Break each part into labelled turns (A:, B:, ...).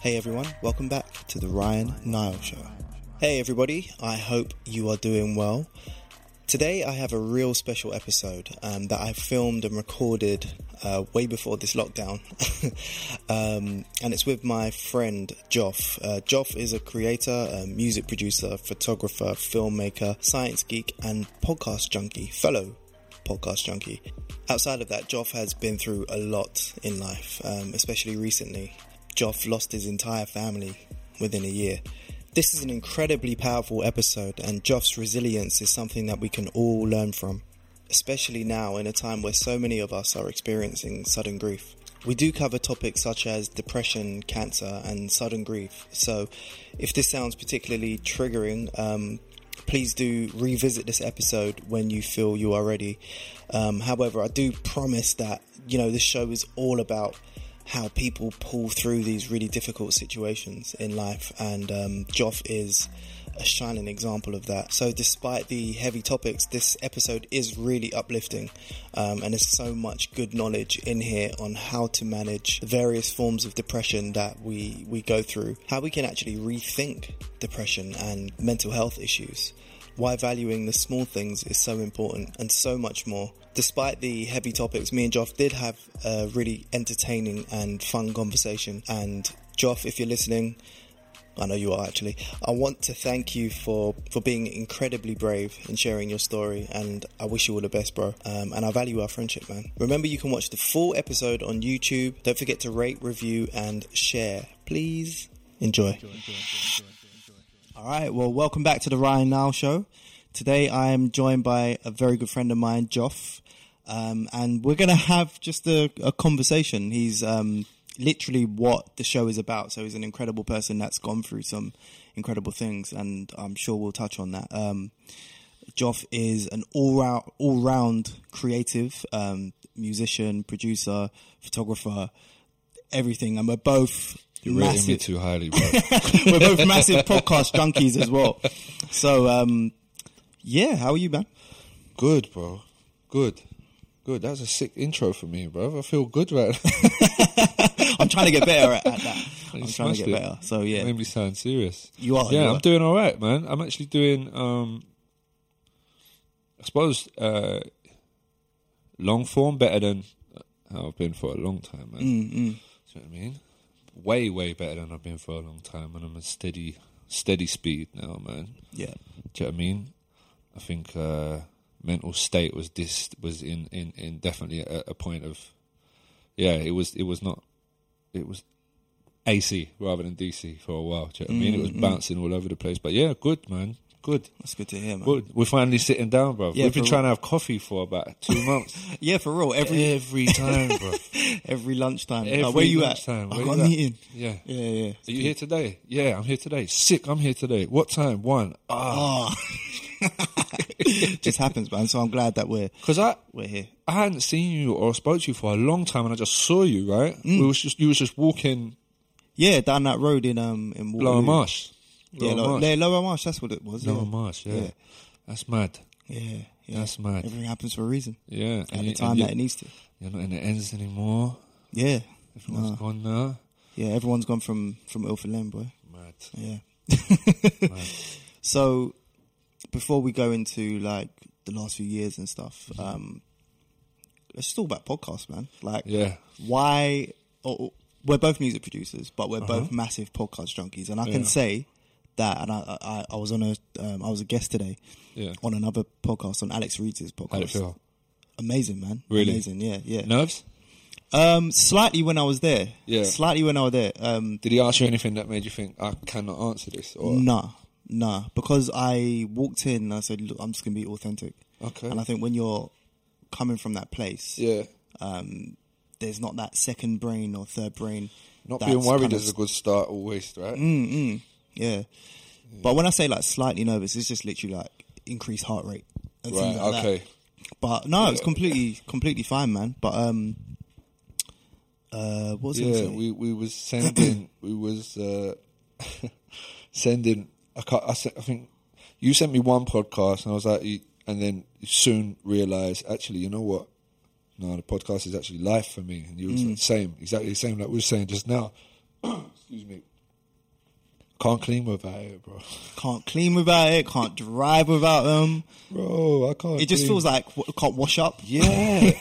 A: Hey everyone, welcome back to the Ryan Nile Show. Hey everybody, I hope you are doing well. Today I have a real special episode um, that I filmed and recorded uh, way before this lockdown, um, and it's with my friend Joff. Uh, Joff is a creator, a music producer, photographer, filmmaker, science geek, and podcast junkie, fellow podcast junkie. Outside of that, Joff has been through a lot in life, um, especially recently. Joff lost his entire family within a year. This is an incredibly powerful episode, and Joff's resilience is something that we can all learn from, especially now in a time where so many of us are experiencing sudden grief. We do cover topics such as depression, cancer, and sudden grief, so if this sounds particularly triggering, um, please do revisit this episode when you feel you are ready. Um, however, I do promise that, you know, this show is all about how people pull through these really difficult situations in life, and um, Joff is a shining example of that. So, despite the heavy topics, this episode is really uplifting, um, and there's so much good knowledge in here on how to manage the various forms of depression that we, we go through, how we can actually rethink depression and mental health issues why valuing the small things is so important, and so much more. Despite the heavy topics, me and Joff did have a really entertaining and fun conversation. And Joff, if you're listening, I know you are actually. I want to thank you for for being incredibly brave and sharing your story. And I wish you all the best, bro. Um, and I value our friendship, man. Remember, you can watch the full episode on YouTube. Don't forget to rate, review, and share. Please enjoy. All right. Well, welcome back to the Ryan Now Show. Today I am joined by a very good friend of mine, Joff, um, and we're going to have just a, a conversation. He's um, literally what the show is about. So he's an incredible person that's gone through some incredible things, and I'm sure we'll touch on that. Um, Joff is an all round, all round creative um, musician, producer, photographer, everything, and we're both.
B: You're rating me
A: massive-
B: too highly, bro.
A: we're both massive podcast junkies as well. So, um, yeah, how are you, man?
B: good, bro. Good. Good. That was a sick intro for me, bro. I feel good right now.
A: I'm trying to get better at, at that.
B: You
A: I'm trying
B: smashed
A: to get
B: it.
A: better. So, yeah,
B: Made me sound serious.
A: you are.
B: yeah,
A: you
B: I'm
A: are.
B: doing all right, man. I'm actually doing, um, I suppose, uh, long form better than how I've been for a long time, man.
A: Mm, mm.
B: Do you know what I mean? Way, way better than I've been for a long time, and I'm at steady, steady speed now, man.
A: Yeah,
B: Do you know what I mean? I think uh, mental state was dis was in in, in definitely a, a point of yeah. It was it was not it was AC rather than DC for a while. Do you know what I mean? It
A: Mm,
B: was bouncing all over the place, but yeah, good man, good.
A: that's good to hear, man.
B: Good. We're finally sitting down, bro.
A: Yeah,
B: We've been
A: for-
B: trying to have coffee for about two months.
A: Yeah, for real. Every
B: Every time, bro.
A: every lunchtime.
B: Every
A: Like, where you at?
B: lunchtime. Where
A: I got
B: you
A: a
B: at?
A: meeting.
B: Yeah.
A: Yeah, yeah.
B: Are you here today? Yeah, I'm here today. Sick, I'm here today. What time? One. Ah,
A: Ah. just happens, man. So I'm glad that we're
B: because I
A: we're here.
B: I hadn't seen you or spoke to you for a long time, and I just saw you. Right,
A: Mm.
B: we was just you was just walking
A: Yeah, down that road in um in
B: Lower
A: Waterloo.
B: Marsh.
A: Yeah,
B: Lower
A: Lower,
B: Marsh.
A: yeah, Lower Marsh. That's what it was.
B: Lower
A: Yeah,
B: Marsh. Yeah.
A: Yeah.
B: that's mad.
A: yeah. yeah.
B: That's mad.
A: Everything happens for a reason
B: Yeah,
A: at
B: and
A: the
B: you-
A: time
B: and you-
A: that it needs to.
B: you're not in the ends anymore.
A: Yeah,
B: Everyone's
A: Nah.
B: gone now.
A: Yeah, everyone's gone from from ill for Lane, boy.
B: Mad.
A: Yeah. so, before we go into like the last few years and stuff,
B: Mm-hmm.
A: um, let's talk about podcasts, man. Like,
B: Yeah,
A: why? Or, or- we're both music producers, but we're both massive podcast junkies, and I can
B: Uh-huh. Yeah.
A: say that. And I, I, I was on a, um, I was a guest today
B: yeah.
A: on another podcast on Alex Reed's podcast.
B: How'd it feel?
A: Amazing, man.
B: Really?
A: amazing. Yeah, yeah.
B: Nerves?
A: Um, slightly when I was there.
B: Yeah.
A: slightly when I was there. Um,
B: Did he ask you anything that made you think I cannot answer this? Or
A: Nah, nah. Because I walked in and I said, Look, I'm just going to be authentic.
B: okay,
A: And I think when you're coming from that place,
B: yeah,
A: um, there's not that second brain or third brain.
B: not
A: that's
B: being worried
A: kind of-
B: is a good start. Always, right?
A: Mm, mm, yeah. But when I say like slightly nervous, it's just literally like increased heart rate and
B: right.
A: things like that.
B: okay.
A: But no, it's
B: Yeah.
A: completely, completely fine, man. But um, uh, what was I gonna
B: Yeah,
A: say?
B: we, we was sending we was uh, sending. I, can't, I, sent, I think you sent me one podcast, and I was like, you- and then soon realised actually, you know what? No, the
A: Mm.
B: podcast is actually life for me, and you was the same, exactly the same like we were saying just now. Excuse me. Can't clean without it, bro.
A: Can't clean without it. Can't drive without them.
B: Bro, I can't.
A: It just
B: clean.
A: feels like w- can't wash up.
B: Yeah,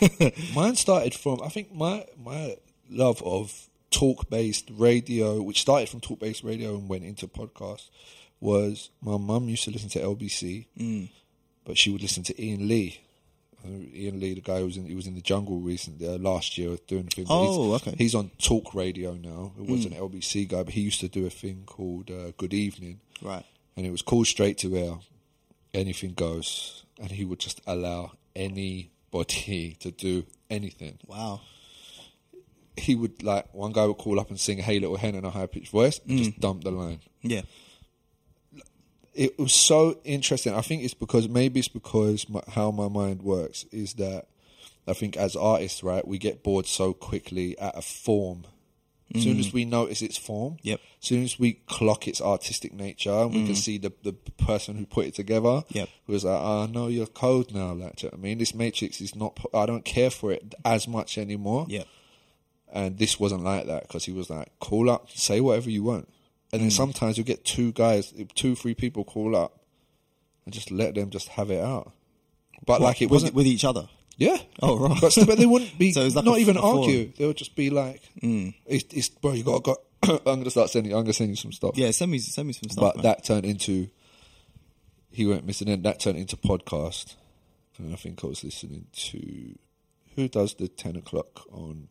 B: mine started from I think my my love of talk based radio, which started from talk based radio and went into podcasts, was my mum used to listen to LBC,
A: Mm.
B: but she would listen to Ian Lee. Uh, Ian Lee, the guy who was in he was in the jungle recently uh, last year doing a thing. but
A: Oh,
B: he's,
A: okay. Mm.
B: He's on talk radio now. It was an LBC guy, but he used to do a thing called uh, Good Evening
A: Right.
B: and it was called straight to air. Anything goes, and he would just allow anybody to do anything.
A: Wow.
B: He would like one guy would call up and sing "Hey Little Hen" in a high pitched voice, and just dump the line.
A: Yeah.
B: It was so interesting. I think it's because maybe it's because my, how my mind works is that I think as artists, right, we get bored so quickly at a form. As soon as we notice its form,
A: Mm. Yep. Mm.
B: As soon as we clock its artistic nature, and we can see the, the person who put it together,
A: Yep.
B: who was like, "I know your code now." Like, do you know what I mean, this matrix is not. I don't care for it as much anymore.
A: Yeah.
B: And this wasn't like that because he was like, "Call up, say whatever you want." And
A: Mm.
B: then sometimes you get two guys, two three people call up, and just let them just have it out. But like it
A: with,
B: wasn't,
A: with each other.
B: yeah.
A: Oh, right.
B: But, but they wouldn't be
A: So it's like
B: not
A: a- Mm.
B: even
A: a forum.
B: argue. They'll just be like, it's, "It's bro, you got to go." I'm gonna start sending. I'm gonna send you some stuff.
A: Yeah. Send me send me some stuff.
B: But
A: man.
B: that turned into he went missing and that turned into podcast. And I think I was listening to who does the ten o'clock on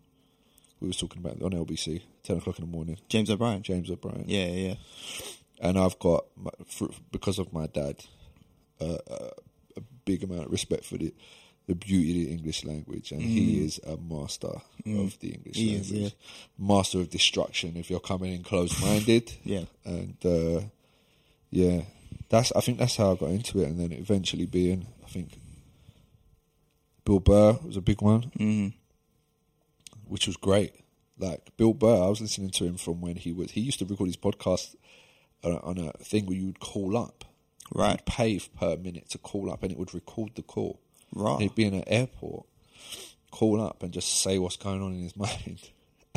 B: we was talking about on LBC, ten o'clock in the morning.
A: James O'Brien.
B: James O'Brien.
A: Yeah. Yeah.
B: And I've got my, fr because of my dad uh, a, a big amount of respect for the the beauty of the English language, and he is a master of the
A: Mm.
B: English
A: He is,
B: language, master of destruction. If you're coming in closed-minded,
A: Yeah.
B: and uh, yeah, that's I think that's how I got into it, and then eventually being I think Bill Burr was a big one, which was great. Like Bill Burr, I was listening to him from when he was he used to record his podcast on a, on a thing where you would call up,
A: Right.
B: pay per minute to call up, and it would record the call.
A: Right.
B: He'd be in an airport, call up and just say what's going on in his mind,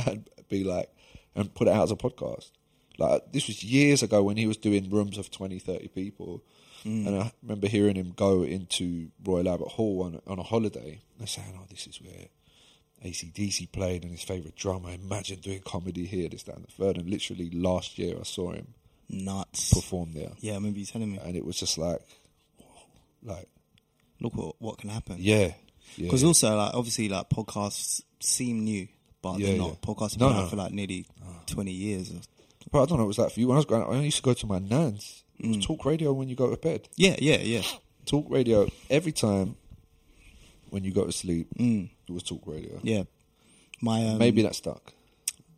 B: and be like, and put it out as a podcast. Like this was years ago when he was doing rooms of 20, 30 people,
A: Hmm.
B: and I remember hearing him go into Royal Albert Hall on on a holiday. And saying, "Oh, this is where." ACDC played and his favourite drummer. Imagine doing comedy here, this, that, and the third. And literally last year, I saw him
A: Nuts.
B: perform there
A: Yeah. Maybe you're telling me.
B: and it was just like, like,
A: Look what what can happen.
B: yeah, yeah,
A: Because also, like, obviously, like podcasts seem new, but
B: Yeah,
A: they're not.
B: yeah.
A: Podcasts have
B: No,
A: been out
B: no. Ah.
A: for like nearly twenty years. Or,
B: But I don't know. It was like for you when I was growing up. I used to go to my nan's. It
A: Mm.
B: was talk radio when you go to bed.
A: yeah, yeah, yeah.
B: Talk radio every time when you go to sleep. Mm. It was talk radio.
A: Yeah. My um,
B: Maybe that stuck.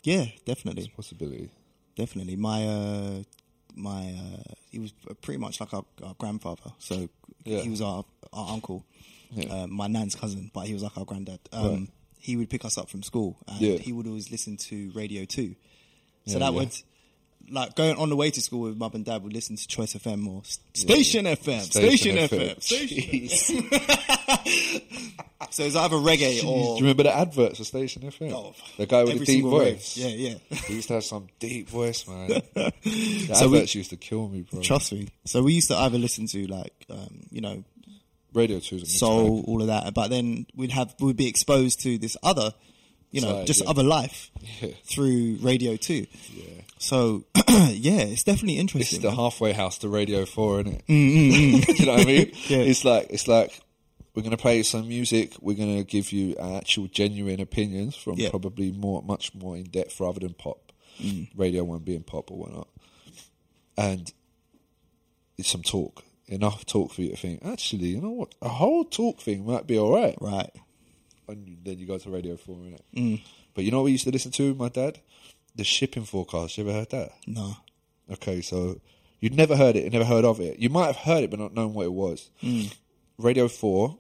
A: yeah, definitely,
B: Possibility.
A: definitely. My uh, my uh, he was pretty much like our, our grandfather. So
B: Yeah.
A: he was our our uncle,
B: Yeah.
A: uh, my nan's cousin, but he was like our granddad. Um,
B: Right.
A: He would pick us up from school, and
B: Yeah.
A: he would always listen to Radio Two. So that
B: Yeah, yeah.
A: would. Like going on the way to school with mum and dad, would listen to Choice FM or S- Station FM, Station, FM, Station.
B: Jeez.
A: So it's either reggae
B: Do you
A: or
B: remember the adverts for Station FM?
A: Oh,
B: the guy with the
A: every
B: deep
A: single rave.
B: voice.
A: Yeah, yeah.
B: He used to have some deep voice, man. the
A: So we-
B: adverts used to kill me, bro.
A: Trust me. So we used to either listen to like, um, you know,
B: Radio 2's a mixed bag.
A: soul, all of that. But then we'd have we'd be exposed to this other, you know,
B: Side,
A: just
B: yeah.
A: other life
B: Yeah.
A: through radio too.
B: Yeah.
A: So yeah, it's definitely
B: It's
A: interesting.
B: the
A: man.
B: halfway house to Radio Four, isn't it? you know what I mean?
A: Yeah.
B: It's like it's like we're going to play some music. We're going to give you actual genuine opinions from
A: Yeah. Mm.
B: probably more, much more in depth, rather than pop. Radio One being pop or whatnot, and it's some talk. Enough talk for you to think. Actually, you know what? A whole talk thing might be all right.
A: right.
B: And you- then you go to Radio Four, innit? Mm. But you know what we used to listen to, my dad? The shipping forecast. You ever heard that?
A: No.
B: Okay, so you'd never heard it, never heard of it. You might have heard it, but not known what it was. Radio 4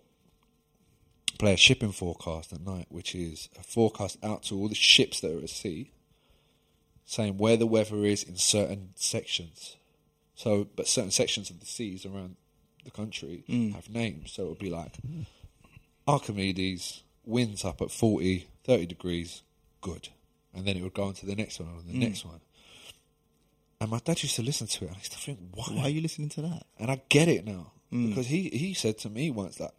B: play a shipping forecast at night, which is a forecast out to all the ships that are at sea, saying where the weather is in certain sections. So, but certain sections of the seas around the country have names. So it would be like Archimedes, winds up at 40, 30 degrees, good. And then it would go on to the next one, and the next one And my dad used to listen to it, and I used to think, why?
A: Why are you listening to that?
B: And I get it now
A: Mm.
B: because he he said to me once that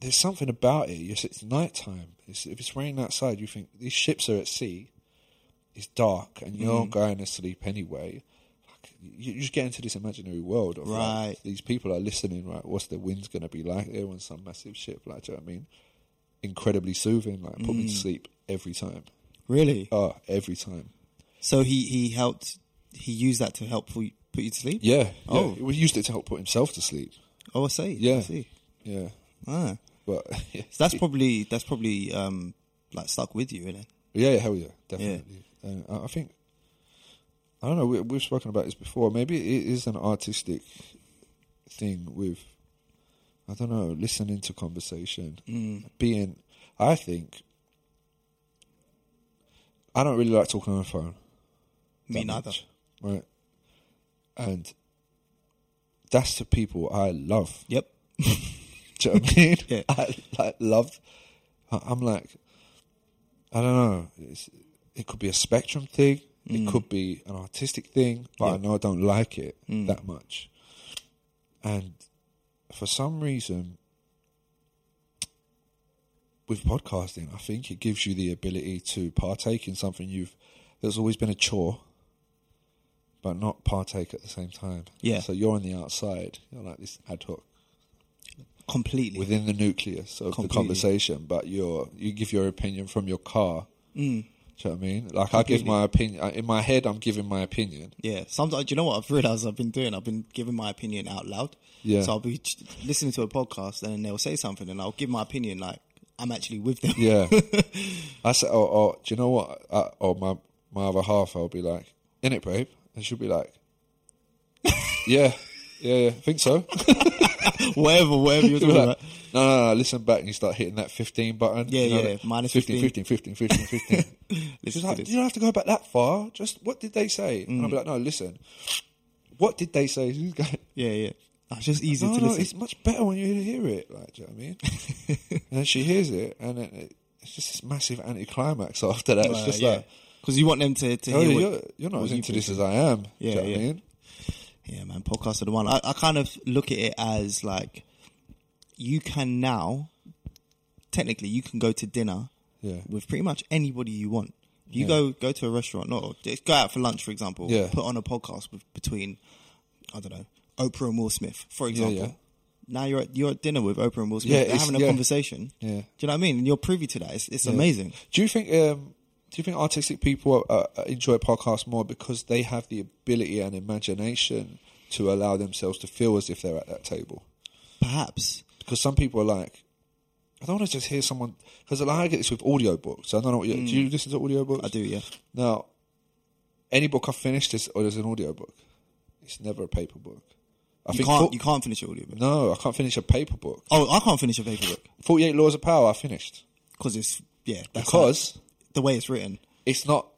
B: there's something about it. Yes, it's nighttime. It's, if it's raining outside, you think these ships are at sea. It's dark, and
A: Mm.
B: you're going to sleep anyway. Like, you you just get into this imaginary world of like,
A: Right.
B: these people are listening. Right, what's the wind's going to be like? They're on some massive ship. Like, do you know what I mean? Incredibly soothing. Like, put
A: Mm.
B: me to sleep every time.
A: Really?
B: Oh, every time.
A: So he he helped. He used that to help put you, put you to sleep.
B: Yeah. yeah.
A: Oh.
B: He used it to help put himself to sleep.
A: Oh, I see.
B: Yeah.
A: I see.
B: Yeah.
A: Ah,
B: But
A: so that's probably that's probably um like stuck with you, isn't it?
B: Yeah, yeah, hell yeah, definitely. Uh, I- I think I don't know. We, we've spoken about this before. Maybe it is an artistic thing with I don't know, listening to conversation,
A: Mm.
B: being. I think I don't really like talking on the phone.
A: Me
B: that
A: neither.
B: much, right, and that's the people I love.
A: Yep.
B: Do you know what I mean?
A: Yeah.
B: I like loved. I- I'm like, I don't know. It's, it could be a spectrum thing. It could be an artistic thing, but I
A: Mm. Yeah. Mm.
B: know I don't like it that much. And for some reason, with podcasting, I think it gives you the ability to partake in something you've that's always been a chore, but not partake at the same time.
A: Yeah.
B: So you're on the outside. You're like this ad hoc
A: Completely.
B: within the nucleus of
A: Completely.
B: the conversation, but you're you give your opinion from your car. Mm. Do you know what I mean? Like I give my opinion I- in my head. I'm giving my opinion.
A: yeah. Sometimes do you know what I've realized I've been doing. I've been giving my opinion out loud.
B: Yeah.
A: So I'll be ch- listening to a podcast and then they'll say something and I'll give my opinion like I'm actually with them.
B: Yeah, I said, or, or do you know what? I, or my my other half, I'll be like, in it, babe, and she'll be like, yeah, yeah, yeah, I think so.
A: whatever, whatever you're
B: She'll be
A: talking
B: like,
A: about.
B: no, no, no, listen back, and you start hitting that 15 button.
A: Yeah,
B: you know,
A: yeah,
B: that
A: minus
B: 15, 15, 15, 15.
A: Listen
B: She's
A: to
B: like,
A: this.
B: you don't have to go back that far. Just what did they say? And I'll
A: Mm.
B: be like, no, listen. What did they say? Who's going?
A: Yeah, yeah. It's just easy
B: No,
A: to
B: no,
A: listen.
B: it's much better when you hear it. Like, do you know what I mean? and then she hears it, and it, it- it's just this massive anticlimax after that. it's just like,
A: because you want them to, to
B: oh,
A: hear what,
B: you're, you're not
A: what
B: as
A: you
B: into
A: think.
B: this as I am.
A: Yeah,
B: do you know
A: yeah.
B: What I mean?
A: Yeah, man, podcasts are the one. I, I kind of look at it as like you can now, technically, you can go to dinner
B: Yeah.
A: with pretty much anybody you want. You go go to a restaurant, or just go out for lunch, for example.
B: Yeah.
A: Put on a podcast with, between, I don't know, Oprah and Will Smith, for example.
B: yeah.
A: Now you're at, you're at dinner with Oprah and Will Smith.
B: Yeah,
A: They're
B: it's-
A: having a
B: yeah.
A: conversation.
B: Yeah.
A: Do you know what I mean? And you're privy to that. It's, it's amazing.
B: Do you think? Um, do you think artistic people uh, uh, enjoy podcasts more because they have the ability and imagination to allow themselves to feel as if they're at that table?
A: Perhaps.
B: because some people are like, I don't want to just hear someone because like, I get this with audiobooks. I don't know what you do. You listen to audiobooks?
A: Mm. I do, yeah.
B: Now, any book I've finished is or there's an audiobook. It's never a paper book. I
A: You can't,
B: for-
A: you can't finish your audiobook.
B: no, I can't finish a paper book.
A: Oh, I can't finish a paperwork
B: Forty Eight Laws of Power. I finished
A: because it's, yeah, that's
B: because
A: the way it's written.
B: it's not.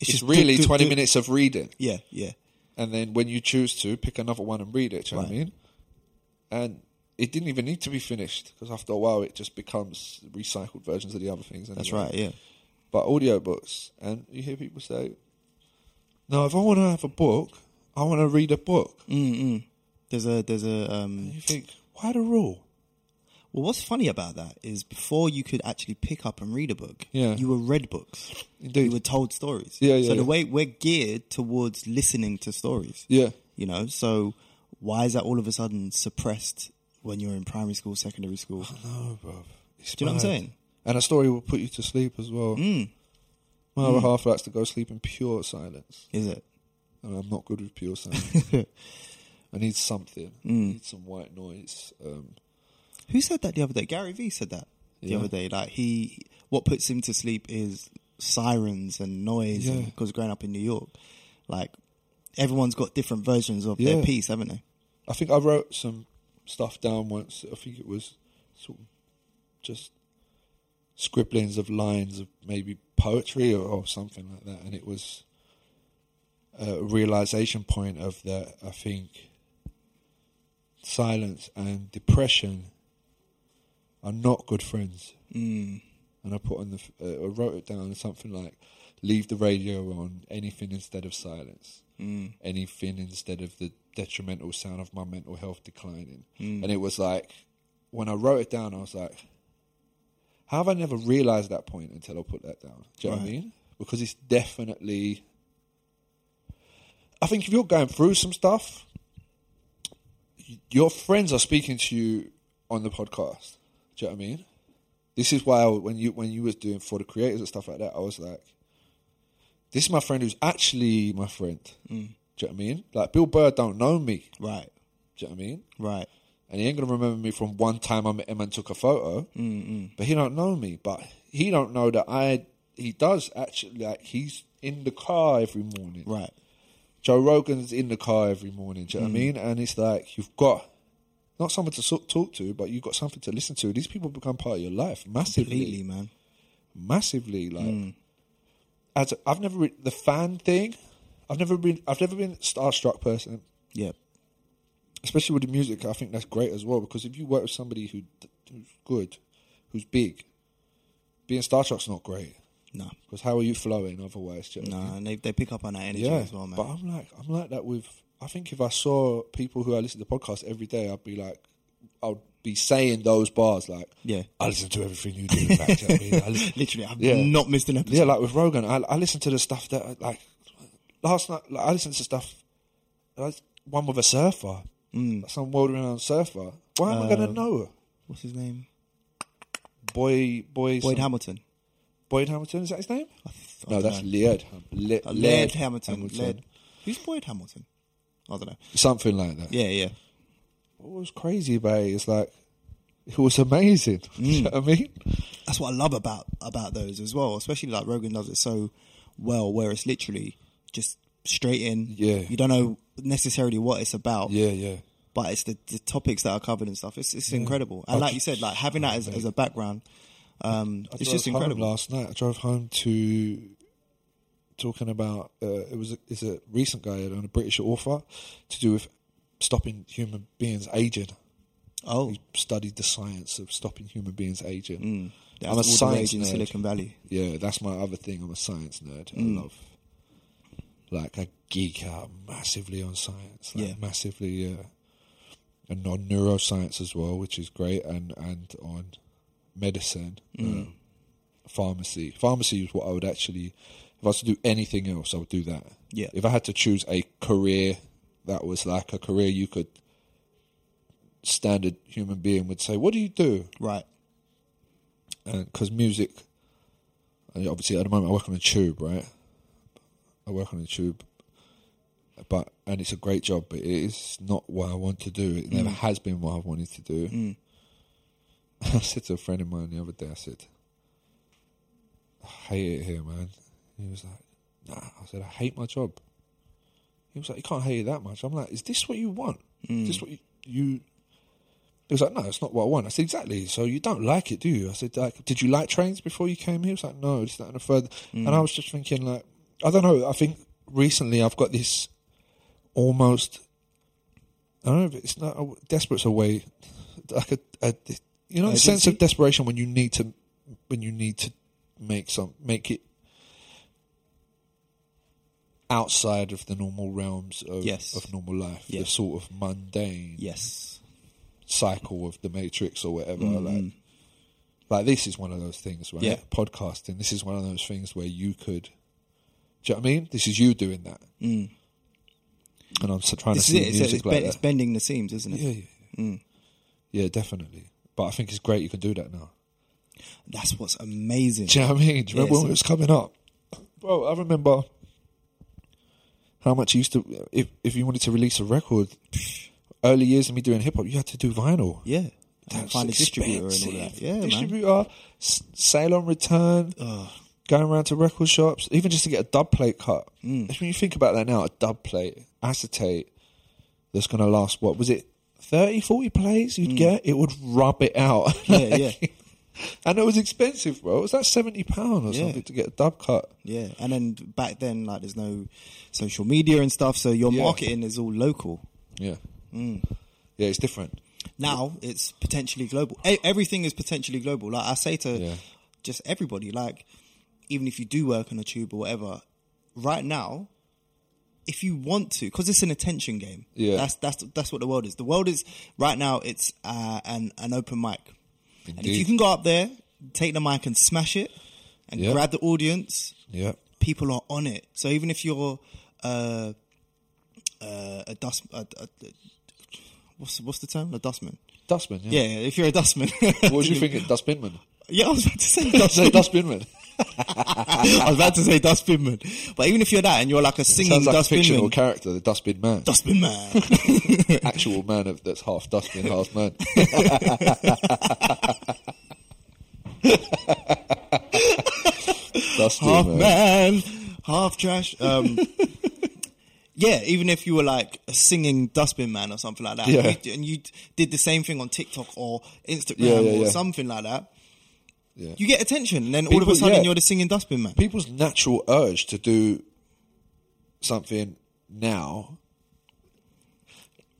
B: It's,
A: just
B: really
A: do- do-
B: twenty
A: do-
B: minutes of reading,
A: Yeah, yeah,
B: and then when you choose to pick another one and read it. Do you know what I
A: Right.
B: mean? And it didn't even need to be finished because after a while it just becomes recycled versions of the other things.
A: that's
B: anyway.
A: right. Yeah,
B: but audiobooks and you hear people say no if i want to have a book i want to read a book
A: Mm. there's a there's a. Um,
B: you think why the rule
A: well, what's funny about that is before you could actually pick up and read a book,
B: Yeah.
A: you were read books,
B: Indeed.
A: you were told stories.
B: Yeah, yeah,
A: So
B: yeah.
A: the way we're geared towards listening to stories,
B: yeah
A: you know. So why is that all of a sudden suppressed when you're in primary school, secondary school?
B: no bro it's
A: Do you know what I'm
B: mad.
A: saying? Mm.
B: and a story will put you to sleep as well my other half likes to go sleep in pure silence
A: Is it?
B: and i'm not good with pure silence i need something i
A: Mm.
B: need some white noise um,
A: Who said that the other day? Gary Vee said that the
B: Yeah.
A: other day. Like he, what puts him to sleep is sirens and noise.
B: Yeah.
A: Because growing up in New York, like everyone's got different versions of
B: Yeah.
A: their piece, haven't they?
B: I think I wrote some stuff down once. I think it was sort of just scribblings of lines of maybe poetry or, or something like that, and it was a realization point of that. I think silence and depression are not good friends. and I put on the f- uh, I wrote it down something like leave the radio on anything instead of silence mm. anything instead of the detrimental sound of my mental health declining and it was like when I wrote it down I was like how have I never realized that point until I put that down do you know what I
A: Right.
B: mean because it's definitely I think if you're going through some stuff your friends are speaking to you on the podcast do you know what I mean this is why I, when you when you was doing for the creators and stuff like that, I was like, this is my friend who's actually my friend. Do you know what I mean? Like Bill Burr don't know me.
A: Right.
B: Do you know what I mean?
A: Right.
B: And he ain't gonna remember me from one time I met him and took a photo. mm But he don't know me. But he don't know that I. He does actually like he's in the car every morning.
A: Right.
B: Joe Rogan's in the car every morning. Do you know what I mean? And it's like you've got not someone to so- talk to, but you've got something to listen to. These people become part of your life massively
A: Completely, man.
B: massively. Like,
A: Hmm.
B: as I've never re- the fan thing, I've never been, I've never been a starstruck person,
A: Yeah.
B: especially with the music. I think that's great as well because if you work with somebody who who's good, who's big, being starstruck's not great
A: No.
B: because how are you flowing otherwise? do you know what I mean?
A: No. And they, they pick up on that energy
B: yeah,
A: Mm, as well, man.
B: but I'm like, I'm like that with. I think if I saw people who I listen to podcasts every day, I'd be like, I'd be saying those bars like,
A: Yeah.
B: I listen to everything you do. Matt, do you know what I mean? I listen-
A: Literally, I've
B: Yeah.
A: not missed an episode.
B: Yeah, like with Rogan, I I listened to the stuff that like last night. Like, I listened to stuff. Like, one with a surfer, mm. some world-renowned surfer. Why am I going to know her?
A: What's his name?
B: Boy, boy,
A: Boyd
B: some-
A: Hamilton.
B: Boyd Hamilton is that his name?
A: I th- I
B: No,
A: don't
B: that's
A: know.
B: Laird. Ham- Le-
A: Uh, Laird, Hamilton. Laird. Who's Boyd Hamilton? I don't know.
B: something like that.
A: Yeah, yeah.
B: What was crazy about it is like it was amazing. Do you know what I mean?
A: That's what I love about about those as well. Especially like Rogan does it so well, where it's literally just straight in.
B: Yeah.
A: you don't know necessarily what it's about.
B: Yeah, yeah.
A: but it's the, the topics that are covered and stuff. It's it's incredible. And
B: I
A: like
B: ju-
A: you said, like having that as, as a background, um,
B: I
A: it's
B: drove
A: just
B: home
A: incredible.
B: Last night, I drove home to talking about uh, it was a, it's a recent guy on a British author to do with stopping human beings aging.
A: Oh, Mm.
B: He studied the science of stopping human beings aging.
A: that's
B: I'm
A: all the
B: a science
A: rage in
B: nerd.
A: Silicon Valley.
B: Yeah, that's my other thing. I'm a science nerd.
A: Mm.
B: I love like I geek out massively on science. Like,
A: Yeah.
B: massively. Uh, and on neuroscience as well, which is great, and and on medicine, um,
A: Mm.
B: pharmacy. Pharmacy is what I would actually, if I was to do anything else, I would do that.
A: Yeah.
B: If I had to choose a career that was like a career you could, standard human being would say, "What do you do?"
A: Right.
B: because music, and obviously at the moment I work on a tube, right? I work on a tube, but and it's a great job, but it is not what I want to do. It never has been what I wanted to do. I said to a friend of mine the other day, I said, "I hate it here, man." He was like, "Nah," I said, "I hate my job." He was like, "You can't hate it that much." I'm like, "Is this what you want? Is this what you?" you he was like, no, it's not what I want. I said, exactly. So you don't like it, do you? I said, like, did you like trains before you came here? He was like, no, it's not and the third. And I was just thinking, like, I don't know. I think recently I've got this almost. I don't know if it's not desperate's a way, like a, a you know, the sense of
A: Urgency?
B: desperation when you need to, when you need to make some make it outside of the normal realms of
A: Yes.
B: of normal life,
A: Yeah.
B: the sort of mundane
A: Yes.
B: cycle of the Matrix or
A: Mm.
B: whatever. Like, like this is one of those things, right?
A: Mm-hmm. Yeah.
B: Podcasting. This is one of those things where you could. Do you know what I mean? This is you doing that. And I'm so trying
A: Mm. This is
B: to see
A: it. It's,
B: music
A: it's,
B: like
A: ben- it's Mm.
B: that.
A: bending the seams, isn't it?
B: Yeah, yeah, yeah. yeah, definitely. But I think it's great you can do that now.
A: That's what's amazing.
B: Do you know what I mean? Do you remember
A: Yeah,
B: when it was coming up? Bro, I remember how much you used to. If, if you wanted to release a record, early years of me doing hip hop, you had to do vinyl.
A: Yeah. And find a distributor and all that.
B: expensive.
A: Yeah, man.
B: distributor, uh, s- sale on return, going around to record shops, even just to get a dub plate cut.
A: Mm.
B: When you think about that now, a dub plate, acetate, that's going to last, what was it, 30, 40 plates you'd get? It would rub it out.
A: Mm. Yeah, yeah.
B: and it was expensive, bro. It was like £70 or
A: Yeah.
B: something to get a dub cut.
A: Yeah. And then back then, like, there's no social media and stuff, so your
B: Yeah.
A: marketing is all local.
B: Yeah. Mm. Yeah, it's different.
A: Now it's potentially global. E everything is potentially global. Like I say to
B: Yeah.
A: just everybody. Like, even if you do work on a tube or whatever, right now, if you want to, because it's an attention game.
B: Yeah.
A: that's that's that's what the world is. The world is right now. It's uh, an an open mic, and if
B: Indeed.
A: you can go up there, take the mic and smash it, and
B: Yeah.
A: grab the audience,
B: Yeah.
A: people are on it. So even if you're uh, uh, a dust, a, a, a- what's what's the term? A dustman.
B: Dustman, yeah.
A: Yeah, yeah, if you're a dustman.
B: What was you thinking? Dustbinman.
A: yeah, I was about to say dust,
B: Say dustbinman.
A: I was about to say dustbinman. But even if you're that and you're like a singing
B: Sounds like a
A: dustbinman,
B: fictional character, the dustbin man.
A: dustbin man.
B: Actual man of, that's half dustbin, half man. dustbin
A: half
B: man.
A: man, half trash. Um, yeah, even if you were like a singing dustbin man or something like that,
B: Yeah.
A: and, you, and you did the same thing on TikTok or Instagram
B: Yeah, yeah,
A: or
B: yeah.
A: something like that,
B: Yeah.
A: you get attention, and then all of a
B: People-
A: sudden
B: yeah.
A: you're the singing dustbin man.
B: People's natural urge to do something now.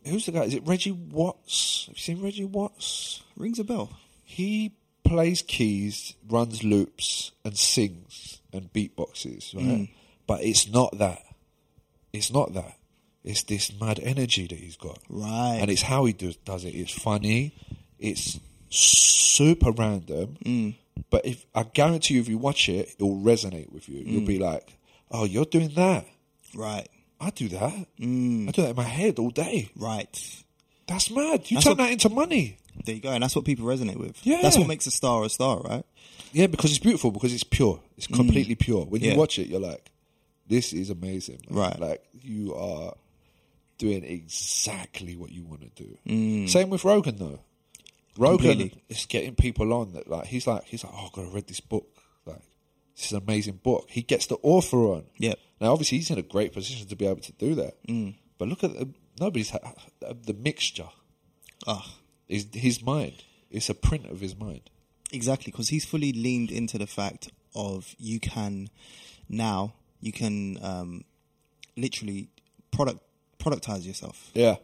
B: Who's the guy? Is it Reggie Watts? Have you seen Reggie Watts?
A: Rings a bell.
B: he plays keys, runs loops, and sings and beatboxes, right?
A: Mm.
B: But it's not that. It's not that. It's this mad energy that he's got,
A: Right.
B: And it's how he does, does it. It's funny. It's super random.
A: Mm.
B: But if I guarantee you, if you watch it, it will resonate with you.
A: Mm.
B: You'll be like, "Oh, you're doing that.
A: Right,
B: I do that.
A: Mm.
B: I do that in my head all day.
A: right.
B: That's mad. You
A: That's
B: turn
A: what-
B: that into money.
A: There you go, and that's what people resonate with.
B: Yeah.
A: that's what makes a star a star, right?
B: Yeah, because it's beautiful, because it's pure. It's completely pure. When
A: Mm. Yeah.
B: you watch it, you're like, this is amazing. man.
A: Right.
B: Like, you are doing exactly what you want to do. Same with Rogan, though. Rogan
A: Mm. Completely.
B: is getting people on that, like, he's like, he's like, oh, God, I read this book. Like, this is an amazing book. He gets the author on.
A: Yep. Mm.
B: Now, obviously, he's in a great position to be able to do that. But look at the, nobody's ha- the mixture.
A: Ah,
B: Is his mind. It's a print of his mind.
A: exactly, because he's fully leaned into the fact of you can now you can um, literally product productize yourself,
B: Yeah.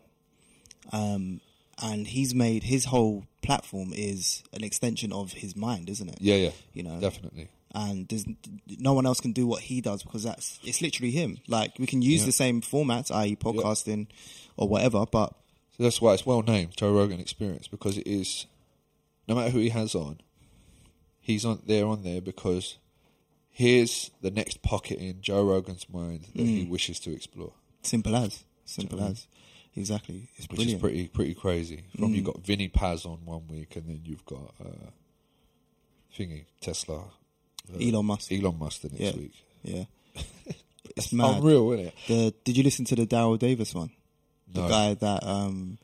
A: um, and he's made his whole platform is an extension of his mind, isn't it?
B: Yeah, yeah.
A: You know,
B: Definitely.
A: and there's no one else can do what he does because that's it's literally him. Like we can use the same formats, i.e., podcasting or whatever, but
B: So that's why it's well named Joe Rogan Experience because it is, no matter who he has on, he's on there on there because here's the next pocket in Joe Rogan's mind that he
A: Mm.
B: wishes to explore,
A: simple as simple as exactly. It's
B: which
A: brilliant. Mm.
B: is pretty pretty crazy. From you've got Vinny Paz on one week, and then you've got uh, thingy Tesla, uh,
A: Elon Musk.
B: Elon Musk the next
A: Yeah.
B: week.
A: Yeah,
B: Oh,
A: it's mad.
B: Unreal, isn't it?
A: The, did you listen to the Daryl Davis one? The
B: No.
A: guy that um,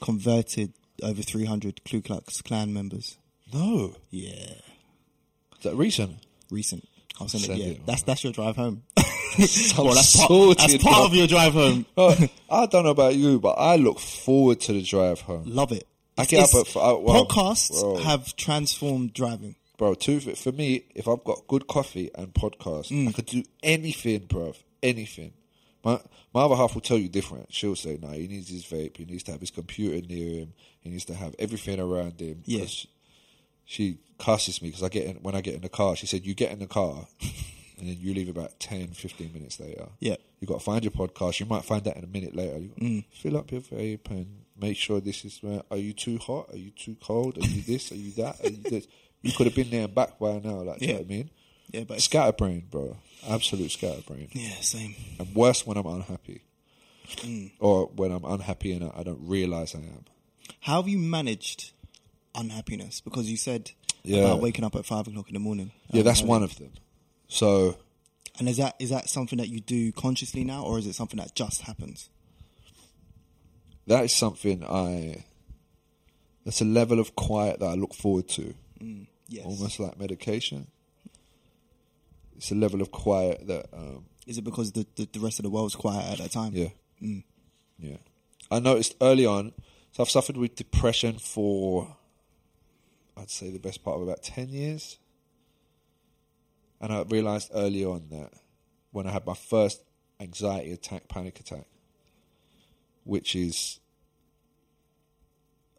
A: converted over 300 Ku Klux Klan members.
B: No,
A: Yeah,
B: is that recent?
A: recent. I'll send,
B: Send
A: it. Yeah,
B: it.
A: that's that's your drive home.
B: Some
A: well, that's part,
B: sorted
A: that's part
B: one.
A: of your drive home.
B: Oh, I don't know about you, but I look forward to the drive home.
A: Love it.
B: I get
A: It's-
B: up at f- uh, well,
A: podcasts
B: well.
A: have transformed driving.
B: bro. Two for, for me, if I've got good coffee and podcast, I
A: Mm.
B: could do anything, bro. Anything. My my other half will tell you different. She'll say, "No, he needs his vape. He needs to have his computer near him. He needs to have everything around him."
A: Yeah.
B: 'Cause She, she curses me because I get in, when I get in the car. She said, "You get in the car." And then you leave about 10, 15 minutes later.
A: Yeah.
B: you got to find your podcast. You might find that in a minute later. You Fill up your vape and make sure this is where. Are you too hot? Are you too cold? Are you this? Are you that? Are you this? You could have been there and back by now. Like, do you know
A: Yeah.
B: what I mean?
A: Yeah, but it's,
B: Scatterbrain, bro. Absolute scatterbrain.
A: yeah, same.
B: And worse when I'm unhappy. Or when I'm unhappy and I, I don't realize I am.
A: How have you managed unhappiness? Because you said
B: Yeah.
A: about waking up at five o'clock in the morning. Um,
B: Yeah, that's one of them. So,
A: And is that is that something that you do consciously now, or is it something that just happens?
B: that is something I. That's a level of quiet that I look forward to.
A: Yes.
B: almost like medication. It's a level of quiet that, um,
A: Is it because the, the, the rest of the world's quiet at that time?
B: yeah, Mm. yeah. I noticed early on, so I've suffered with depression for, I'd say, the best part of about ten years, and I realised early on that when I had my first anxiety attack, panic attack, which is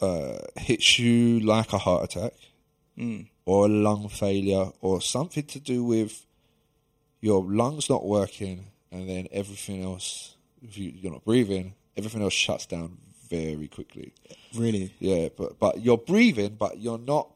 B: uh, hits you like a heart attack. or a lung failure or something to do with your lungs not working and then everything else, if you, you're not breathing, everything else shuts down very quickly.
A: Really?
B: Yeah, but, but you're breathing, but you're not,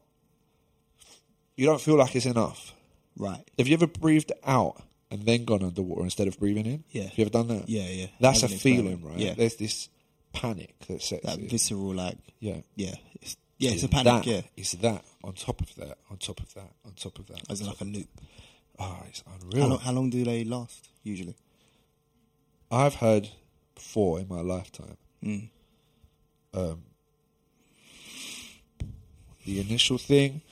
B: you don't feel like it's enough.
A: Right.
B: Have you ever breathed out and then gone underwater instead of breathing in?
A: Yeah.
B: Have you ever done that?
A: Yeah, yeah.
B: That's a
A: As an experiment.
B: feeling, right?
A: Yeah.
B: There's this panic that sets
A: That
B: in.
A: visceral, like,
B: yeah.
A: yeah. It's, yeah, it's a
B: It's
A: panic,
B: that,
A: yeah.
B: It's that on top of that, on top of that, on top of that.
A: As in, like a loop.
B: oh, it's
A: How,
B: unreal.
A: long, how long do they last, usually?
B: I've heard four in my lifetime.
A: Hmm.
B: Um, the initial thing.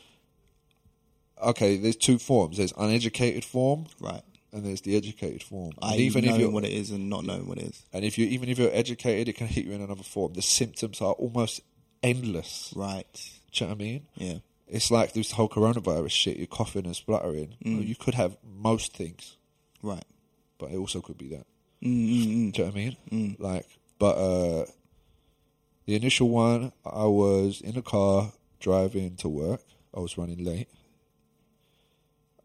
B: Okay, there's two forms. There's uneducated form,
A: Right.
B: and there's the educated form.
A: I
B: and even
A: knowing
B: if you're
A: what it is and not knowing what it is.
B: and if you even if you're educated, it can hit you in another form. The symptoms are almost endless.
A: Right.
B: Do you know what I mean?
A: Yeah.
B: It's like this whole coronavirus shit. You're coughing and spluttering.
A: Hmm.
B: You could have most things,
A: Right. Mm,
B: but it also could be that.
A: Mm-mm-mm.
B: Do you know what I mean? Mm. Like, but uh, the initial one, I was in a car driving to work. I was running late.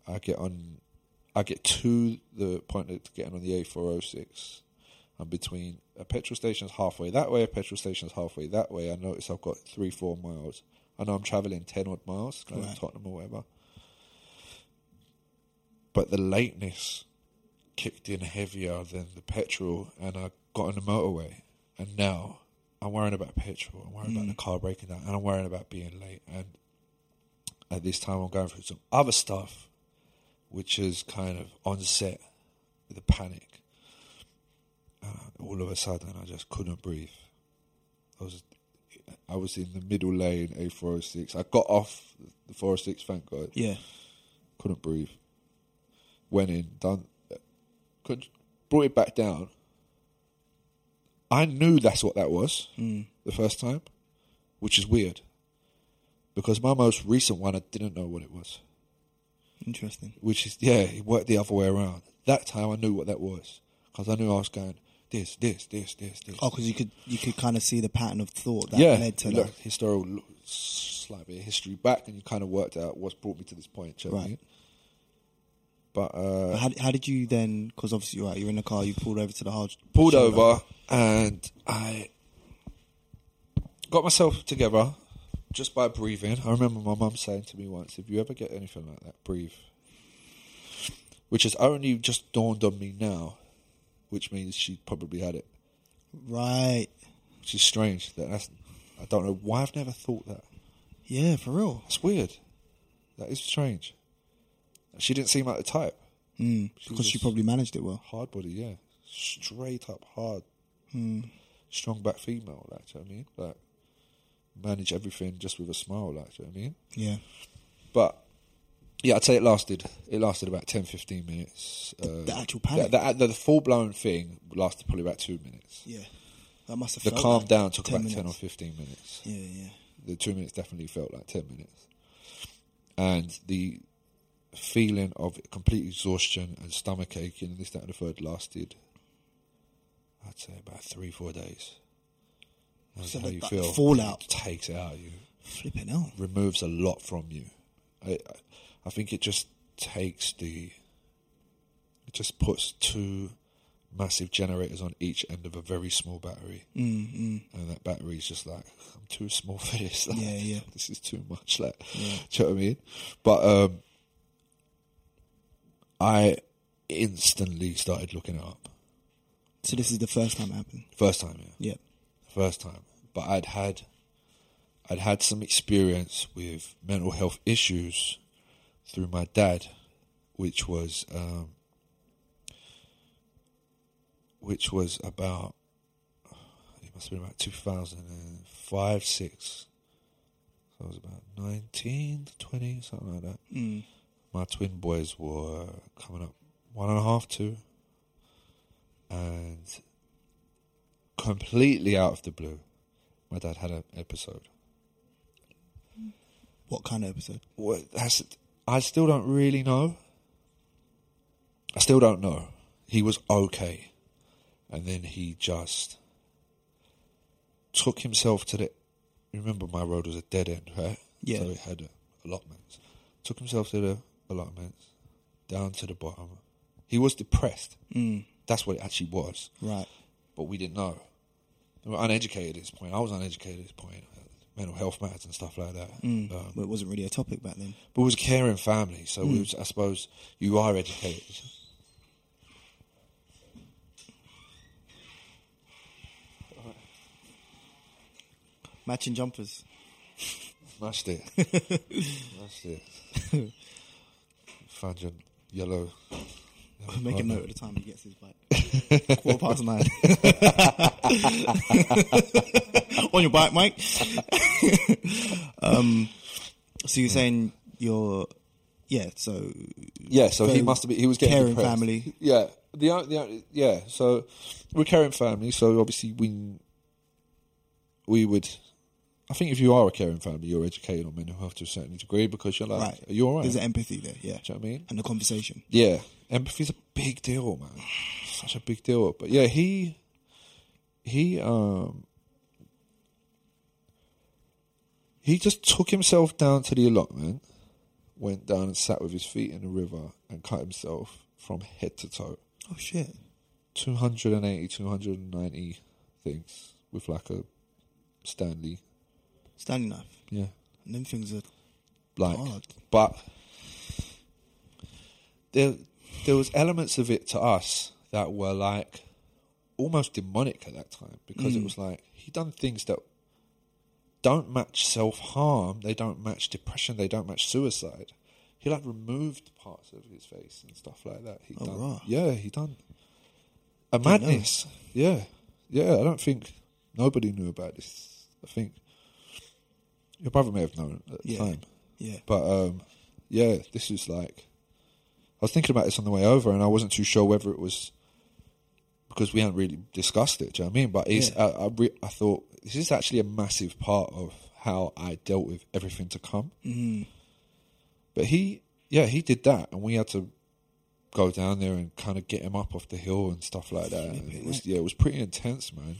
B: I get on, I get to the point of getting on the A406. I'm between a petrol station's halfway that way, a petrol station's halfway that way. I notice I've got three, four miles. I know I'm traveling 10 odd miles, going
A: Right.
B: to Tottenham or whatever. But the lateness kicked in heavier than the petrol, and I got on the motorway. And now I'm worrying about petrol, I'm worrying about the car breaking down, and I'm worrying about being late. And at this time, I'm going through some other stuff, which is kind of onset with the panic. And all of a sudden, I just couldn't breathe. I was, I was in the middle lane, A406. I got off the 406, thank God
A: Yeah.
B: couldn't breathe. Went in, done, could brought it back down. I knew that's what that was
A: Mm.
B: the first time, which is weird because my most recent one I didn't know what it was.
A: Interesting.
B: Which is yeah, it worked the other way around. That time I knew what that was because I knew I was going this, this, this, this, this.
A: Oh, because you could you could kind of see the pattern of thought that
B: yeah,
A: led to
B: you
A: that.
B: look historical, look, slight bit of history back, and you kind of worked out what's brought me to this point. do you know what I
A: Right.
B: mean? But uh,
A: But How, how did you then? Because obviously, right, you're in the car. You pulled over to the hard.
B: pulled
A: shoulder.
B: over and I got myself together just by breathing. I remember my mum saying to me once, if you ever get anything like that, breathe. Which has only just dawned on me now, which means she probably had it.
A: Right.
B: Which is strange. That that's, I don't know why I've never thought that.
A: Yeah, for real.
B: That's weird. That is strange. She didn't seem like the type.
A: Mm, because she
B: Jesus.
A: probably managed it well.
B: Hard body, yeah. Straight up hard. Hmm. Strong back female, like, do you know what I mean? Like, manage everything just with a smile, like, do you know what I mean?
A: Yeah.
B: But, yeah, I'd say it lasted. It lasted about 10, 15 minutes. Uh, The,
A: the actual panic?
B: The, the, full blown thing lasted probably about two minutes.
A: Yeah. That must have.
B: The
A: felt
B: calm
A: like
B: down took
A: 10
B: about
A: minutes.
B: 10 or 15 minutes
A: Yeah, yeah.
B: the two minutes definitely felt like ten minutes, and the feeling of complete exhaustion and stomach aching and this that and the third lasted, I'd say about three four days. That's
A: So
B: how
A: that-
B: you
A: that
B: feel.
A: fallout.
B: It takes it out of you,
A: Flipping hell.
B: removes a lot from you. I, I- I think it just takes the, it just puts two massive generators on each end of a very small battery
A: Mm, mm.
B: and that battery's just like I'm too small for this. Like,
A: Yeah, yeah.
B: This is too much. Like,
A: Yeah.
B: do you know what I mean? But um, I instantly started looking it up.
A: So this is the first time it happened.
B: First time, yeah,
A: Yeah.
B: first time. But I'd had, I'd had some experience with mental health issues through my dad, which was, um, which was about, it must have been about two thousand and five, six. So I was about 19, 20, something like that.
A: Mm.
B: My twin boys were coming up one and a half, two, and completely out of the blue, my dad had an episode.
A: What kind of episode?
B: What, that's, I still don't really know. I still don't know. He was okay, and then he just took himself to the. Remember, my road was a dead end, right?
A: Yeah.
B: So it had allotments. took himself to the allotments, down to the bottom. He was depressed. Mm. That's what it actually was.
A: Right.
B: But we didn't know. We were uneducated at this point. I was uneducated at this point. Mental health matters and stuff like that. Um,
A: Well, it wasn't really a topic back then.
B: but it was a caring family, so
A: Hmm.
B: we was, I suppose you are educated.
A: Matching jumpers.
B: Smashed it. Smashed it. Found your yellow.
A: Make a note of the time he gets his bike. Quarter past nine. On your bike, Mike. um, so you're saying you're, yeah. So
B: Yeah, so he
A: Very
B: must have been. He was getting
A: caring
B: depressed.
A: family.
B: Yeah, the, o- the o- yeah. So we're caring family. So obviously we we would. I think if you are a caring family, you're educated on mental health to a certain degree because you're like,
A: right.
B: are you all right?
A: There's
B: Do you
A: empathy there. Yeah.
B: know what I mean?
A: And the conversation.
B: Yeah, empathy's a big deal, man. Such a big deal. But yeah, he he um he just took himself down to the allotment, went down and sat with his feet in the river and cut himself from head to toe.
A: Oh shit.
B: 280, 290 things with like a Stanley.
A: Standing knife.
B: Yeah.
A: And them things are
B: Like
A: hard.
B: but there there was elements of it to us that were like almost demonic at that time because
A: Mm.
B: it was like he done things that don't match self harm, they don't match depression, they don't match suicide. He like removed parts of his face and stuff like that. He
A: Oh,
B: done,
A: right.
B: yeah, he done a
A: Didn't know.
B: madness. Yeah, yeah. I don't think nobody knew about this. I think your brother may have known at the
A: Yeah.
B: time.
A: Yeah.
B: But um, yeah, this is like I was thinking about this on the way over, and I wasn't too sure whether it was because we hadn't really discussed it. Do you know what I mean? But it's,
A: Yeah.
B: I, I, re- I thought this is actually a massive part of how I dealt with everything to come.
A: Mm.
B: But he, yeah, he did that, and we had to go down there and kind of get him up off the hill and stuff like that. And it was, yeah, it was pretty intense, man.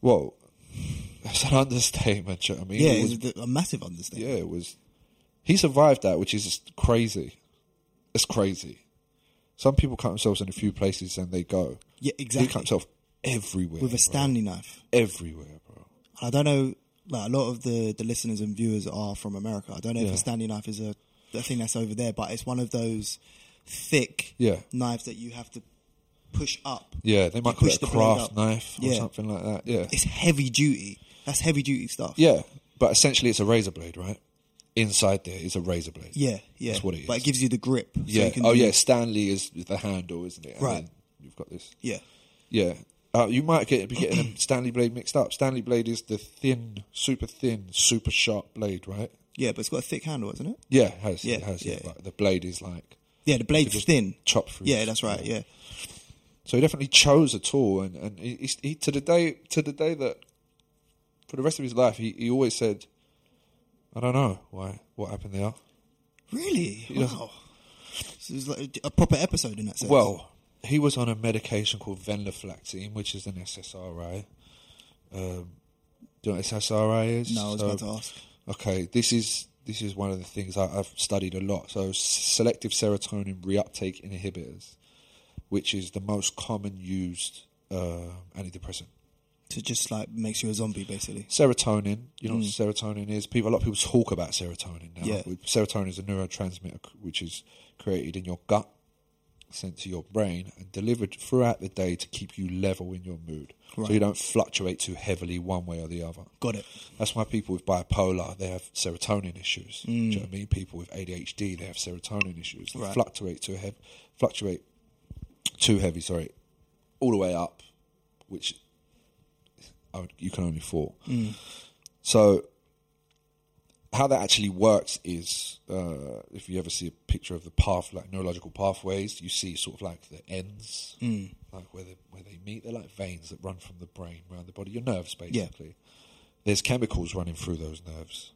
B: Well, that's an understatement. Do you know what I mean?
A: Yeah.
B: It was
A: It's a, a massive understanding.
B: yeah, it was. He survived that, which is just crazy. It's crazy. Some people cut themselves in a few places and they go.
A: Yeah.
B: He cut
A: exactly.
B: himself everywhere.
A: With
B: bro.
A: a Stanley knife.
B: Everywhere, bro.
A: I don't know. Like a lot of the, the listeners and viewers are from America. I don't know if
B: Yeah.
A: a Stanley knife is a, a thing that's over there, but it's one of those thick
B: Yeah.
A: knives that you have to push up.
B: Yeah, they might
A: You
B: call
A: push
B: it a
A: the blade
B: craft
A: up.
B: knife or
A: Yeah.
B: something like that. Yeah.
A: It's heavy duty. That's heavy duty stuff.
B: Yeah, but essentially it's a razor blade, right? Inside there is a razor blade.
A: yeah, yeah.
B: That's what it
A: But
B: is.
A: it gives you the grip. so
B: Yeah.
A: you can
B: oh,
A: do-
B: yeah. Stanley is the handle, isn't it? And
A: Right.
B: then You've got this.
A: yeah.
B: Yeah. Uh, you might get be getting a Stanley blade mixed up. Stanley blade is the thin, super thin, super sharp blade, right?
A: Yeah, but it's got a thick handle, isn't it?
B: Yeah, it has.
A: Yeah,
B: it has. Yeah,
A: yeah.
B: But the blade is like
A: Yeah, the blade's
B: just
A: thin.
B: chopped through.
A: Yeah, that's right. Yeah,
B: So he definitely chose a tool, and and he, he, he- to the day to the day that for the rest of his life, he, he always said, "I don't know why what happened there."
A: really.
B: doesn't-
A: Wow. So it's like a proper episode in that sense.
B: Well, he was on a medication called venlafaxine, which is an SSRI. Um, do you know what SSRI is?
A: no, I was
B: So-
A: about to ask.
B: Okay, this is this is one of the things I, I've studied a lot. So s- selective serotonin reuptake inhibitors, which is the most common used uh, antidepressant.
A: To just like makes you a zombie, basically.
B: Serotonin, you know what serotonin is. People, a lot of people talk about serotonin now.
A: Yeah.
B: Serotonin is a neurotransmitter c- which is created in your gut, sent to your brain, and delivered throughout the day to keep you level in your mood, so you don't fluctuate too heavily one way or the other.
A: Got it.
B: That's why people with bipolar they have serotonin issues. Do you know what I mean? People with ADHD they have serotonin issues. They
A: Right.
B: fluctuate too heavy, fluctuate too heavy. Sorry, all the way up, which I would- you can only fall. So, how that actually works is uh, if you ever see a picture of the path, like neurological pathways, you see sort of like the ends, like where they, where they meet. They're like veins that run from the brain around the body, your nerves basically there's chemicals running through those nerves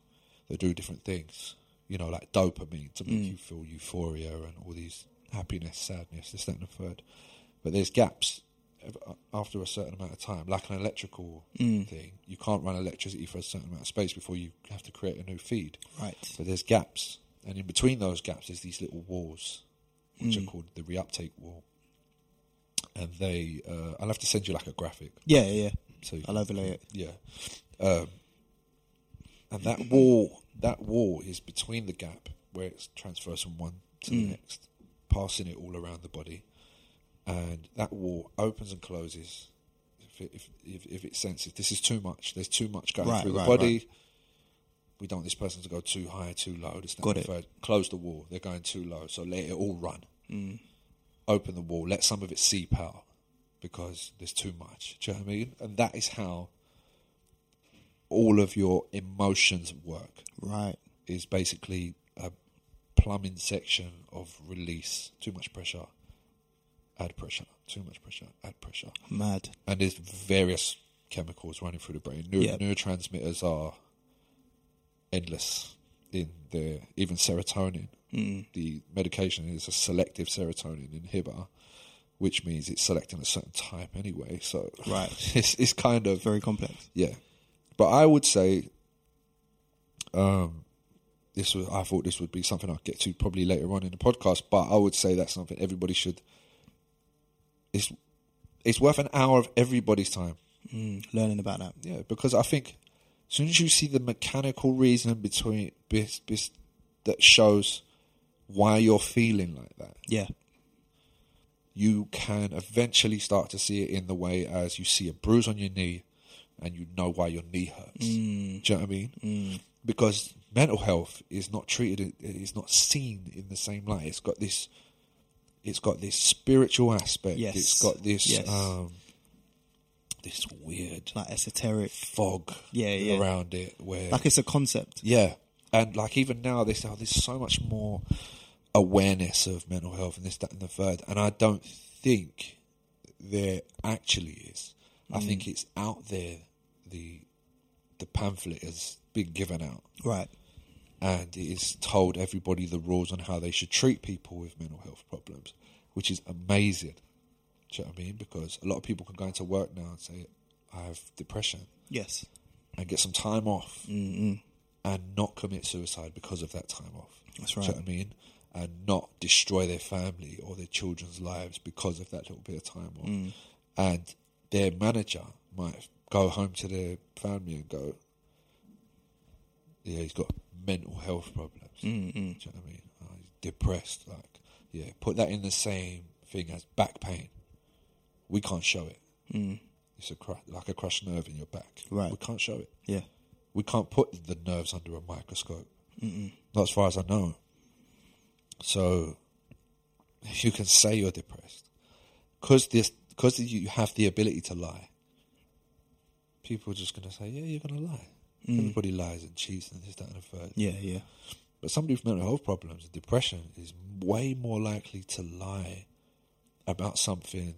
B: that do different things. You know, like dopamine to make you feel euphoria and all these happiness, sadness, this, that, and the third. But there's gaps ev- uh, after a certain amount of time, like an electrical thing. You can't run electricity for a certain amount of space before you have to create a new feed.
A: Right.
B: But there's gaps. And in between those gaps, there's these little walls, which are called the reuptake wall. And they, uh, I'll have to send you like a graphic.
A: Yeah, yeah.
B: So you
A: I'll overlay it.
B: yeah. Um, and that wall, that wall is between the gap where it's transverse from one to
A: Hmm.
B: the next, passing it all around the body, and that wall opens and closes. If it, if, if, if it senses this is too much, there's too much going
A: Right,
B: through the
A: right,
B: body. We don't want this person to go too high, too low. This, that,
A: Got
B: and
A: it.
B: the third. Close the wall. They're going too low, so let it all run.
A: Mm.
B: Open the wall. Let some of it seep out because there's too much. Do you know what I mean? And that is how all of your emotions work.
A: Right.
B: Is basically a plumbing section of release. Too much pressure. Add pressure. Too much pressure. Add pressure.
A: Mad.
B: And there's various chemicals running through the brain. Neuro-
A: Yeah.
B: Neurotransmitters are endless. In the even serotonin, the medication is a selective serotonin inhibitor, which means it's selecting a certain type anyway. So
A: Right.
B: it's it's kind of
A: Very complex.
B: yeah, but I would say, um, this was I thought this would be something I'd get to probably later on in the podcast, but I would say that's something everybody should. It's it's worth an hour of everybody's time,
A: Mm. Learning about that.
B: yeah, because I think as soon as you see the mechanical reason between bis, bis, that shows why you're feeling like that,
A: Yeah.
B: you can eventually start to see it in the way as you see a bruise on your knee and you know why your knee hurts.
A: Mm.
B: Do you know what I mean? Because mental health is not treated, it's not seen in the same light. It's got this, it's got this spiritual aspect.
A: Yes.
B: It's got this,
A: Yes.
B: um, this weird
A: Like esoteric.
B: fog
A: Yeah, yeah.
B: around it where
A: Like it's a concept.
B: yeah. And like even now, they say, oh, there's so much more awareness of mental health and this, that, and the third. And I don't think there actually is. I think it's out there. The the pamphlet has been given out,
A: Right.
B: and it is told everybody the rules on how they should treat people with mental health problems, which is amazing. Do you know what I mean? Because a lot of people can go into work now and say, "I have depression,"
A: Yes. Mm-hmm.
B: and get some time off and not commit suicide because of that time off.
A: That's
B: Do you know
A: right.
B: what I mean? And not destroy their family or their children's lives because of that little bit of time off.
A: Mm.
B: And their manager might go home to their family and go, Yeah, he's got mental health problems.
A: Mm,
B: Do you know what I mean? Oh, he's depressed. Like, yeah, put that in the same thing as back pain. We can't show it. It's a cra- like a crushed nerve in your back.
A: Mm. Right.
B: We can't show it
A: Yeah.
B: we can't put the nerves under a microscope. Not as far as I know. So you can say you're depressed because this because you have the ability to lie. People are just going to say, "Yeah, you're going to lie." Everybody lies and cheats and this, that, and the third.
A: Yeah. Yeah.
B: But somebody with mental health problems and depression is way more likely to lie about something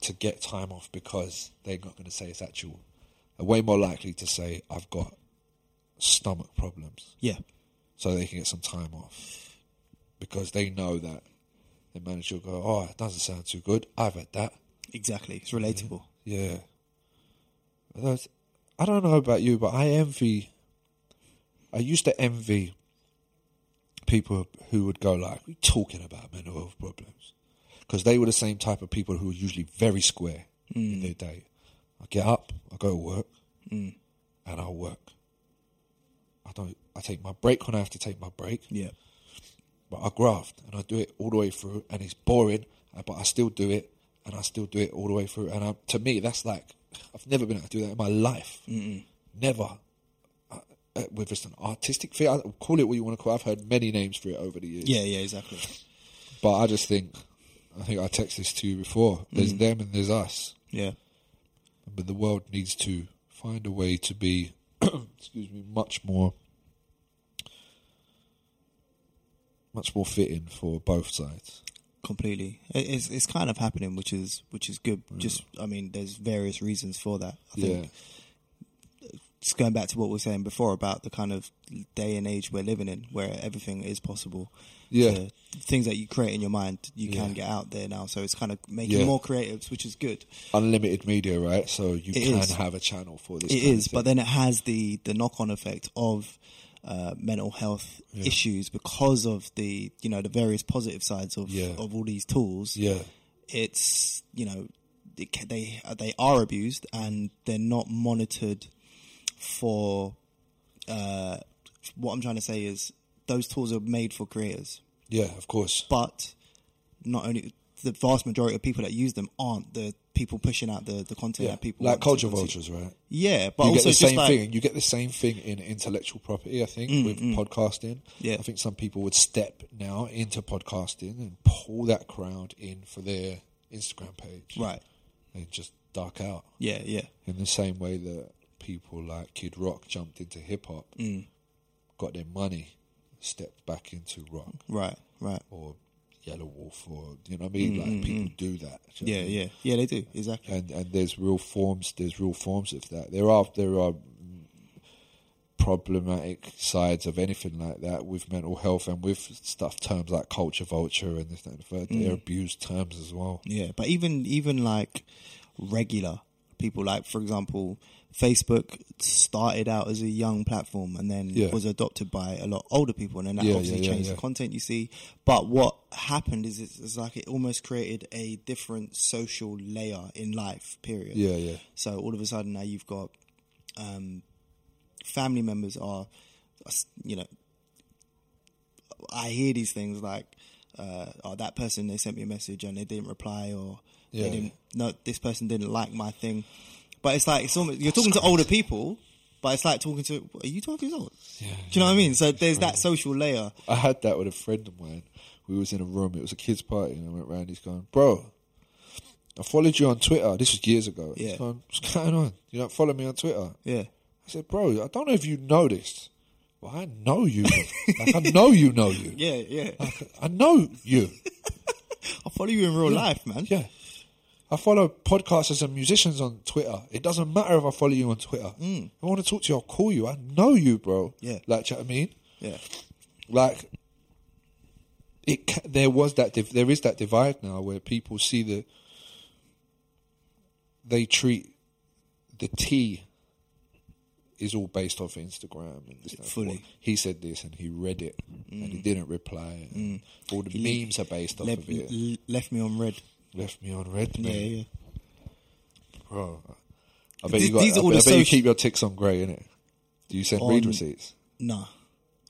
B: to get time off because they're not going to say it's actual. They're way more likely to say, I've got stomach problems
A: Yeah.
B: so they can get some time off because they know that the manager will go, Oh, it doesn't sound too good. I've had that.
A: Exactly. It's relatable.
B: Yeah. That's, I don't know about you, but I envy. I used to envy people who would go like, "We talking about mental health problems," because they were the same type of people who were usually very square in their day. I get up, I go to work, and I work. I don't. I take my break when I have to take my break
A: Yeah.
B: but I graft and I do it all the way through, and it's boring, uh, but I still do it, and I still do it all the way through. And I, to me, that's like I've never been able to do that in my life, mm never. Uh, uh, Whether it's an artistic thing, I call it what you want to call. it. I've heard many names for it over the years,
A: Yeah. Yeah. Exactly.
B: but I just think, I think I texted this to you before. There's them and there's us,
A: Yeah.
B: but the world needs to find a way to be, excuse me, much more. Much more fitting for both sides.
A: Completely. It- It's it's kind of happening, which is which is good. Just I mean, there's various reasons for that. I think
B: Yeah.
A: just going back to what we were saying before about the kind of day and age we're living in, where everything is possible.
B: Yeah.
A: The things that you create in your mind, you can
B: Yeah.
A: get out there now. So it's kind of making
B: Yeah.
A: more creatives, which is good.
B: unlimited media, right? So you
A: It
B: can
A: is.
B: have a channel for this.
A: It
B: kind of
A: is, but
B: thing.
A: then it has the the knock on effect of uh, mental health issues because of the you know the various positive sides of
B: Yeah.
A: of all these tools.
B: Yeah.
A: It's you know it, ca- they uh, they are abused and they're not monitored for. Uh, what I'm trying to say is those tools are made for creators,
B: Yeah, of course.
A: but not only the vast majority of people that use them aren't the people pushing out the, the content
B: Yeah.
A: that people
B: Like
A: want to
B: culture
A: consume.
B: vultures, right?
A: Yeah, but
B: you
A: also
B: get the
A: just
B: same
A: like Mm,
B: thing. You get the same thing in intellectual property. I think with podcasting.
A: Yeah.
B: I think some people would step now into podcasting and pull that crowd in for their Instagram page.
A: right.
B: And just duck out
A: Yeah, yeah,
B: in the same way that people like Kid Rock jumped into hip hop,
A: Mm.
B: got their money, stepped back into rock
A: right, right.
B: or Yellow Wolf or you know what I mean. Like people do that. do you
A: Mm, Yeah,
B: know what I mean?
A: yeah, yeah. They do exactly.
B: and and there's real forms there's real forms of that there are there are problematic sides of anything like that with mental health and with stuff terms like culture vulture and this that, and the third
A: Mm.
B: they're abused terms as well
A: Yeah, but even even like regular people, like for example, Facebook started out as a young platform and then
B: Yeah.
A: was adopted by a lot older people, and then that
B: Yeah,
A: obviously
B: yeah, yeah,
A: changed
B: yeah.
A: the content you see. But what happened is it's, it's like it almost created a different social layer in life. Period.
B: yeah yeah
A: So all of a sudden now you've got um, family members are, are s- you know, I hear these things like, uh, oh, that person they sent me a message and they didn't reply or
B: Yeah.
A: they didn't, no, this person didn't like my thing. But it's like it's almost you're talking to older people, but it's like talking to are you talking to? adults? Do you know what I mean? So there's that social layer.
B: I had that with a friend of mine. We was in a room. It was a kids' party, and I went round. He's going, bro. I followed you on Twitter. This was years ago. He's
A: Yeah.
B: going, what's going on? You don't follow me on Twitter.
A: Yeah,
B: I said, bro, I don't know if you know this, but I know you. know. like I know you know you.
A: yeah, yeah.
B: I know you.
A: I follow you in real life, man.
B: Yeah. I follow podcasters and musicians on Twitter. It doesn't matter if I follow you on Twitter. Mm. I want to talk to you. I'll call you. I know you, bro.
A: Yeah.
B: Like, do you know what I mean?
A: Yeah,
B: Like, it. ca- There was that. Div- there is that divide now where people see the. They treat the T. Is all based off Instagram and this, that,
A: Fully.
B: what- He said this and he read it and
A: Mm.
B: he didn't reply. And All the memes are based off
A: Le-
B: of it.
A: l- Mm. left me on red.
B: Left me on red,
A: Yeah,
B: man.
A: yeah.
B: Bro, I bet
A: Th-
B: you got.
A: these are
B: I,
A: all
B: bet,
A: the
B: I bet you
A: soci-
B: keep your ticks on grey, innit? Do you send read
A: On-
B: receipts?
A: Nah.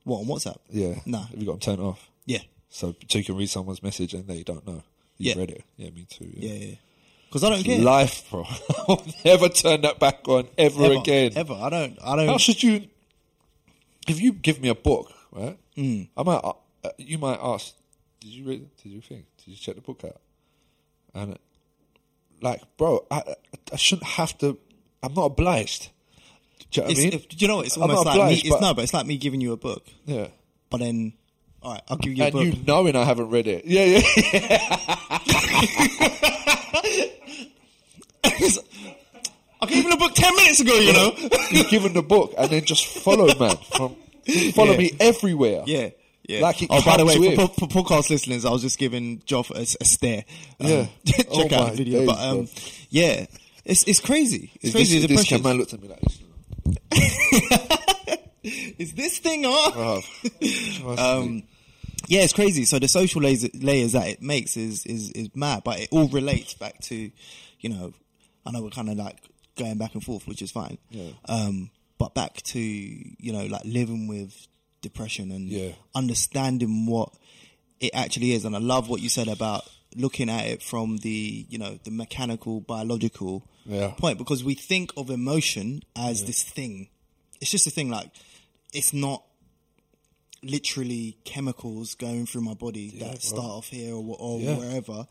A: What on WhatsApp?
B: Yeah.
A: Nah.
B: Have you got them turned off?
A: Yeah.
B: So, so you can read someone's message and they don't know. You've
A: Yeah.
B: read it. Yeah, me too.
A: Yeah, yeah. Because I don't care.
B: Life, bro. I'll never turn that back on ever,
A: ever,
B: again. Oh,
A: Ever. I don't. I
B: How
A: don't.
B: should you? If you give me a book, right? Mm. I might. Uh, you might ask. Did you read? Did you think? Did you check the book out? And like, bro, I I shouldn't have to. I'm not obliged. Do you know what I
A: it's,
B: mean?
A: if- do you know what? It's
B: I'm not
A: almost like
B: obliged,
A: me, it's
B: but-
A: no, but it's like me giving you a book,
B: yeah.
A: but then all right, I'll give you a
B: And
A: book.
B: you knowing I haven't read it. Yeah, yeah.
A: I gave you a book ten minutes ago. You know.
B: You've given the book and then just follow, man. From, follow
A: Yeah.
B: me everywhere.
A: yeah. Yeah.
B: Like it
A: oh, by the
B: comes
A: way, for,
B: with-
A: for, for podcast listeners, I was just giving Joff a, a stare. Um,
B: Yeah.
A: check
B: Oh
A: out
B: my
A: the video.
B: days,
A: but um,
B: bro.
A: yeah, it's it's crazy. It's
B: This,
A: crazy.
B: this,
A: the
B: this
A: pressure.
B: man looked at me like this.
A: Is this thing on?
B: Bruv. Trust
A: Um,
B: me.
A: yeah, it's crazy. So the social layers, layers that it makes is, is is mad, but it all relates back to, you know, I know we're kind of like going back and forth, which is fine.
B: Yeah.
A: Um, but back to you know like living with depression and
B: Yeah.
A: understanding what it actually is, and I love what you said about looking at it from the you know the mechanical biological
B: Yeah.
A: point because we think of emotion as this thing. It's just a thing like it's not literally chemicals going through my body that
B: bro.
A: start off here or, wh- or
B: Yeah.
A: wherever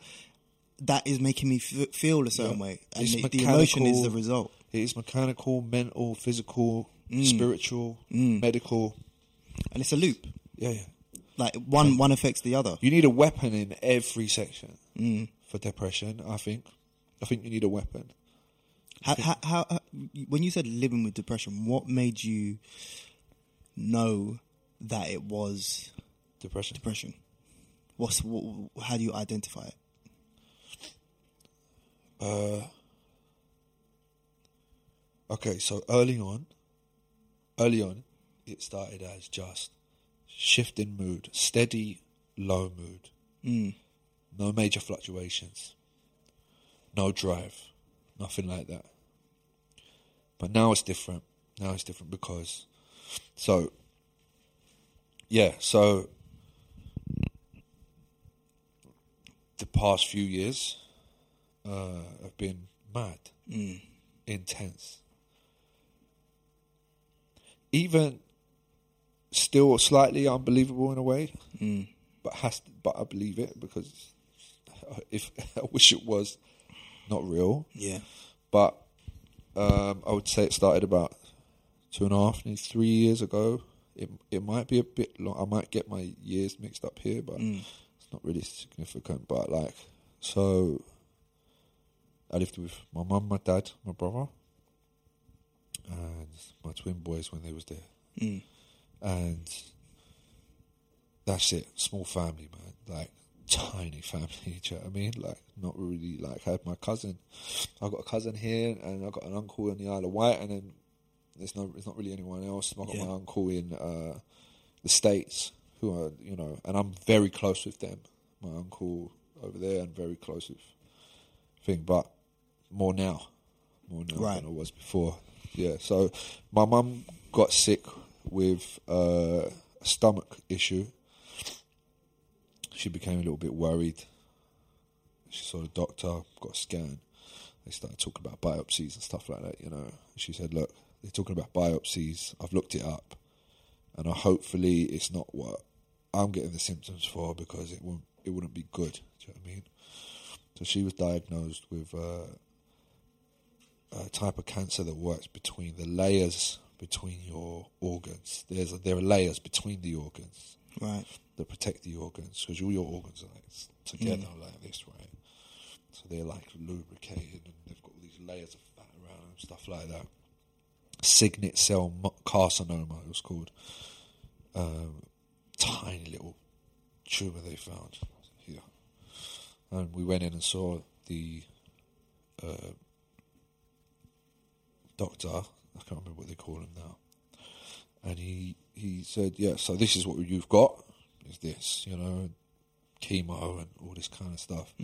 A: that is making me f- feel a certain way and
B: It's
A: the, the emotion is the
B: mechanical.
A: result
B: It is mechanical, mental, physical,
A: Mm.
B: spiritual, medical.
A: and it's a loop
B: Yeah, yeah.
A: like one one affects the other
B: You need a weapon in every section
A: Mm.
B: for depression, I think. I think you need a weapon.
A: how, how, how, how when you said living with depression what made you know that it was
B: Depression.
A: depression what's wh- wh- how do you identify it
B: Uh, Okay, so early on, early on, it started as just shifting mood, steady low mood,
A: Mm.
B: no major fluctuations, no drive, nothing like that. But now it's different. Now it's different because, so, yeah, so the past few years uh, have been mad, intense. Even still slightly unbelievable in a way, but has to, but I believe it because if I wish it was not real,
A: Yeah.
B: but um, I would say it started about two and a half, nearly three years ago. It it might be a bit long. I might get my years mixed up here, but it's not really significant. But like, so I lived with my mum, my dad, my brother, and my twin boys when they was there,
A: Mm.
B: and that's it. Small family, man. Like tiny family. Do you know what I mean? Like not really. Like I had my cousin. I got a cousin here, and I got an uncle in the Isle of Wight, and then there's no. It's not really anyone else. I got
A: Yeah.
B: my uncle in uh, the states, who are you know, and I'm very close with them. My uncle over there, and very close with thing, but more now, more now
A: Right.
B: than I was before. Yeah. So my mum got sick with uh, a stomach issue. She became a little bit worried. She saw a doctor, got a scan. They started talking about biopsies and stuff like that. You know, she said, "Look, they're talking about biopsies. I've looked it up, and I hopefully it's not what I'm getting the symptoms for because it won't. It wouldn't be good. Do you know what I mean?" So she was diagnosed with uh, a type of cancer that works between the layers between your organs. There's there are layers between the organs
A: Right.
B: that protect the organs because all your organs are like s- together like this, right? So they're like lubricated and they've got all these layers of fat around them, stuff like that. Signet cell mo- carcinoma, it was called. Um, tiny little tumor they found here, and we went in and saw the uh, doctor. I can't remember what they call him now and he he said, "Yeah, so this is what you've got. Is this, you know, chemo and all this kind of stuff.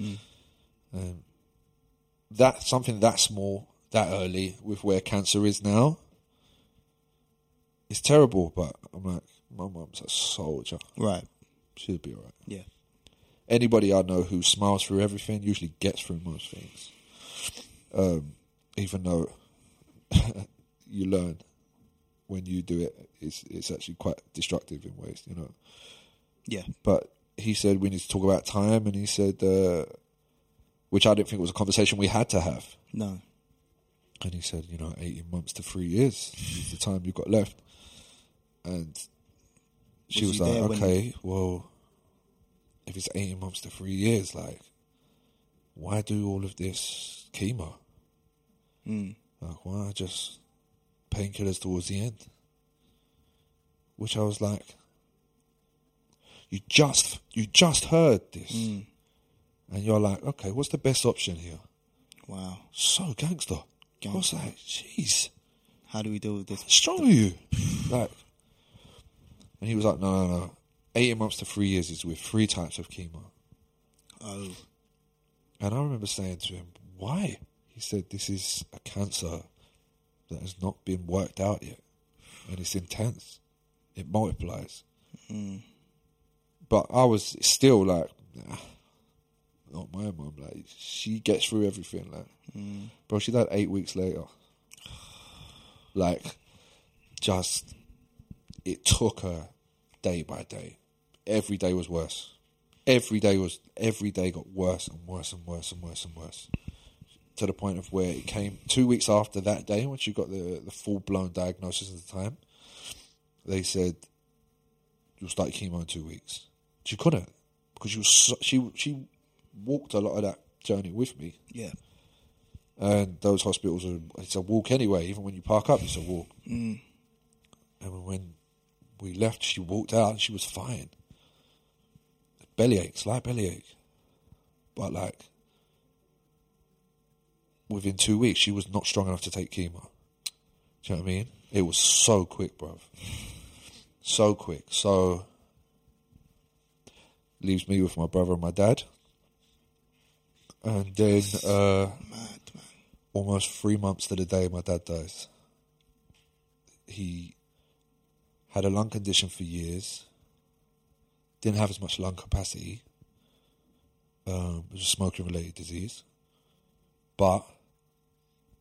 B: Um, that something that small, that early, with where cancer is now, it's terrible. But I'm like, my mum's a soldier.
A: Right.
B: She'll be all right.
A: Yeah.
B: Anybody I know who smiles through everything usually gets through most things. Um, even though you learn when you do it, it's it's actually quite destructive in ways, you know.
A: Yeah.
B: But he said we need to talk about time, and he said, uh, which I didn't think was a conversation we had to have.
A: No.
B: And he said, you know, eighteen months to three years is the time you've got left. And she
A: Was
B: was,
A: you there
B: like,
A: when-
B: okay, well, if it's eighteen months to three years, like, why do all of this chemo?
A: Mm.
B: Like, why not just painkillers towards the end? Which I was like, you just you just heard this,
A: Mm.
B: and you're like, okay, what's the best option here?
A: Wow.
B: So gangster. I was
A: Gangster.
B: like, jeez,
A: How do we deal with this?
B: it's strong with you, like. And he was like, no, no, no. Eighteen months to three years is with three types of chemo.
A: Oh.
B: And I remember saying to him, why? He said, this is a cancer that has not been worked out yet. And it's intense. It multiplies.
A: Mm.
B: But I was still like, nah, not my mum. Like, she gets through everything. Like,
A: Mm.
B: bro, she died eight weeks later. Like, just, it took her day by day. Every day was worse. Every day was, every day got worse and worse and worse and worse and worse. To the point of where it came two weeks after that day, when she got the, the full blown diagnosis at the time, they said, You'll start chemo in two weeks. She couldn't because she was so, she she walked a lot of that journey with me
A: Yeah.
B: and those hospitals are it's a walk anyway. Even when you park up, it's a walk.
A: Mm.
B: And when we left, she walked out. and She was fine. Bellyache, slight bellyache, but like within two weeks, she was not strong enough to take chemo. Do you know what I mean? It was so quick, bruv. so quick. So leaves me with my brother and my dad. And then uh,
A: Mad man.
B: almost three months to the day my dad dies. He had a lung condition for years, didn't have as much lung capacity, um, it was a smoking related disease, but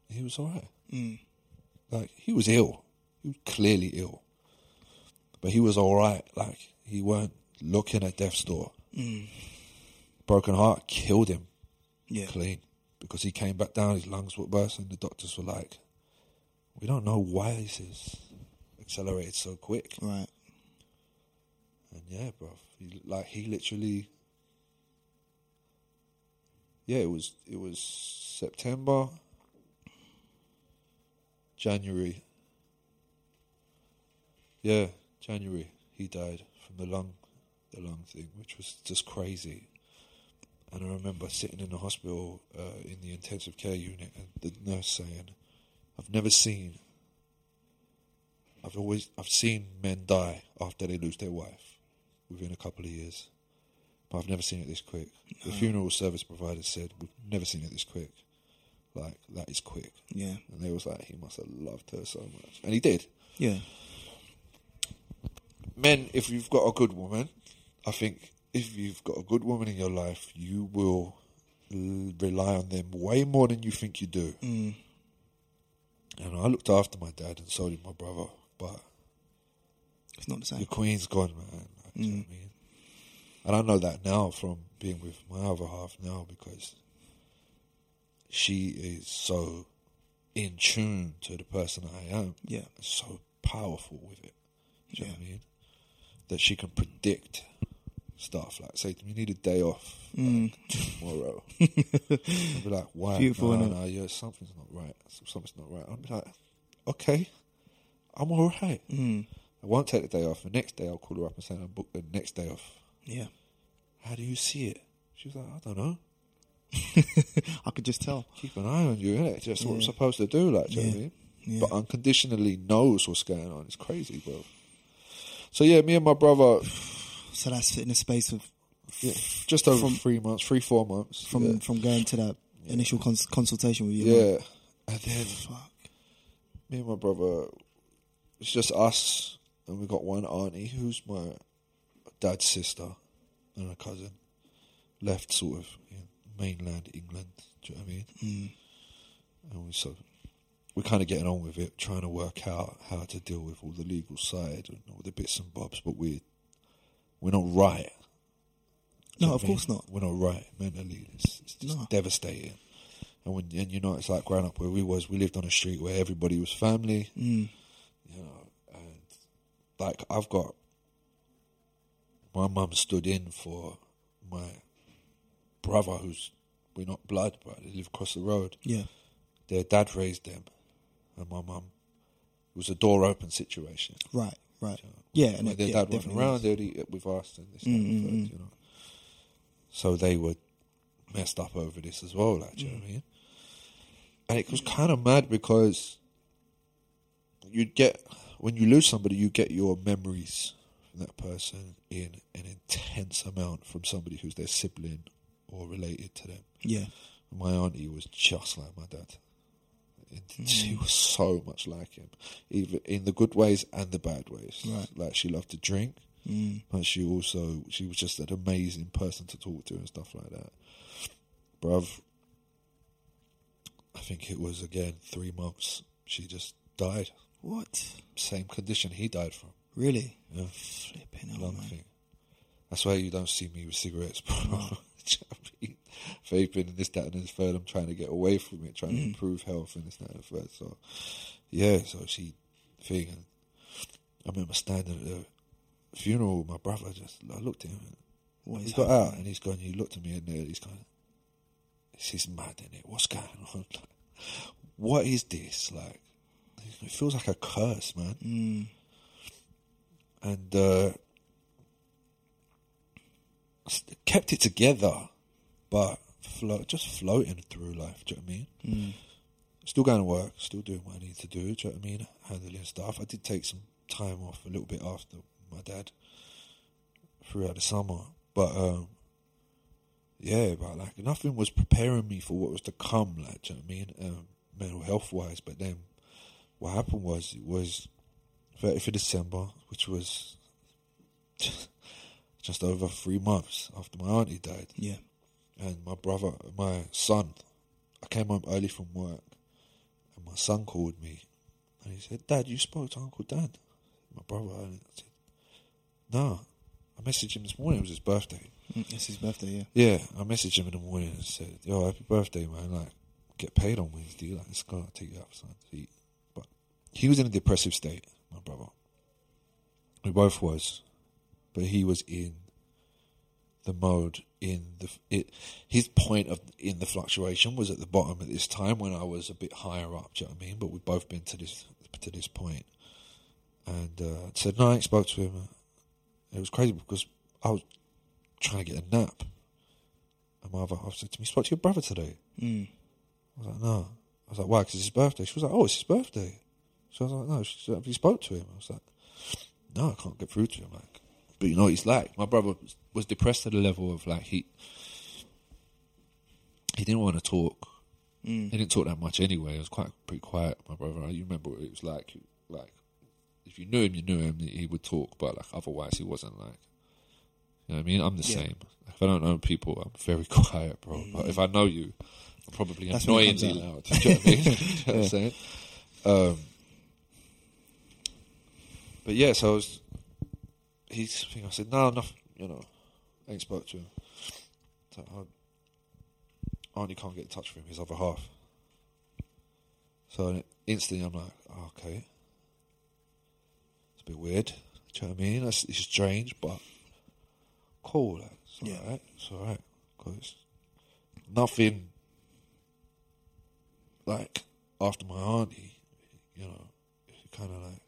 B: he was alright.
A: Mm,
B: Like, he was ill. He was clearly ill. But he was alright. Like, he weren't looking at death's door. Broken heart killed him
A: Yeah.
B: clean because he came back down, his lungs were bursting. The doctors were like, We don't know why this has accelerated so quick.
A: Right.
B: And yeah, bro, he, like he literally, yeah, it was it was September, January, yeah, January. He died from the lung, the lung thing, which was just crazy. And I remember sitting in the hospital uh, in the intensive care unit, and the nurse saying, "I've never seen I've always I've seen men die after they lose their wife within a couple of years, but I've never seen it this quick. The funeral service provider said we've never seen it this quick. Like that is quick,
A: Yeah.
B: and they was like he must have loved her so much, and he did.
A: Yeah.
B: Men, if you've got a good woman, I think if you've got a good woman in your life, you will l- rely on them way more than you think you do.
A: Mm.
B: And I looked after my dad, and so did my brother, but
A: It's not the
B: Your
A: same.
B: queen's gone, man. Like, do you know
A: Mm.
B: what I mean? And I know that now from being with my other half now because she is so in tune to the person I am,
A: Yeah.
B: so powerful with it. Do you know
A: Yeah.
B: what I mean? That she can predict stuff. Like, say, you need a day off
A: Mm.
B: tomorrow. I'd be like, why?
A: Beautiful,
B: no,
A: innit?
B: no, yeah, something's not right. Something's not right. I'd be like, okay, I'm all right.
A: Mm.
B: I won't take the day off. The next day, I'll call her up and say I booked the next day off.
A: Yeah.
B: How do you see it? She was like, I don't know.
A: I could just tell.
B: Keep an eye on you, innit? That's what I'm supposed to do, like, do you know what I
A: Yeah.
B: mean?
A: Yeah.
B: But unconditionally knows what's going on. It's crazy, bro. So, yeah, me and my brother,
A: So that's in the space of
B: yeah, just over three months, three, four months.
A: from
B: yeah.
A: from going to that initial cons- consultation with you.
B: yeah. And then
A: Fuck.
B: me and my brother, it's just us, and we got one auntie who's my dad's sister and a cousin, left sort of in mainland England. Do you know what I mean?
A: Mm.
B: And we so we're kind of getting on with it, trying to work out how to deal with all the legal side and all the bits and bobs, but we we're not right. Do you
A: No,
B: know
A: of
B: what I mean?
A: course not.
B: We're not right mentally. It's, it's just
A: No.
B: devastating. And when and you know it's like growing up where we was, we lived on a street where everybody was family
A: Mm.
B: you know, and like I've got my mum stood in for my brother who's we're not blood, but they live across the road.
A: Yeah.
B: Their dad raised them, and my mum it was a door open situation.
A: Right. Right. Yeah. And
B: Like,
A: it-
B: their
A: yeah,
B: dad wasn't
A: definitely
B: around,
A: is. Mm-hmm,
B: they'd eat it with us and this, that, and the third, you know. So they were messed up over this as well, like, do you know what
A: Mm.
B: I mean? And it was kind of mad because you'd get, when you lose somebody, you get your memories from that person in an intense amount from somebody who's their sibling or related to them.
A: Yeah.
B: My auntie was just like my dad. And She was so much like him, even in the good ways and the bad ways.
A: Right.
B: Like she loved to drink,
A: Mm.
B: but she also she was just an amazing person to talk to and stuff like that. Bruv, I think it was again three months. She just died.
A: What?
B: Same condition he died from.
A: Really?
B: Yeah.
A: Flipping hell,
B: Lung
A: man.
B: thing. That's why you don't see me with cigarettes, bro. Do you know what I mean? Vaping and this, that, and this third. I'm trying to get away from it, trying to improve health and this, that, and the third. So, yeah, so she thing. And I remember standing at the uh, funeral with my brother. Just I looked at him. And
A: What
B: he
A: is
B: got
A: happening?
B: out and he's gone. He looked at me and uh, he's gone. This is mad, is it? What's going on? what is this? Like, it feels like a curse, man
A: Mm.
B: and uh, s- kept it together, but flo- just floating through life. Do you know what I mean?
A: Mm.
B: Still going to work, still doing what I need to do. Do you know what I mean? Handling stuff. I did take some time off a little bit after my dad throughout the summer. But um, yeah, but like nothing was preparing me for what was to come. Like, do you know what I mean? Um, mental health wise. But then what happened was it was 30th of December, which was just over three months after my auntie died.
A: Yeah.
B: And my brother, my son, I came home early from work, and my son called me, and he said, "Dad, you spoke to Uncle Dan." My brother, and I said, "No." I messaged him this morning. It was his birthday.
A: Mm, It's his birthday, yeah.
B: Yeah, I messaged him in the morning and said, "Yo, happy birthday, man! Like, get paid on Wednesday. Like, it's gonna take you out for something to eat." But he was in a depressive state, my brother. We both was, but he was in the mode in the it. His point of in the fluctuation was at the bottom at this time when I was a bit higher up. Do you know what I mean? But we've both been to this to this point, and uh, so no, I ain't spoke to him. It was crazy because I was trying to get a nap. And my other half said to me, spoke to your brother today.
A: Mm.
B: I was like, no. I was like, why? Because it's his birthday. She was like, oh, it's his birthday. So I was like, no. She said, have you spoke to him? I was like, no, I can't get through to him. Like, but you know what he's like. My brother was- was depressed to the level of like he he didn't want to talk.
A: Mm.
B: He didn't talk that much anyway. It was quite pretty quiet. My brother, you remember what it was like. Like if you knew him, you knew him. He would talk, but like otherwise, he wasn't like. You know what I mean? I'm the
A: Yeah.
B: same. If I don't know people, I'm very quiet, bro. But if I know you, I'm probably
A: That's when it comes
B: annoyingly loud. Do you know what I mean? Do you know what I'm saying? Um, but yeah, so I was. He's. I said, no, nothing. You know, I ain't spoke to him. So I, Arnie can't get in touch with him. His other half. So instantly, I'm like, oh, okay. It's a bit weird. Do you know what I mean? That's, it's strange, but cool. Like, it's
A: Yeah.
B: alright. It's alright. Because nothing like after my auntie, you know, it's kind of like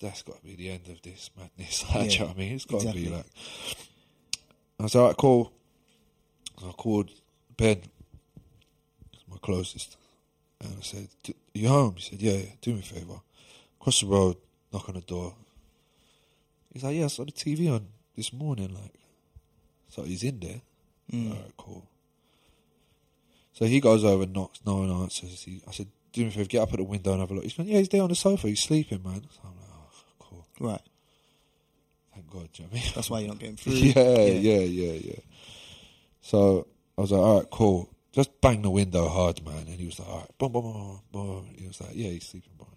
B: that's got to be the end of this madness. Like, do you know what I mean? It's got to
A: exactly.
B: be like. I was alright, cool. So I called Ben, he's my closest, and I said, "D- "You home?" He said, "Yeah, yeah. do me a favor, cross the road, knock on the door." He's like, "Yeah, I saw the TV on this morning." Like, so he's in there.
A: mm. Hmm.
B: All right, cool. So he goes over and knocks. No one answers. He, I said, "Do me a favor, get up at the window and have a look." He's going, "Yeah, he's there on the sofa. He's sleeping, man." So I'm like, "Oh, cool.
A: Right.
B: Thank God." Do you know what I mean?
A: That's why you're not getting through.
B: Yeah, yeah, yeah, yeah. So I was like, all right, cool. Just bang the window hard, man. And he was like, all right, boom, boom, boom, boom. boom." He was like, yeah, he's sleeping, bro.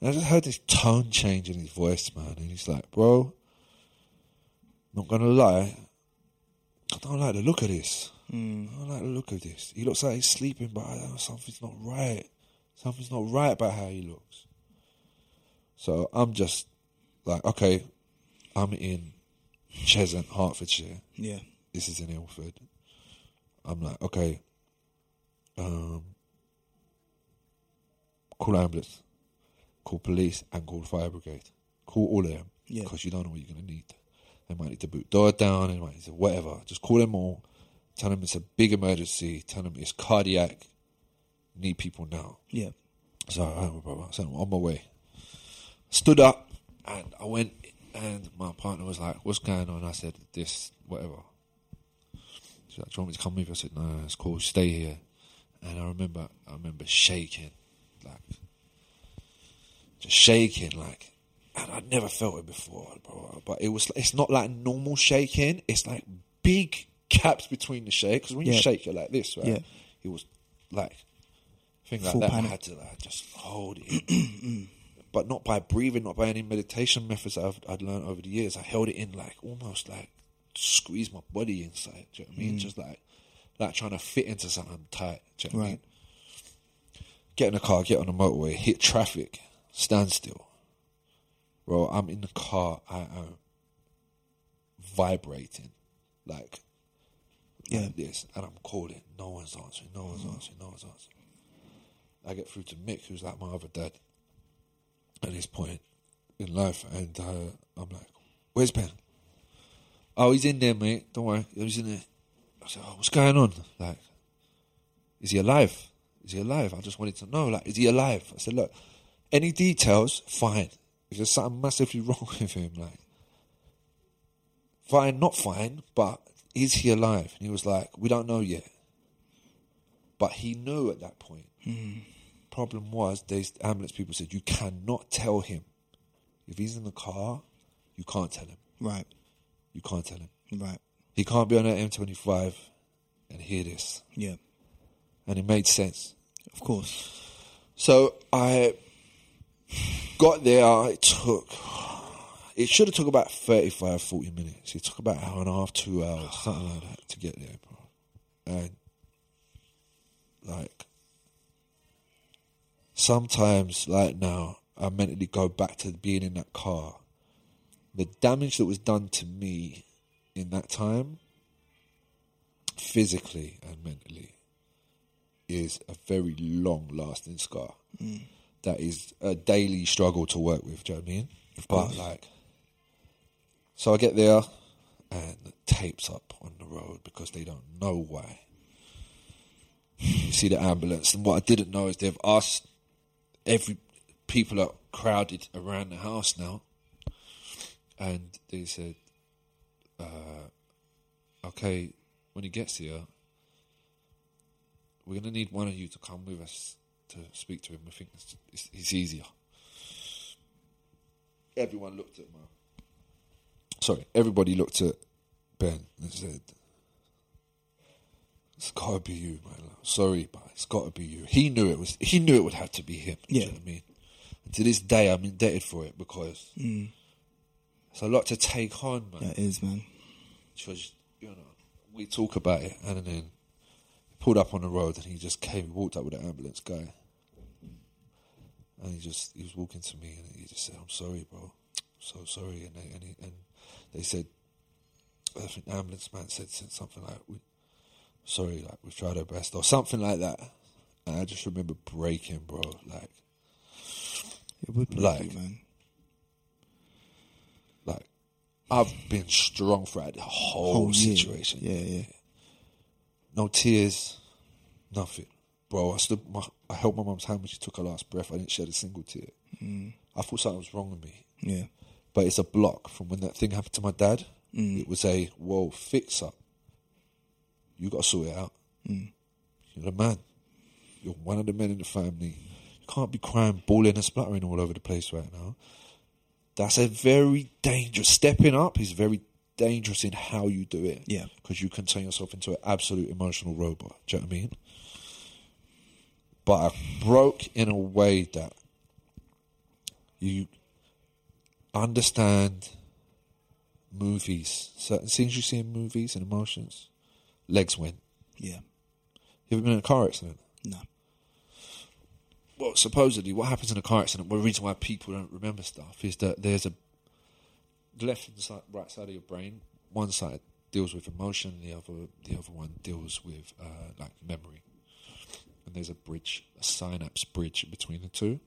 B: And I just heard this tone change in his voice, man. And he's like, bro, not gonna lie, I don't like the look of this.
A: Mm.
B: I don't like the look of this. He looks like he's sleeping, but I know something's not right. Something's not right about how he looks. So I'm just like, okay, I'm in Cheshunt, Hertfordshire.
A: Yeah.
B: This is in Ilford. I'm like, okay, um, call ambulance, call police, and call fire brigade. Call all of them
A: Yeah.
B: because you don't know what you're going to need. They might need to boot door down. They might need to whatever. Just call them all. Tell them it's a big emergency. Tell them it's cardiac. Need people now.
A: Yeah.
B: So I my brother. So I'm on my way. Stood up and I went and my partner was like, What's going on? I said, This, whatever. She's like, Do you want me to come with you? I said, No, no, it's cool, stay here. And I remember I remember shaking, like just shaking, like and I'd never felt it before, bro. But it was it's not like normal shaking, it's like big gaps between the shake. Because when
A: Yeah.
B: you shake you're like this, right?
A: Yeah.
B: It was like thing like
A: Full
B: that.
A: panic.
B: I had to like just hold it, but not by breathing, not by any meditation methods I've I'd learned over the years. I held it in like almost like squeeze my body inside. Do you know what I
A: Mm.
B: mean? Just like like trying to fit into something tight. Do you know what I mean?
A: Right.
B: Get in the car, get on the motorway, hit traffic, stand still. Bro, I'm in the car. I am vibrating, like
A: Yeah.
B: like this, and I'm calling. No one's answering. No one's answering. No one's answering. I get through to Mick, who's like my other dad at this point in life, and uh, I'm like, "Where's Ben? Oh, he's in there, mate. Don't worry, he's in there." I said, oh, "What's going on? Like, is he alive? Is he alive? I just wanted to know, like, is he alive? I said, look, any details, fine. If there's something massively wrong with him, like, fine, not fine, but is he alive? And he was like, we don't know yet. But he knew at that point. Problem was, these ambulance people said, you cannot tell him. If he's in the car, you can't tell him.
A: Right.
B: You can't tell him.
A: Right.
B: He can't be on that M25 and hear this.
A: Yeah.
B: And it made sense.
A: Of course.
B: So I got there. It took. It should have took about 35, 40 minutes. It took about an hour and a half, two hours, something like that, to get there, bro. And like sometimes, like now, I mentally go back to being in that car. The damage that was done to me in that time, physically and mentally, is a very long lasting scar. That is a daily struggle to work with, do you know what I mean? But like so I get there and the tape's up on the road because they don't know why. You see the ambulance and what I didn't know is they've asked every people are crowded around the house now and they said uh, okay when he gets here we're going to need one of you to come with us to speak to him. I think it's, it's, it's easier. Everyone looked at my. Sorry, everybody looked at Ben and said, "It's got to be you, man. Like, Sorry, but it's got to be you." He knew it was. He knew it would have to be him. Do you
A: Yeah.
B: know what I mean, and to this day, I'm indebted for it because it's a lot to take on, man
A: That is, man.
B: because you know we talk about it, and then he pulled up on the road, and he just came, he walked up with an ambulance guy, and he just he was walking to me, and he just said, "I'm sorry, bro, so sorry," and they, and, he, and they said, I think the ambulance man said, said something like, we, "Sorry, like we've tried our best," or something like that, and I just remember breaking, bro, like
A: It would be
B: Like-
A: you, man.
B: like. I've been strong throughout the whole,
A: Whole year.
B: situation.
A: Yeah, yeah.
B: no tears, nothing, bro. I stood, my, I held my mum's hand when she took her last breath. I didn't shed a single tear.
A: Mm.
B: I thought something was wrong with me,
A: Yeah.
B: but it's a block from when that thing happened to my dad.
A: Mm.
B: It was a whoa, fix up. You got to sort it out. Mm. You're the man. You're one of the men in the family. You can't be crying, bawling, and spluttering all over the place right now. That's a very dangerous. Stepping up is very dangerous in how you do it.
A: Yeah.
B: Because you can turn yourself into an absolute emotional robot. Do you know what I mean? But I broke in a way that you understand movies, certain things you see in movies and emotions. Legs went.
A: Yeah.
B: You ever been in a car accident?
A: No.
B: well, supposedly what happens in a car accident, well, the reason why people don't remember stuff is that there's a the left and side, right side of your brain. One side deals with emotion, the other the other one deals with uh, like memory. And there's a bridge, a synapse bridge between the two,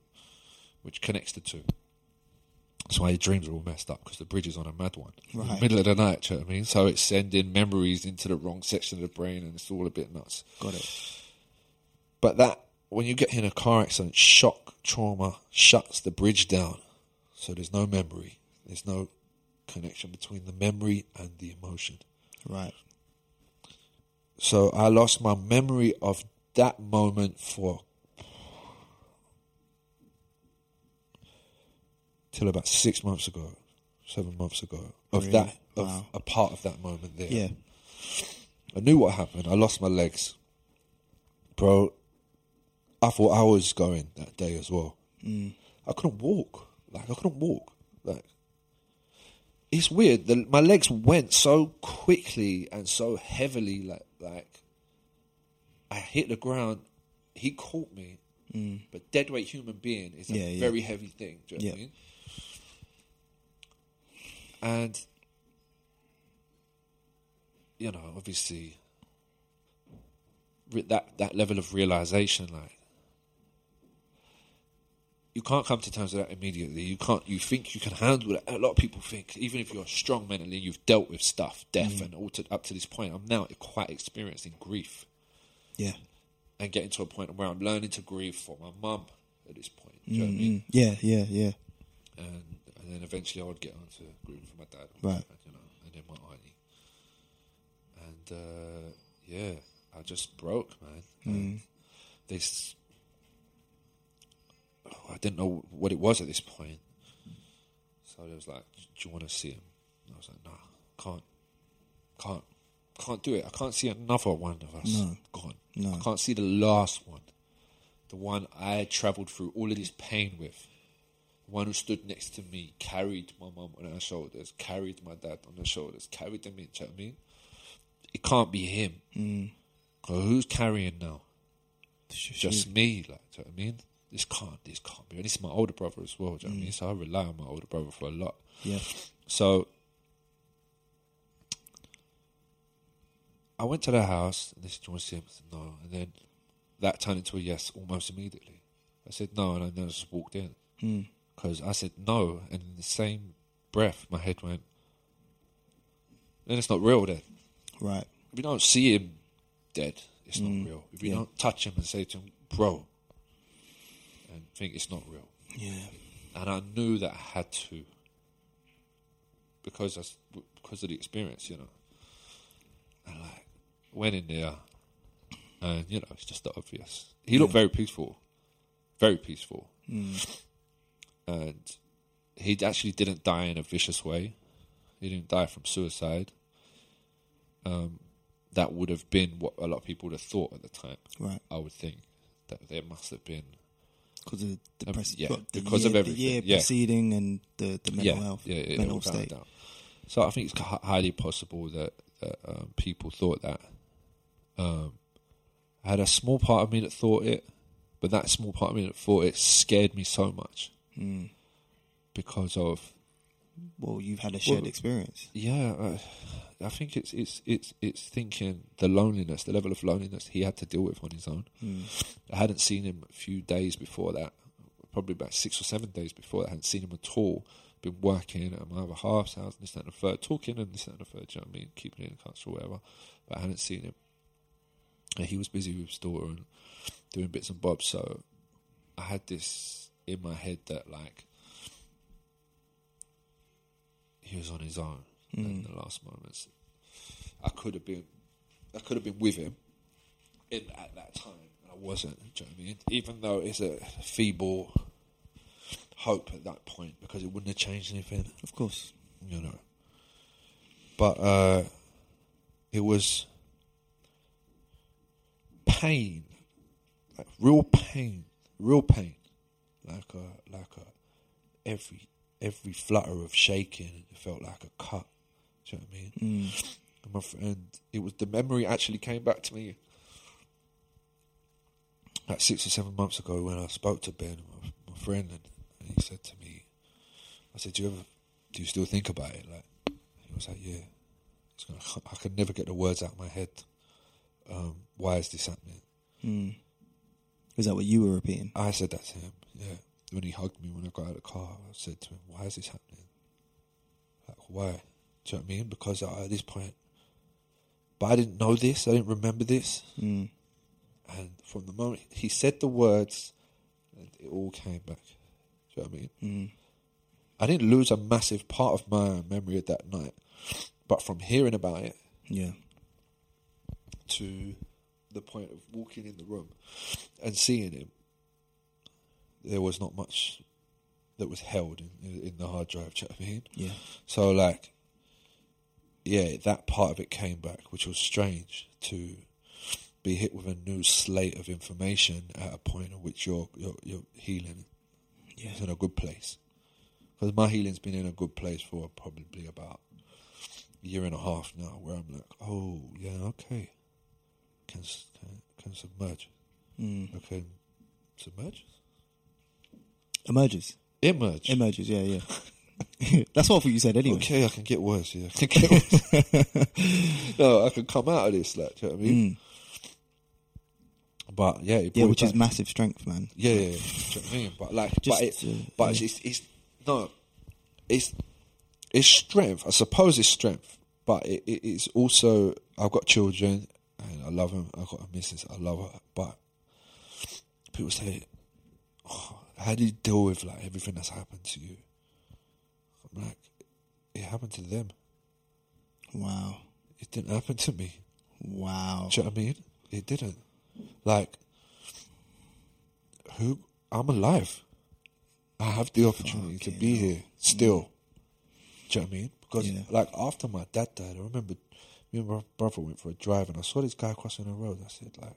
B: which connects the two. That's why your dreams are all messed up because the bridge is on a mad one. In the
A: Right.
B: middle of the night, do you know what I mean? So it's sending memories into the wrong section of the brain and it's all a bit nuts.
A: Got it.
B: But that, when you get in a car accident, shock, trauma shuts the bridge down. So there's no memory. There's no connection between the memory and the emotion.
A: Right.
B: So I lost my memory of that moment for till about six months ago, seven months ago, of
A: Really?
B: that, of
A: Wow.
B: a part of that moment there.
A: Yeah.
B: I knew what happened. I lost my legs. Bro, I thought I was going that day as well. Mm. I couldn't walk. Like, I couldn't walk. Like, it's weird. The, my legs went so quickly and so heavily. Like, like I hit the ground. He caught me. Mm. But dead weight human being is a
A: Yeah, yeah.
B: very heavy thing. Do you know what I
A: Yeah.
B: mean? And you know, obviously, re- that that level of realization, like you can't come to terms with that immediately. You can't. You think you can handle it. A lot of people think, even if you're strong mentally, you've dealt with
A: Mm.
B: stuff, death, and all to, up to this point. I'm now quite experiencing grief
A: Yeah.
B: and getting to a point where I'm learning to grieve for my mum at this point. Do you know what I mean?
A: Mm, yeah, yeah, yeah.
B: and and then eventually I would get onto grieving for my dad,
A: Right.
B: You know, and then my auntie, and uh, yeah, I just broke, man.
A: Hmm.
B: And They, s- oh, I didn't know what it was at this point, so they was like, "Do you want to see him?" And I was like, "Nah, can't, can't, can't do it. I can't see another one of us
A: No.
B: gone.
A: No.
B: I can't see the last one, the one I travelled through all of this pain with." one who stood next to me carried my mum on her shoulders, carried my dad on her shoulders, carried them in. Do you know what I mean? It can't be him. Mm. who's carrying now?
A: It's just you.
B: Just me. Like, do you know what I mean? This can't. This can't be. And this is my older brother as well.
A: Mm.
B: Do you know what I mean? So I rely on my older brother for a lot.
A: Yeah.
B: So I went to the house. And this John Simpson, no, and then that turned into a yes almost immediately. I said no, and then I just walked in because I said no, and in the same breath, my head went. Then it's not real. Then
A: Right.
B: if you don't see him dead, it's not real. If you don't touch him and say to him, "Bro," and think it's not real,
A: Yeah.
B: and I knew that I had to because I, s- because of the experience, you know. And like went in there, and you know it's just the obvious. He looked very peaceful, very peaceful, and he actually didn't die in a vicious way. He didn't die from suicide. Um, that would have been what a lot of people would have thought at the time.
A: Right.
B: I would think that there must have been
A: Because of the depress-
B: Um, yeah,
A: well, the
B: because
A: year,
B: of everything,
A: the year
B: yeah.
A: preceding and the, the mental health,
B: Yeah, yeah,
A: mental
B: without a
A: state.
B: doubt. So I think it's hi- highly possible that, that um, people thought that. Um, I had a small part of me that thought it, but that small part of me that thought it scared me so much
A: Mm.
B: because of
A: Well, you've had a shared
B: Well-
A: experience.
B: yeah. I, I think it's it's it's it's thinking the loneliness, the level of loneliness he had to deal with on his own.
A: Mm.
B: I hadn't seen him a few days before that, probably about six or seven days before that. I hadn't seen him at all. Been working at my other half's house, this, that, and the third, talking and this, that, and the third, do you know what I mean? Keeping it in touch or whatever. But I hadn't seen him. And he was busy with his daughter and doing bits and bobs. So I had this in my head that, like, he was on his own in the last moments. I could have been, I could have been with him, in at that time, and I wasn't. Do you know what I mean? Even though it's a feeble hope at that point, because it wouldn't have changed anything,
A: Of course.
B: you know. But uh, it was pain, like real pain, real pain, like a like a every every flutter of shaking. It felt like a cut. Do you know what I mean?
A: Mm.
B: And my friend, it was the memory actually came back to me like six or seven months ago when I spoke to Ben, my, my friend, and, and he said to me, I said, do you ever, do you still think about it? Like, he was like, yeah. It's gonna, I can never get the words out of my head. Um, why is this happening?
A: Mm. Is that what you were repeating?
B: I said that to him, yeah. When he hugged me when I got out of the car, I said to him, why is this happening? Like, why? Do you know what I mean? Because I, at this point, but I didn't know this, I didn't remember this.
A: Mm.
B: And from the moment he said the words, and it all came back. Do you know what I mean?
A: Mm.
B: I didn't lose a massive part of my memory of that night, but from hearing about it
A: Yeah.
B: to the point of walking in the room and seeing him, there was not much that was held in, in, in the hard drive. Do you know what I mean?
A: Yeah.
B: So like, yeah, that part of it came back, which was strange to be hit with a new slate of information at a point at which your your your healing
A: Yeah.
B: is in a good place. Because my healing's been in a good place for probably about a year and a half now, where I'm like, oh yeah, okay, can s- can, can submerge,
A: Mm.
B: I can submerge,
A: Emerges.
B: emerge.
A: Emerges. Yeah. Yeah. That's what I thought you said anyway.
B: Okay, I can get worse. Yeah, I can get worse. no, I can come out of this. Like, do you know what I mean?
A: Mm.
B: But yeah, it
A: Yeah,
B: brought
A: which
B: it
A: is
B: back.
A: massive strength, man.
B: yeah, yeah, yeah. Do you know what I mean? But like,
A: Just,
B: but it,
A: uh,
B: but it's, it's no, it's it's strength. I suppose it's strength, but it, it, it's also I've got children and I love them. I've got a missus, I love her, but people say, oh, "How do you deal with like everything that's happened to you?" I'm like, "It happened to them.
A: Wow.
B: It didn't happen to me."
A: Wow.
B: Do you know what I mean? It didn't. Like, who? I'm alive. I have the opportunity to be here still. Do you know what I mean? Because,
A: Yeah.
B: like, after my dad died, I remember me and my brother went for a drive and I saw this guy crossing the road. I said, like,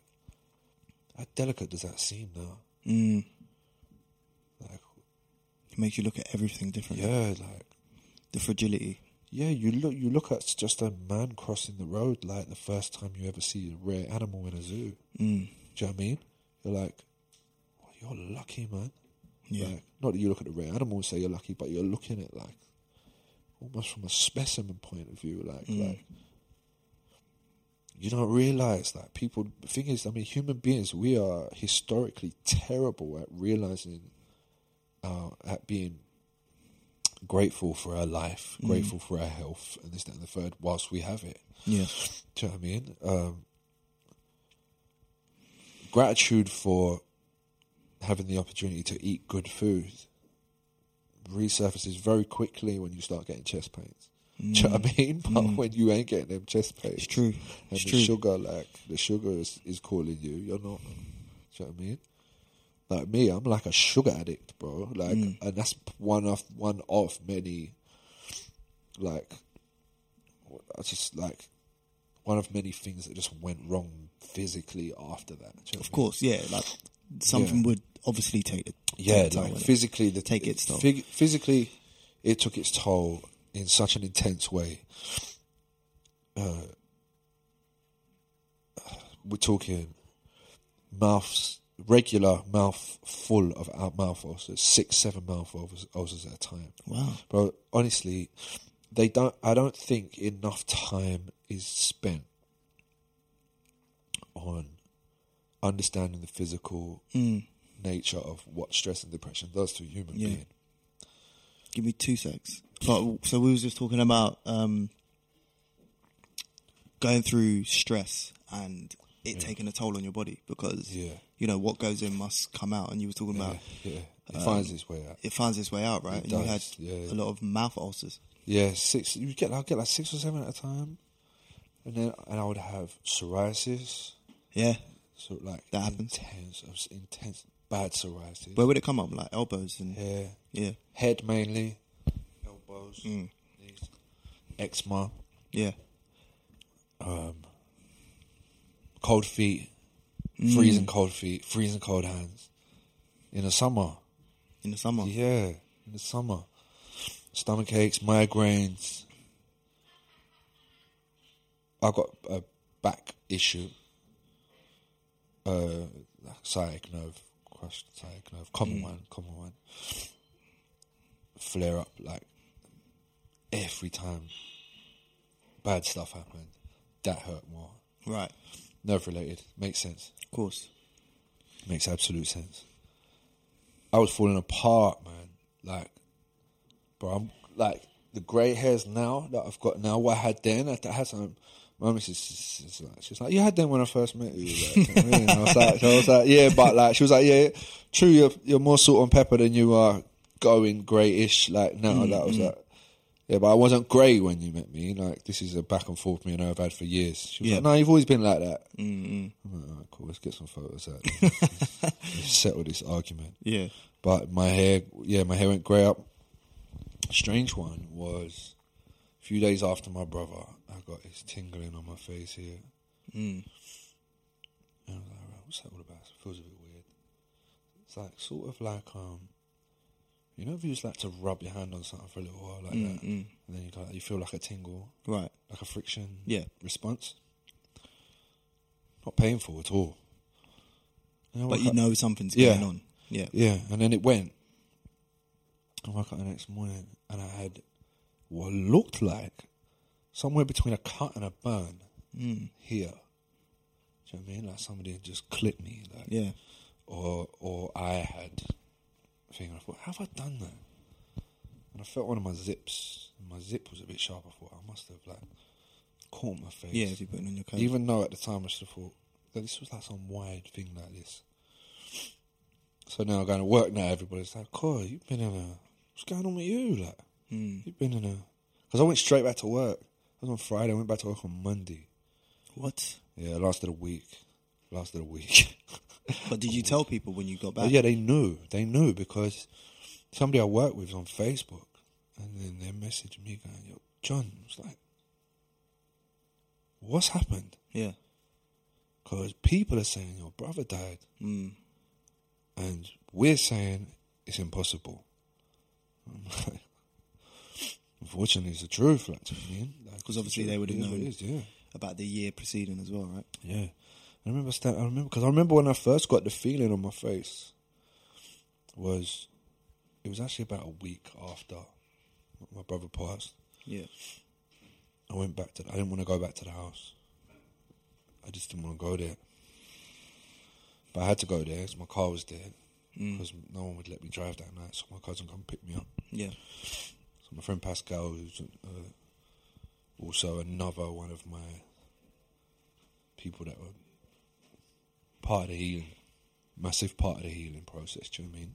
B: how delicate does that seem now?
A: Mm.
B: Like,
A: It makes you look at everything differently.
B: yeah, like,
A: The fragility.
B: yeah, you look, you look at just a man crossing the road like the first time you ever see a rare animal in a zoo.
A: Mm.
B: Do you know what I mean? You're like, well, you're lucky, man.
A: Yeah.
B: Like, not that you look at the rare animal and say you're lucky, but you're looking at like almost from a specimen point of view. Like,
A: Mm.
B: like you don't realize that people. The thing is, I mean, human beings, we are historically terrible at realizing, uh, at being grateful for our life, grateful for our health, and this, that, and the third, whilst we have it.
A: Yeah.
B: Do you know what I mean? Um, gratitude for having the opportunity to eat good food resurfaces very quickly when you start getting chest pains. Do you know what I mean? But when you ain't getting them chest
A: Mm.
B: pains,
A: It's true.
B: and
A: It's
B: the
A: true.
B: sugar, like the sugar is, is calling you. You're not. Do you know what I mean? Like me, I'm like a sugar addict, bro. Like,
A: Mm.
B: and that's one of one of many. Like, I just like one of many things that just went wrong physically after that. Do you know what I
A: Of course, yeah. Like something
B: Yeah.
A: would obviously take the
B: yeah,
A: take the toll,
B: like
A: wouldn't it?
B: physically, the
A: Take its toll.
B: phys- physically, it took its toll in such an intense way. Uh, we're talking mouths, regular mouth full of out mouth ulcers, six, seven mouth ulcers- ulcers at a time.
A: Wow.
B: Bro, honestly, they don't. I don't think enough time is spent on understanding the physical
A: Mm.
B: nature of what stress and depression does to a human
A: Yeah.
B: being.
A: Give me two secs. But, so we was just talking about um, going through stress and it taking a toll on your body because
B: Yeah.
A: you know what goes in must come out. And you were talking about
B: Yeah, it
A: Um,
B: finds its way out.
A: it finds its way out, right? and
B: It
A: you had
B: does,
A: a
B: yeah.
A: lot of mouth ulcers.
B: Yeah, six. You get, I get like six or seven at a time, and then and I would have psoriasis,
A: Yeah.
B: so like
A: That happens.
B: intense, of s- intense bad psoriasis.
A: Where would it come up? Like elbows and yeah.
B: yeah, head mainly, elbows, knees, eczema,
A: Yeah.
B: cold feet, freezing cold feet, freezing cold hands. In the summer,
A: In the summer.
B: yeah, in the summer, stomach aches, migraines. I got a back issue. Uh, sciatic nerve, crushed sciatic nerve, common one, common one. Flare up like every time bad stuff happened. That hurt more.
A: Right.
B: Nerve related, makes sense.
A: Of course.
B: Makes absolute sense. I was falling apart, man. Like, bro, I'm like the grey hairs now that I've got now. What I had then, I, I had some. My missus, she's, she's like, she's like, you had them when I first met you. Like, you know what I, mean? I was like, I was like, yeah, but like, she was like, yeah, true, you're you're more salt and pepper than you are going greyish. Like now, that I was like, yeah, but I wasn't grey when you met me. Like this is a back and forth me and her have had for years. She was
A: Yeah.
B: like, no, you've always been like that. I'm like, all right, Uh, cool. Let's get some photos out. let's settle this argument.
A: Yeah.
B: But my hair, yeah, my hair went grey up. Strange one was a few days after my brother, I got this tingling on my face here.
A: Mm.
B: And I was like, right, what's that all about? It feels a bit weird. It's like, sort of like, um, you know, if you just like to rub your hand on something for a little while like that,
A: mm.
B: and then you, like, you feel like a tingle,
A: Right.
B: like a friction
A: Yeah.
B: response. Not painful at all. And I
A: But
B: woke
A: you
B: up-
A: know something's
B: Yeah.
A: going on. Yeah.
B: Yeah, and then it went. I woke up the next morning and I had what looked like somewhere between a cut and a burn
A: Mm.
B: here. Do you know what I mean? Like somebody had just clipped me, like,
A: Yeah.
B: or or I had. Thing and I thought, how have I done that? And I felt one of my zips. And my zip was a bit sharp. I thought I must have like caught my face.
A: Yeah. If you put it on your coat.
B: Even though at the time I should have thought that this was like some wide thing like this. So now I'm going to work now. Everybody's like, "Coy, you've been in a what's going on with you? Like,
A: Mm.
B: you've been in a because I went straight back to work. I was on Friday. I went back to work on Monday.
A: What?
B: Yeah, it lasted a week. Lasted a week.
A: But did you tell people when you got back?
B: But yeah, they knew. They knew because somebody I work with is on Facebook, and then they messaged me going, "Yo, John," I was like, "What's happened?"
A: Yeah.
B: Because people are saying your brother died,
A: Mm.
B: and we're saying it's impossible. I'm like, Unfortunately, it's the truth. Like, to me, like, it's the
A: obviously
B: truth.
A: they would have
B: It is what
A: known.
B: It is, yeah.
A: About the year preceding as well, right?
B: Yeah, I remember. Stand, I remember because I remember when I first got the feeling on my face was it was actually about a week after my brother passed.
A: Yeah.
B: I went back to. The, I didn't want to go back to the house. I just didn't want to go there. But I had to go there because my car was there because no one would let me drive that night. So my cousin come pick me up.
A: Yeah.
B: So my friend Pascal, who's uh, also another one of my people that were part of the healing, massive part of the healing process. Do you know what I mean?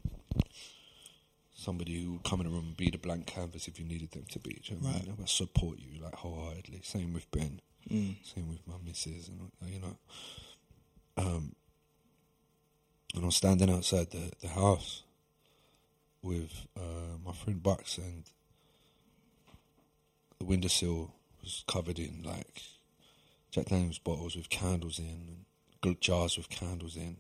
B: Somebody who would come in the room and be the blank canvas if you needed them to be. Do you know what I mean? They'll support you like wholeheartedly. Same with Ben.
A: Mm.
B: Same with my missus, and uh, you know, um, and I was standing outside the, the house with uh, my friend Bucks, and the windowsill was covered in like Jack Daniels bottles with candles in, and gl- jars with candles in,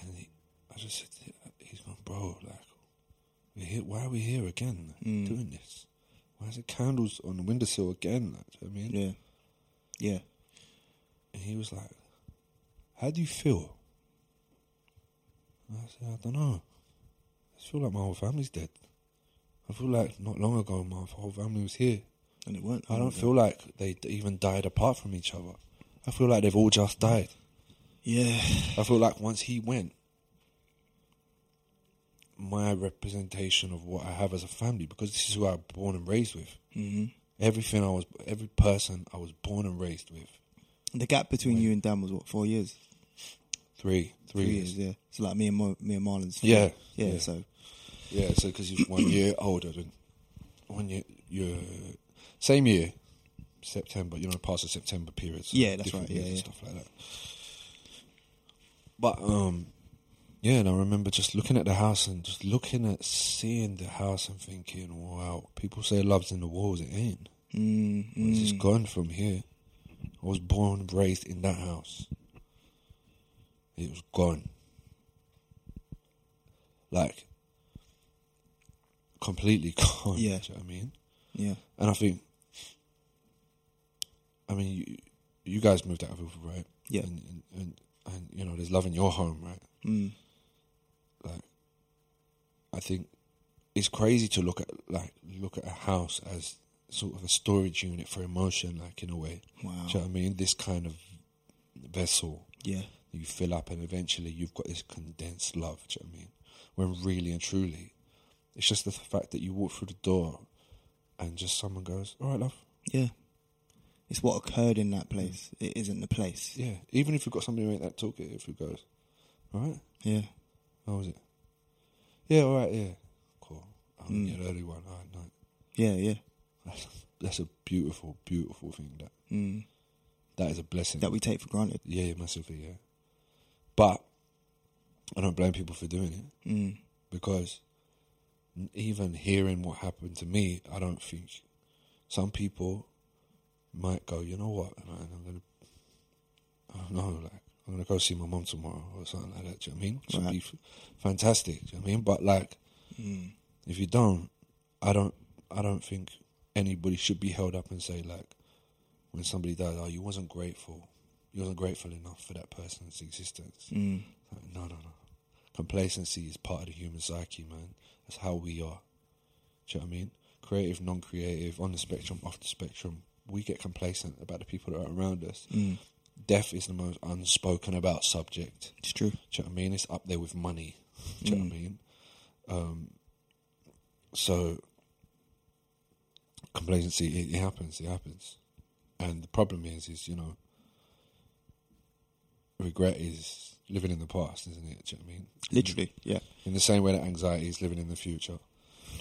B: and he, I just said, to him, "He's gone, bro. Like, we're here. Why are we here again? like,
A: Mm.
B: Doing this." Why is it candles on the windowsill again? Like, do you know what I mean,
A: Yeah. Yeah.
B: and he was like, How do you feel? And I said, I don't know. I feel like my whole family's dead. I feel like not long ago my whole family was here.
A: And it weren't.
B: I don't feel like they d- even died apart from each other. I feel like they've all just died.
A: Yeah.
B: I feel like once he went, my representation of what I have as a family, because this is who I was born and raised with.
A: hmm
B: Everything I was, every person I was born and raised with.
A: The gap between you and Dan was what four years?
B: Three, three, years.
A: Yeah. So like me and Mo- me and Marlon's.
B: Yeah,
A: yeah.
B: yeah.
A: So
B: Yeah, so because he's one year older than one year, you same year, September. You know, past the September period. So
A: Yeah, that's
B: different
A: right, yeah,
B: years and
A: yeah.
B: stuff like that. But um, yeah, and I remember just looking at the house and just looking at seeing the house and thinking, wow, people say love's in the walls, it ain't.
A: mm,
B: It's
A: mm,
B: just gone from here. I was born and raised in that house. It was gone. Like, completely gone.
A: Yeah.
B: Do you know what I mean?
A: yeah.
B: And I think, I mean, you, you guys moved out of Ilford, right?
A: Yeah.
B: And, and, and, and, you know, there's love in your home, right?
A: Mm,
B: like I think it's crazy to look at like look at a house as sort of a storage unit for emotion, like in a way.
A: wow.
B: Do you know what I mean? This kind of vessel
A: Yeah.
B: you fill up, and eventually you've got this condensed love. Do you know what I mean? When really and truly, it's just the fact that you walk through the door, and just someone goes, "All right, love."
A: Yeah. It's what occurred in that place. It isn't the place.
B: Yeah. Even if you've got somebody who ain't that talkative, who goes, "All right."
A: Yeah.
B: How was it? Yeah, all right, yeah. Cool. I'm
A: Mm.
B: an early one. All right, night.
A: Yeah. Yeah.
B: That's, that's a beautiful, beautiful thing. That
A: Mm,
B: that is a blessing.
A: that we take for granted.
B: yeah, yeah, massively, yeah. But I don't blame people for doing it
A: Mm,
B: because n- even hearing what happened to me, I don't think some people might go, you know what, man, I'm gonna, I don't know, like I'm gonna go see my mum tomorrow or something like that. Do you know what I mean? Which would
A: Right.
B: be f- fantastic. Do you know what I mean? But like.
A: mm,
B: If you don't, I don't. I don't think anybody should be held up and say like, when somebody dies, oh, you wasn't grateful. You wasn't grateful enough for that person's existence.
A: mm,
B: Like, no, no, no. Complacency is part of the human psyche, man. That's how we are. Do you know what I mean? Creative, non-creative, on the spectrum, off the spectrum. We get complacent about the people that are around us.
A: mm.
B: Death is the most unspoken about subject.
A: It's true.
B: Do you know what I mean? It's up there with money. Do you know what I mean? Um, so complacency, it, it happens, it happens. And the problem is, is you know, regret is living in the past, isn't it? Do you know what I mean?
C: Literally, yeah.
B: In the same way that anxiety is living in the future.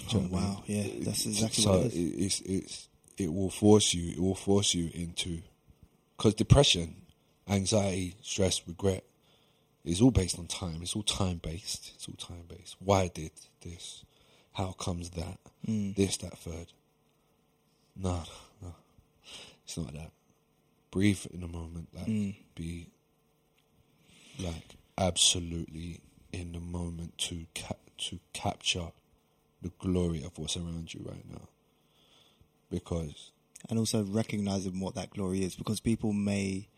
B: Do
A: Oh,
B: you know what I mean?
A: wow. Yeah, that's exactly
B: so
A: what it is.
B: it- it's it's it will force you. It will force you into because depression, anxiety, stress, regret is all based on time. It's all time based. It's all time based. Why did this? How comes that?
A: Mm.
B: This that third. No, no, it's not that. Breathe in the moment. Like be like absolutely in the moment to ca- to capture the glory of what's around you right now. Because
A: And also recognizing what that glory is because people may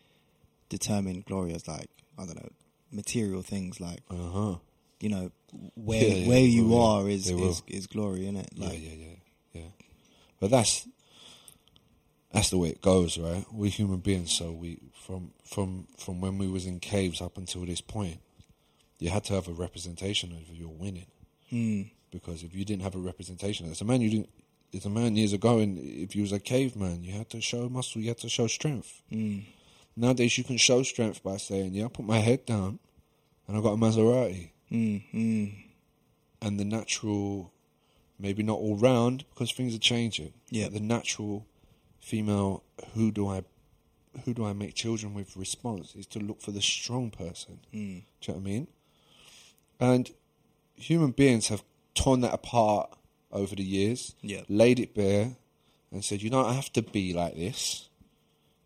A: determine glory as like, I don't know, material things like,
B: uh huh,
A: you know, where
B: Yeah, yeah,
A: where
B: they
A: you
B: will, yeah.
A: are is,
B: They will.
A: is is glory, is it?
B: yeah,
A: Like
B: yeah, yeah, yeah. But that's that's the way it goes, right? We're human beings, so we from from from when we was in caves up until this point, you had to have a representation of your winning.
A: mm,
B: because if you didn't have a representation, as a man, you didn't. As a man years ago, and if you was a caveman, you had to show muscle, you had to show strength.
A: mm,
B: Nowadays, you can show strength by saying, "Yeah, I put my head down, and I got a Maserati."
A: mm, mm.
B: And the natural, maybe not all round, because things are changing.
A: Yeah.
B: but the natural female, who do I, who do I make children with? Response is to look for the strong person.
A: Mm.
B: Do you know what I mean? And human beings have torn that apart over the years,
A: Yeah.
B: laid it bare, and said, you don't have to be like this.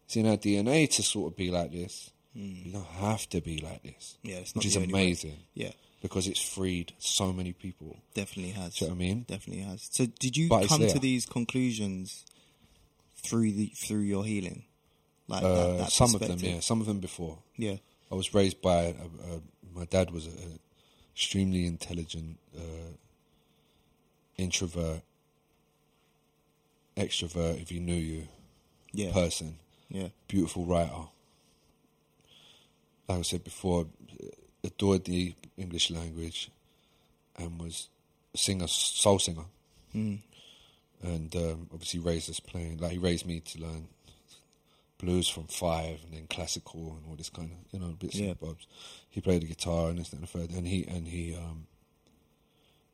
B: It's in our DNA to sort of be like this. You don't have to be like this.
A: Yeah, it's Hmm. not
B: which is
A: the only way.
B: amazing
A: Yeah,
B: because it's freed so many people.
A: definitely has.
B: Do you know what I mean?
A: Definitely has. So did you
B: But it's
A: come to
B: there.
A: these conclusions through the through your healing? Like
B: Uh,
A: that, that
B: some of them, yeah,
A: perspective?
B: some of them before.
A: Yeah.
B: I was raised by a, a, my dad was a, a extremely intelligent uh, introvert, extrovert. If he knew you,
A: Yeah.
B: person,
A: yeah.
B: beautiful writer. Like I said before, adored the English language, and was a singer, soul singer,
A: Mm.
B: and um, obviously raised us playing. Like he raised me to learn blues from five, and then classical, and all this kind of you know bits
A: Yeah.
B: and bobs. He played the guitar and this and the third, and he and he, um,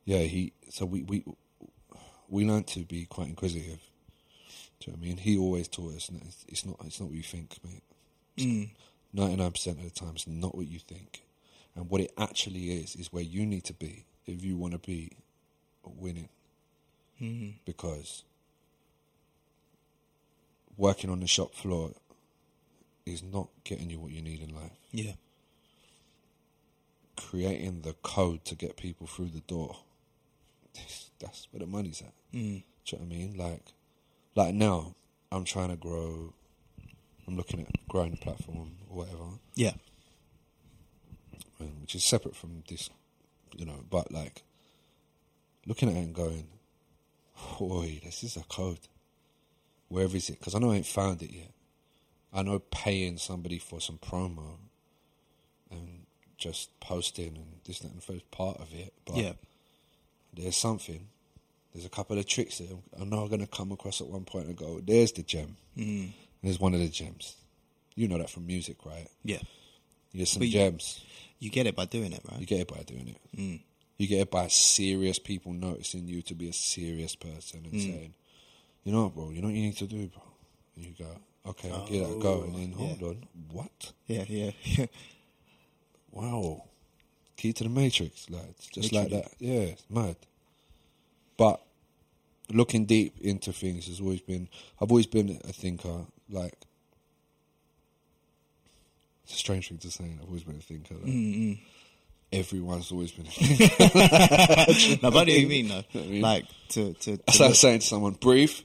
B: yeah, he. So we we we learned to be quite inquisitive. Do you know what I mean? He always taught us, and it's- it's not it's not what you think, mate.
A: Mm.
B: Ninety nine percent of the time, it's not what you think, and what it actually is is where you need to be if you want to be winning
A: Mm.
B: because working on the shop floor is not getting you what you need in life.
A: Yeah.
B: Creating the code to get people through the door, that's where the money's at.
A: Mm.
B: Do you know what I mean? Like, like now, I'm trying to grow. I'm looking at growing a platform or whatever,
A: Yeah.
B: and- which is separate from this, you know. But like, looking at it and going, "Boy, this is a code. Where is it? Because I know I ain't found it yet. I know paying somebody for some promo and just posting and this that, and the first part of it, but
A: Yeah.
B: there's something. There's a couple of tricks that I know I'm going to come across at one point and go, there's the gem.
A: Mm.
B: There's one of the gems. You know that from music, right?
A: Yeah.
B: There's some
A: But you-
B: gems.
A: You get it by doing it, right?
B: You get it by doing it.
A: Mm.
B: You get it by serious people noticing you to be a serious person
A: Mm.
B: and saying, you know what, bro, you know what you need to do, bro? And you go, okay, I'll give that a go. And then,
A: Oh, yeah.
B: hold on, what?
A: Yeah. Yeah. Yeah.
B: wow, key to the matrix, like just
A: Literally.
B: like that. Yeah, it's mad. But looking deep into things has always been. I've always been a thinker. Like it's a strange thing to say. I've always been a thinker. Like,
A: Mm.
B: Everyone's always been. A thinker.
A: Mm. no, but I know what you mean though.
B: mean-
A: Like to to. to
B: That's like
A: look-
B: saying to someone, "Breathe."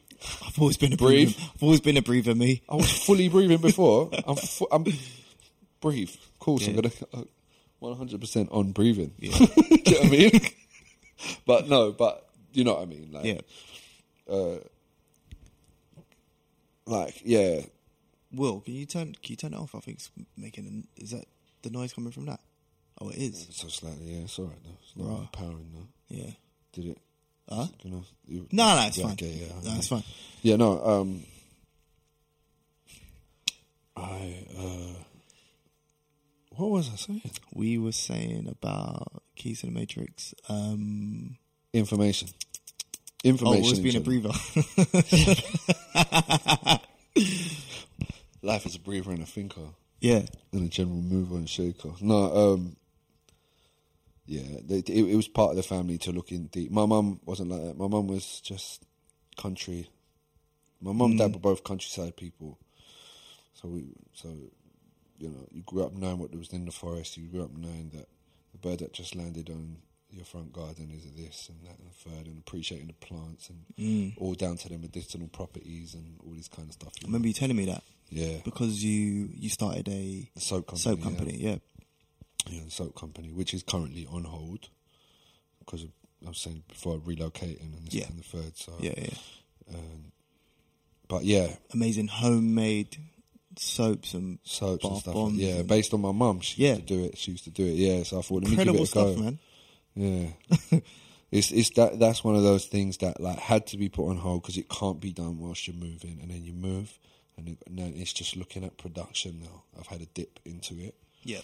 A: I've always been a
B: Breathe.
A: breather. I've always been a breather. Me.
B: I was fully breathing before. I'm. Fu- I'm. Breathe. Of course, I'm
A: Yeah.
B: gonna. Uh, 100% on breathing.
A: Yeah.
B: Do you know what I mean? but no, but you know what I mean? Like,
A: Yeah.
B: like yeah,
A: Will, can you turn? Can you turn it off? I think it's making. A, is that the noise coming from that? Oh, it is.
B: so slightly. Yeah, it's all right though. It's not
A: Right.
B: empowering though.
A: Yeah.
B: Did it?
A: Huh?
B: You know, you-
A: No, no, it's
B: yeah,
A: fine.
B: Okay, yeah,
A: no, it's fine.
B: yeah. No, um, I uh, What was I saying?
A: We were saying about Keys in the Matrix. Um,
B: Information.
A: oh,
B: Information.
A: always being a
B: in general.
A: breather.
B: Life is a breather and a thinker
A: yeah,
B: and a general mover and shaker. No, um, yeah, they, it, it was part of the family to look in deep. My mum wasn't like that. My mum was just country. My mum and
A: Mm.
B: dad were both countryside people, so we so you know you grew up knowing what was in the forest. You grew up knowing that the bird that just landed on your front garden is this and that and the third, and appreciating the plants and
A: Mm.
B: all down to their medicinal properties and all this kind of stuff.
A: I remember you telling me that
B: yeah,
A: because you you started a
B: the soap company.
A: soap
B: yeah.
A: company. Yeah,
B: you know, the soap company, which is currently on hold because of, I was saying before relocating and this
A: Yeah.
B: and the third. So,
A: yeah, yeah.
B: but yeah,
A: Amazing homemade soaps and
B: soaps and
A: Bath
B: stuff.
A: bombs
B: yeah,
A: and-
B: based on my mum, she
A: Yeah.
B: used to do it. She used to do it. Yeah, so I thought, let me give it
A: incredible
B: a
A: stuff,
B: go.
A: man.
B: Yeah, it's it's that that's one of those things that like had to be put on hold because it can't be done whilst you're moving, and then you move, and then- and then it's just looking at production now. I've had a dip into it.
A: Yeah,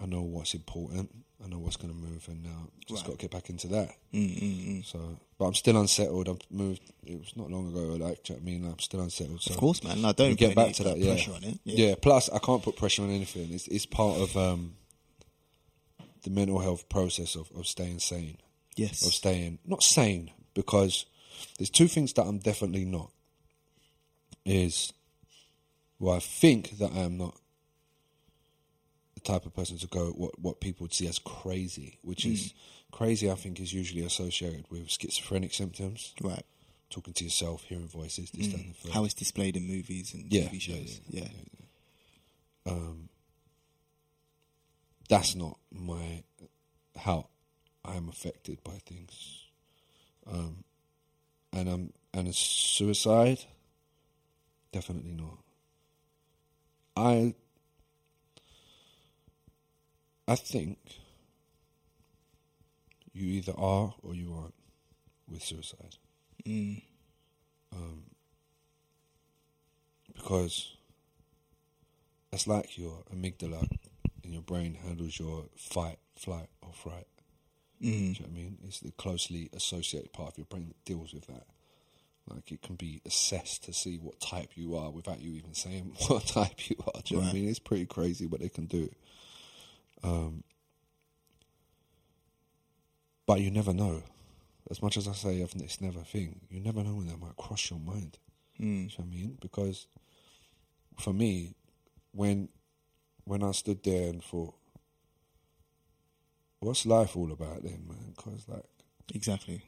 B: I know what's important. I know what's going to move, and now just
A: Right.
B: got to get back into that.
A: Mm,
B: Mm-mm-mm. So, but I'm still unsettled. I've moved. It was not long ago. Like, do you know what I mean, I'm still unsettled. So
A: of course, man. I don't
B: we
A: put
B: get
A: any
B: back to that. Yeah.
A: pressure on it.
B: Yeah. Plus, I can't put pressure on anything. It's it's part of um, the mental health process of, of staying sane, of
A: Yes.
B: staying not sane because there's two things that I'm definitely not. Is well, I think that I am not the type of person to go what what people would see as crazy, which is crazy. I think is usually associated with schizophrenic symptoms,
A: Right. Mm.
B: talking to yourself, hearing voices, this, that, and the third.
A: How it's displayed in movies and
B: Yeah,
A: TV
B: yeah, Um,
A: shows. Yeah.
B: that's not my how I'm affected by things. Um, and I'm and a suicide, definitely not. I I think you either are or you aren't with suicide.
A: Mm.
B: Um, because that's like your amygdala in your brain handles your fight, flight, or fright.
A: Mm.
B: Do you know what I mean? It's the closely associated part of your brain that deals with that. Like it can be assessed to see what type you are without you even saying what type you are. Do you know what I
A: Right.
B: mean? It's pretty crazy what they can do. Um, but you never know. As much as I say I've- it's never a thing, you never know when that might cross your mind. Do
A: Mm.
B: you know what I mean? Because for me, when when I stood there and thought, what's life all about then, man? Because, like,
A: Exactly.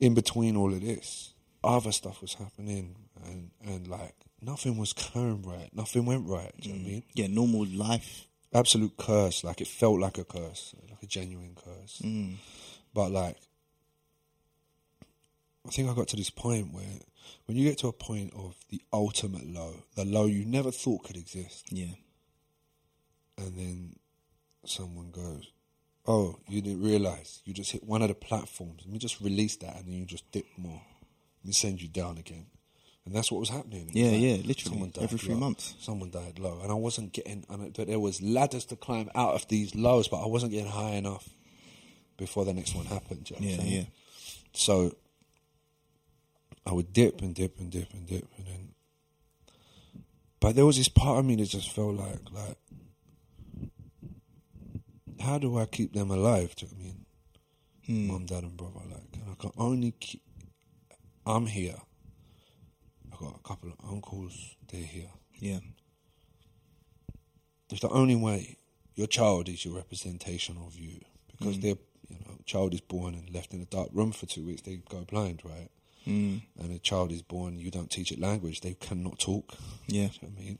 B: in between all of this, other stuff was happening and, and like, nothing was going right. Nothing went right. Do you know what I mean?
A: Yeah. Normal life.
B: Absolute curse. Like, it felt like a curse, like a genuine curse.
A: Mm.
B: But, like, I think I got to this point where when you get to a point of the ultimate low, the low you never thought could exist,
A: Yeah.
B: and then someone goes, "Oh, you didn't realize you just hit one of the platforms. Let me just release that, and then you just dip more. Let me send you down again." And that's what was happening. It was
A: Yeah, yeah, literally, every three
B: low.
A: months.
B: Someone died low, and I wasn't getting. And I- but there was ladders to climb out of these lows, but I wasn't getting high enough before the next one happened. do you know what I'm
A: Yeah.
B: saying?
A: Yeah.
B: So I would dip and dip and dip and dip and then but there was this part of me that just felt like like how do I keep them alive? Do you know what I mean?
A: Mm.
B: Mum, dad and brother, like and I can only keep I'm here. I've got a couple of uncles, they're here.
A: Yeah.
B: It's the only way your child is your representation of you. Because they're you know, child is born and left in a dark room for two weeks, they go blind, right?
A: Mm.
B: and a child is born, you don't teach it language, they cannot talk.
A: Yeah.
B: Do you know what I mean?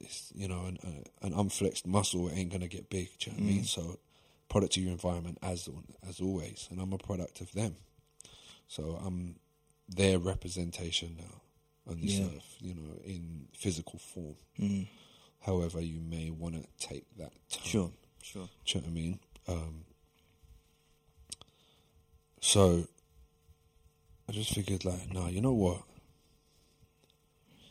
B: It's, you know, an, an unflexed muscle ain't going to get big. Do you know what I
A: Mm.
B: mean? So, product of your environment as as always, and I'm a product of them. So I'm their representation now on this
A: Yeah.
B: earth, you know, in physical form.
A: Mm.
B: However, you may want to take that. Term.
A: Sure. Sure.
B: Do you know what I mean? Um, so I just figured, like, nah, you know what?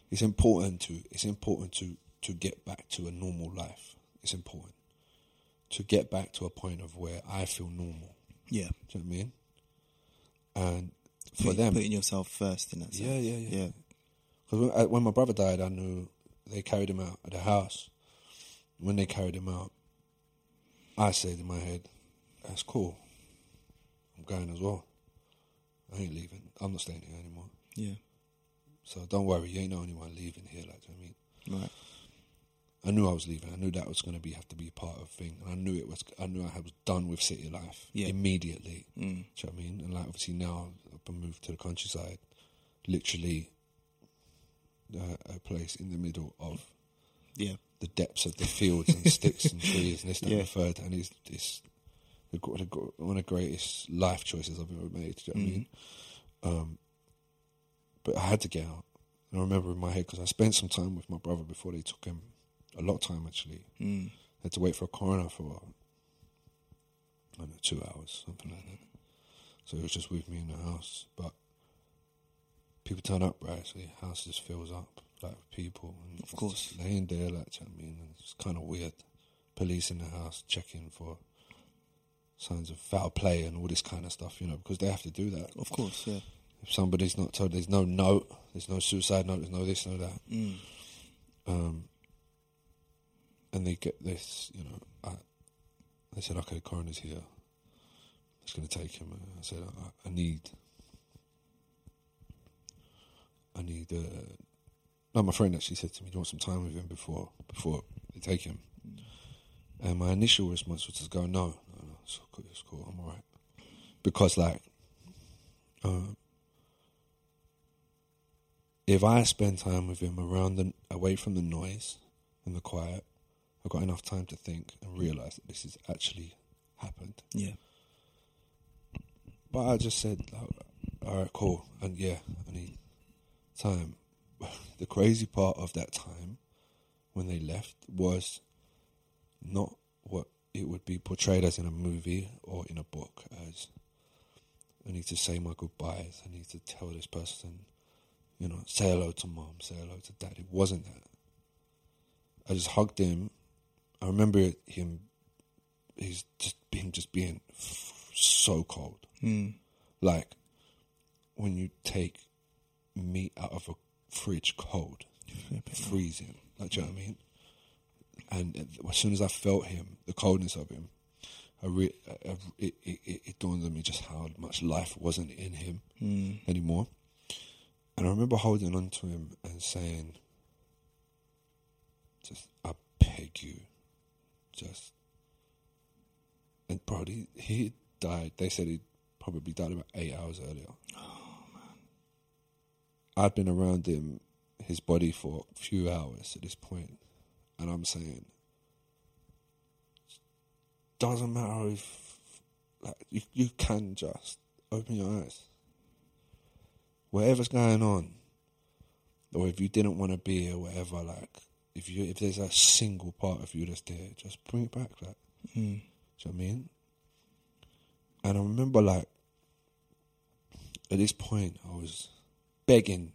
B: It's important to it's important to to get back to a normal life. It's important to get back to a point of where I feel normal.
A: Yeah.
B: Do you know what I mean? And for
A: Put-
B: them,
A: Putting yourself first in that sense.
B: Yeah, yeah, yeah.
A: Yeah.
B: Because when, I- when my brother died, I knew they carried him out of the house. When they carried him out, I said in my head, "That's cool. I'm going as well. I ain't leaving. I'm not staying here anymore.
A: Yeah.
B: So don't worry, you ain't the only one leaving here." Like do you know what I mean,
A: Right.
B: I knew I was leaving. I knew that was going to be have to be part of thing, and I knew it was. I knew I was done with city life
A: Yeah.
B: immediately. Mm. Do you know what I mean? And like obviously now I've been moved to the countryside, literally uh, a place in the middle of
A: Yeah.
B: the depths of the fields and sticks and trees and this that,
A: Yeah.
B: and the third, and it's it's the gr- the gr- one of the greatest life choices I've ever made. Do you know what I mean? Um, but I had to get out. And I remember in my head because I spent some time with my brother before they took him. A lot of time actually. Mm. had to wait for a coroner for I don't know two hours, something like that. So he was just with me in the house, but people turn up, right? So the house just fills up, like with people. And
A: Of course.
B: just laying there, like, do you know what I mean? And It's kind of weird. Police in the house checking for signs of foul play and all this kind of stuff, you know, because they have to do that.
A: Of course. Yeah.
B: If somebody's not told, there's no note, there's no suicide note, there's no this, no that.
A: Mm.
B: Um, And they get this, you know, I, they said, okay, the coroner's here. It's going to take him. And I said, I, I need, I need, uh, no, my friend actually said to me, do you want some time with him before, before they take him? And my initial response was to go, no, no, no, it's cool, it's cool, I'm all right. Because, like, uh, if I spend time with him around the, away from the noise and the quiet, I've got enough time to think and realize that this has actually happened.
A: Yeah.
B: But I just said, like, all right, cool. And yeah, I need time. The crazy part of that time when they left was not what it would be portrayed as in a movie or in a book as I need to say my goodbyes, I need to tell this person, you know, say hello to mom, say hello to dad. It wasn't that. I just hugged him. I remember him he's just him just being f- so cold.
A: Mm.
B: Like when you take meat out of a fridge cold, freezing. Like, do you know what I mean? And as soon as I felt him, the coldness of him, I re- I, I- it, it, it it dawned on me just how much life wasn't in him
A: Mm.
B: anymore. And I remember holding on to him and saying, just, I beg you, just. And bro, he, he died. They said he probably died about eight hours earlier. Oh, man. I'd been around him, his body, for a few hours at this point, And I'm saying, doesn't matter if, like, you, you can just open your eyes whatever's going on, or if you didn't want to be here, whatever, like if you if there's a single part of you that's there, just bring it back, like.
A: Mm.
B: Do you know what I mean? And I remember, like, at this point, I was begging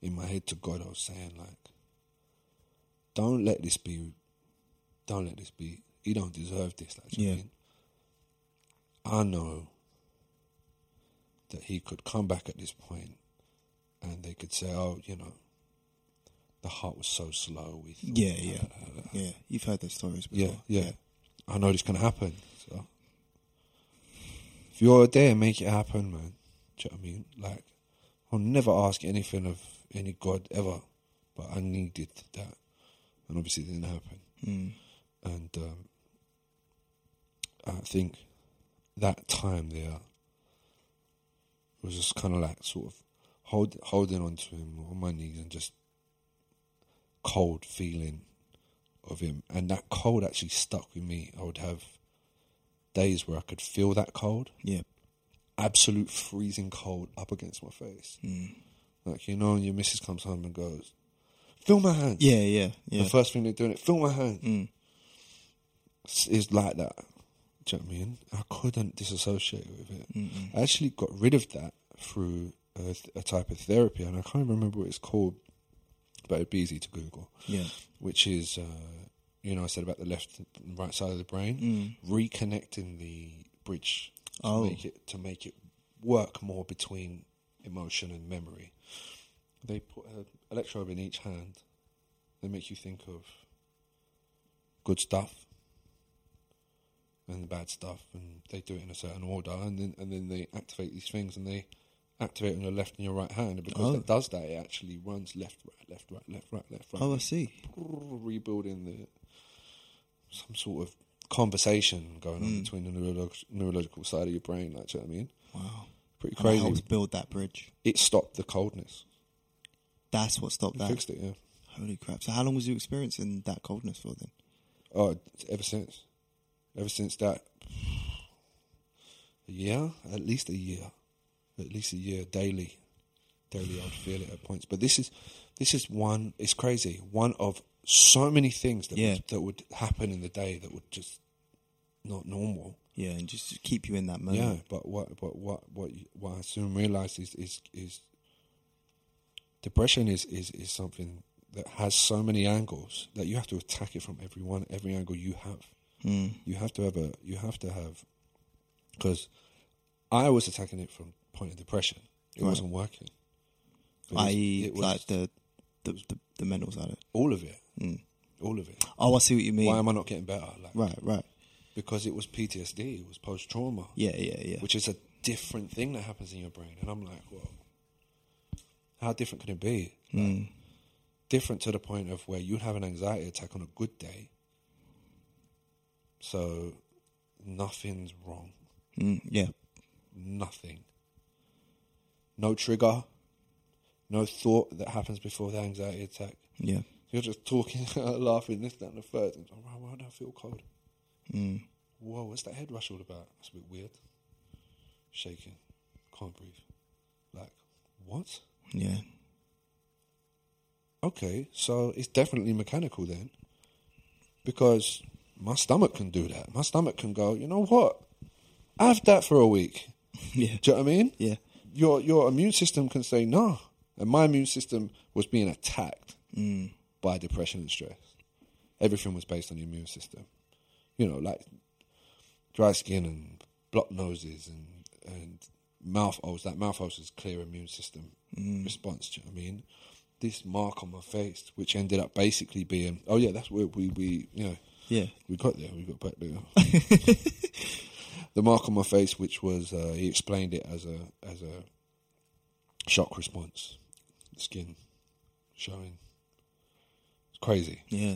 B: in my head to God. I was saying, like, don't let this be, don't let this be. You don't deserve this. Like, do you
A: Yeah.
B: know what I mean? I know that he could come back at this point and they could say, oh, you know, the heart was so slow. uh, We thought,
A: Yeah. Yeah. Yeah. You've heard those stories
B: yeah,
A: before.
B: yeah. I know this can happen. So. If you're there, make it happen, man. Do you know what I mean? Like, I'll never ask anything of any god ever, but I needed that, and obviously it didn't happen.
A: Mm.
B: And um, I think that time there was just kind of like sort of hold, holding on to him on my knees and just cold feeling of him. And that cold actually stuck with me. I would have days where I could feel that cold,
A: Yeah.
B: absolute freezing cold up against my face.
A: Mm.
B: Like, you know, when your missus comes home and goes, Feel my hands.
A: Yeah. Yeah.
B: The
A: Yeah.
B: first thing they're doing it, feel my hands.
A: Mm.
B: It's, it's like that. Do you know what I mean? I couldn't disassociate with it.
A: mm,
B: I actually got rid of that through a, th- a type of therapy, and I can't remember what it's called, but it'd be easy to Google,
A: Yeah.
B: which is uh, you know, I said about the left and right side of the brain, reconnecting the bridge to
A: Mm. Oh.
B: make it to make it work more between emotion and memory. They put an electrode in each hand. They make you think of good stuff and bad stuff, and they do it in a certain order, and then and then they activate these things, and they activate on your left and your right hand, and
A: Oh.
B: because it does that, it actually runs left, right, left, right, left, right, left, right.
A: Oh, I see.
B: Rebuilding the some sort of conversation going
A: Hmm.
B: on between the neurolog- neurological side of your brain, like do you know what I mean?
A: Wow.
B: Pretty
A: And it
B: crazy.
A: helps build that bridge.
B: It stopped the coldness.
A: That's what stopped that.
B: Fixed it, yeah.
A: Holy crap! So how long was you experiencing that coldness for then?
B: Oh, ever since, ever since that, a year, at least a year, at least a year daily, daily I'd feel it at points. But this is, this is one. It's crazy. One of so many things that
A: Yeah.
B: would, that would happen in the day that would just not normal.
A: Yeah, and just keep you in that moment.
B: Yeah, but what but what what you- what I soon realized is is is depression is is is something that has so many angles that you have to attack it from every one every angle you have.
A: Hmm.
B: Mm. You have to have a you have to have because I was attacking it from point of depression. It
A: Right.
B: wasn't working. It was-
A: i.e.,
B: it was
A: E, like the the, the the mental side of it.
B: all of it, all of it.
A: Oh, I see what you mean.
B: Why am I not getting better? Like
A: right, right.
B: because it was PTSD. It was post trauma.
A: Yeah, yeah, yeah.
B: which is a different thing that happens in your brain. And I'm like, well, how different can it be? Like,
A: Mm.
B: Different to the point of where you'd have an anxiety attack on a good day. So nothing's wrong.
A: mm, yeah,
B: Nothing. No trigger. No thought that happens before the anxiety attack.
A: yeah.
B: You're just talking, laughing, this, that, and the third. And, oh, why do I feel cold?
A: Mm.
B: Whoa, what's that head rush all about? That's a bit weird. Shaking. Can't breathe. Like, what?
A: Yeah.
B: Okay, so it's definitely mechanical then. Because my stomach can do that. My stomach can go, you know what? Have that for a week.
A: Yeah.
B: Do you know what I mean?
A: Yeah.
B: Your your immune system can say no. And my immune system was being attacked mm, by depression and stress. Everything was based on the immune system. You know, like dry skin and blocked noses and and mouth holes. That mouth holes is clear immune system response. Do you know what I mean? This mark on my face, which ended up basically being, oh yeah, that's where we we you know
A: Yeah.
B: we got there. We got back there. the mark on my face, which was uh, he explained it as a as a shock response, skin showing. It's crazy.
A: Yeah.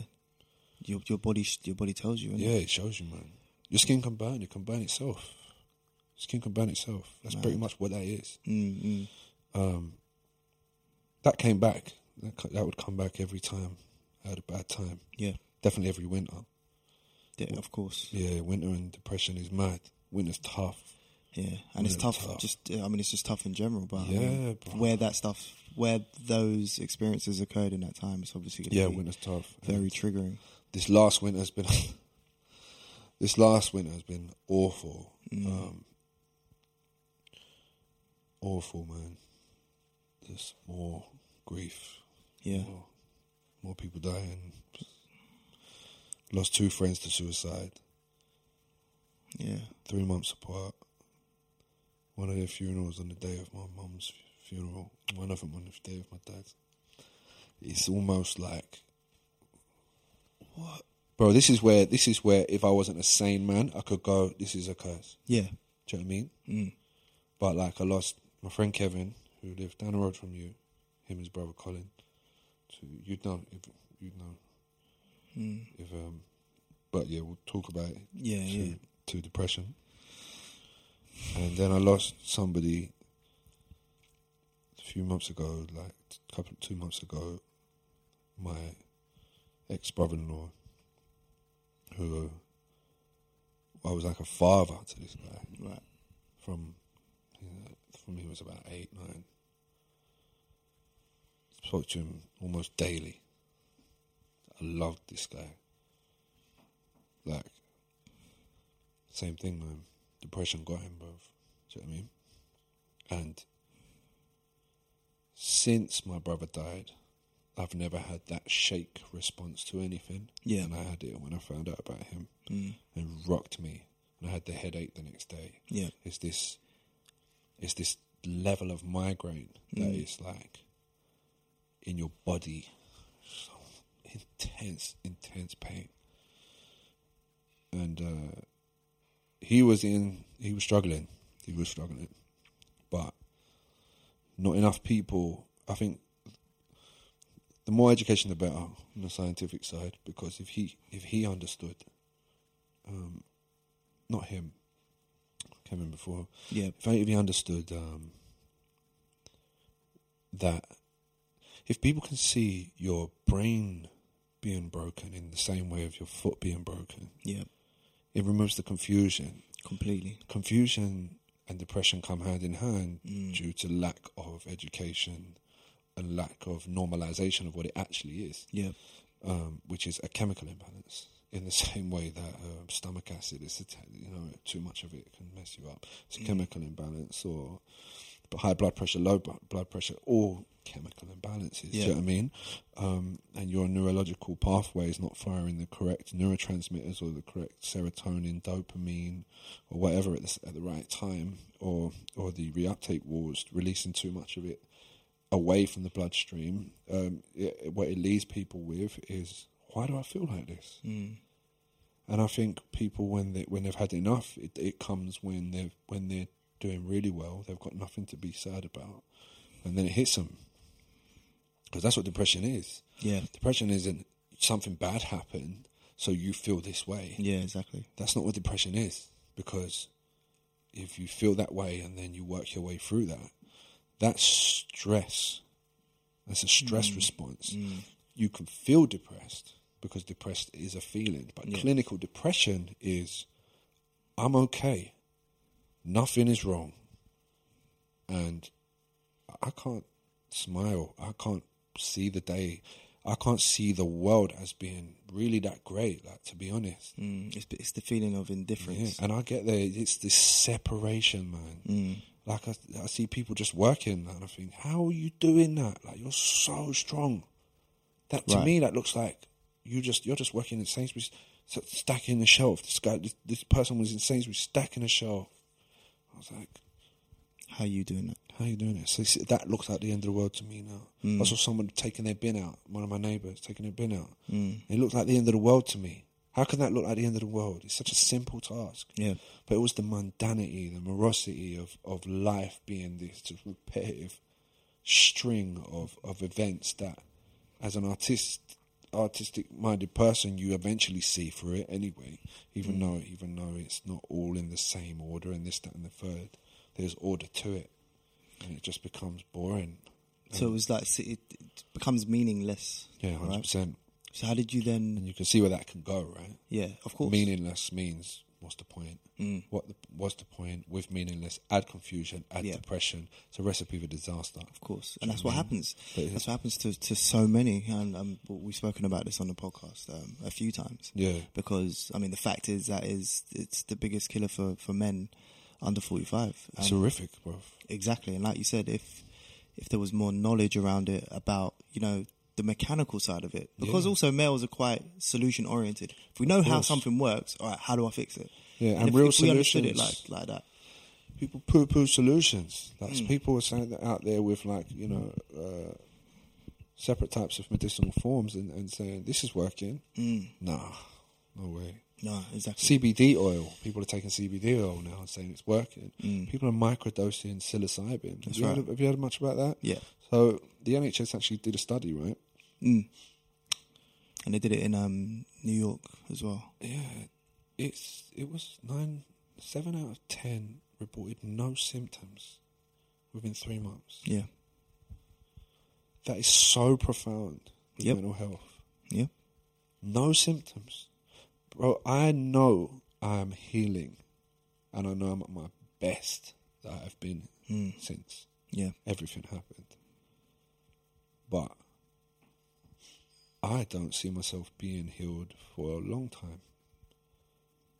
A: Your your body sh- your body tells you. innit?
B: Yeah, it shows you, man. Your skin can burn. It can burn itself. Skin can burn itself. That's pretty much what that is.
A: Mm, mm.
B: Um, that came back. That, co- that would come back every time I had a bad time.
A: Yeah.
B: Definitely every winter.
A: Yeah. Of course.
B: Yeah, winter and depression is mad. Winter's tough.
A: Yeah. And it's
B: Yeah,
A: tough.
B: tough.
A: Just I mean, it's just tough in general. But I
B: Yeah,
A: mean,
B: bro.
A: where that stuff, where those experiences occurred in that time, it's obviously going to
B: Yeah,
A: be
B: winter's tough.
A: very triggering.
B: this last winter has been this last winter has been awful. Um, awful, man. Just more grief,
A: Yeah.
B: more, more people dying. Lost two friends to suicide,
A: Yeah.
B: three months apart. One of their funerals on the day of my mum's funeral. One of them on the day of my dad's. It's almost like
A: What?
B: Bro, this is where this is where if I wasn't a sane man, I could go. This is a curse.
A: Yeah.
B: Do you know what I mean?
A: Mm.
B: But like, I lost my friend Kevin, who lived down the road from you, him and his brother Colin. So you'd know if you'd know
A: Mm.
B: if um. But yeah, we'll talk about it
A: Yeah.
B: to,
A: Yeah.
B: to depression. And then I lost somebody a few months ago, like a couple two months ago, my ex brother in law, who I was like a father to this guy
A: Right.
B: from you know, from he was about eight, nine. Spoke to him almost daily. I loved this guy. Like, same thing, man. Depression got him, bro. Do you know what I mean? And since my brother died, I've never had that shake response to anything.
A: Yeah.
B: And I had it when I found out about him.
A: Mm.
B: It rocked me. And I had the headache the next day.
A: Yeah.
B: It's this it's this level of migraine that
A: Mm.
B: is like in your body. So intense, intense pain. And uh he was in he was struggling. He was struggling. But not enough people I think the more education the better on the scientific side because if he if he understood um not him Kevin before
A: Yeah.
B: if only if he understood um that if people can see your brain being broken in the same way of your foot being broken
A: Yeah.
B: it removes the confusion
A: Completely.
B: confusion and depression come hand in hand
A: Mm.
B: due to lack of education and lack of normalization of what it actually is,
A: Yeah.
B: um, which is a chemical imbalance. In the same way that um, stomach acid is, a te- you know, too much of it can mess you up. It's a chemical imbalance, or but high blood pressure, low bu- blood pressure, all chemical imbalances. Do
A: Yeah.
B: you know what I mean? Um, and your neurological pathway is not firing the correct neurotransmitters or the correct serotonin, dopamine, or whatever at the, s- at the right time, or or the reuptake walls releasing too much of it away from the bloodstream. Um, it, what it leaves people with is why do I feel like this?
A: Mm.
B: And I think people when they when they've had enough, it, it comes when they when they're doing really well, they've got nothing to be sad about, and then it hits them because that's what depression is.
A: Yeah.
B: Depression isn't something bad happened, so you feel this way.
A: Yeah. Exactly.
B: That's not what depression is because if you feel that way and then you work your way through that, that's stress. That's a stress response. You can feel depressed because depressed is a feeling, but
A: Yeah.
B: clinical depression is I'm okay, nothing is wrong, and I can't smile. I can't see the day. I can't see the world as being really that great. Like to be honest,
A: Mm. It's it's the feeling of
B: yeah,
A: indifference.
B: and I get there. It's this separation, man.
A: Mm.
B: Like I, I see people just working, and I think, how are you doing that? Like you're so strong. That to
A: Right.
B: me, that looks like you just you're just working in Sainsbury's, so- stacking the shelf. This guy, this, this person was in Sainsbury's stacking a shelf. I was like,
A: How you doing that?
B: how you doing it? So it's- that looks like the end of the world to me now.
A: Mm.
B: I saw someone taking their bin out. One of my neighbours taking their bin out.
A: Mm.
B: It looked like the end of the world to me. How can that look like the end of the world? It's such a simple task.
A: Yeah.
B: But it was the mundanity, the morosity of, of life being this just repetitive string of, of events that, as an artist, artistic minded person, you eventually see through it anyway. Even though even though it's not all in the same order and this that and the third, there's order to it, and it just becomes boring.
A: So it was like so it, it becomes meaningless.
B: Yeah, hundred
A: Right?
B: percent.
A: So how did you
B: And
A: then?
B: you can see where that can go, right?
A: Yeah. Of course.
B: Meaningless means what's the point?
A: Mm.
B: What the, what's the point with meaningless? Add confusion, add
A: Yeah.
B: depression. It's a recipe for disaster.
A: Of course, and that's what happens.
B: But it-
A: That's what happens to, to so many, and um, we've spoken about this on the podcast um, a few times.
B: Yeah,
A: Because I mean, the fact is that is it's the biggest killer for, for men under forty five.
B: it's horrific, bro.
A: Exactly, and like you said, if if there was more knowledge around it about you know the mechanical side of it, because
B: Yeah.
A: also males are quite solution oriented. If we know how
B: course.
A: something works, all right, how do I fix it?
B: Yeah, and
A: if,
B: real
A: if we understood it like
B: solutions.
A: like that.
B: People poo poo solutions. That's people are saying that out there with like you know uh, separate types of medicinal forms and, and saying this is working.
A: Mm.
B: Nah, no way.
A: No, exactly.
B: CBD oil. People are taking CBD oil now and saying it's working.
A: Mm.
B: People are microdosing psilocybin. Have
A: That's
B: you, heard
A: right.
B: of- have you heard much about that?
A: Yeah,
B: So the NHS actually did a study, right?
A: mm. and they did it in um, New York as well.
B: Yeah, it's it was nine, seven out of ten reported no symptoms within three months.
A: Yeah,
B: That is so profound with
A: Yep.
B: mental health.
A: yeah,
B: No symptoms, bro. I know I'm healing, and I know I'm at my best that I've been
A: mm.
B: since
A: yeah,
B: everything happened. But I don't see myself being healed for a long time.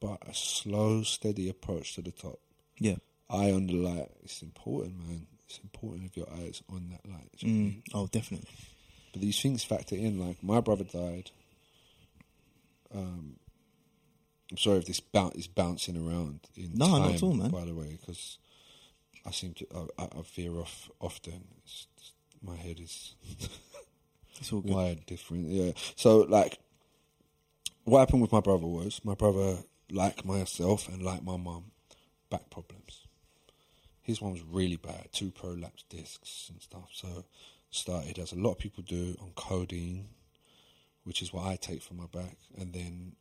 B: But a slow, steady approach to the top.
A: yeah.
B: Eye on the light. It's important, man. It's important if your eyes on that light.
A: Mm. Oh, definitely.
B: But these things factor in. Like my brother died. Um, I'm sorry if this bounce is bouncing around in
A: No,
B: time.
A: not at all, man.
B: By the way, because I seem to I, I- I veer off often. It's, it's- my head is
A: It's all good.
B: wired different. Yeah. So like, what happened with my brother was my brother, like myself and like my mum, back problems. His one was really bad, two prolapse discs and stuff. So started as a lot of people do on codeine, which is what I take for my back, and then.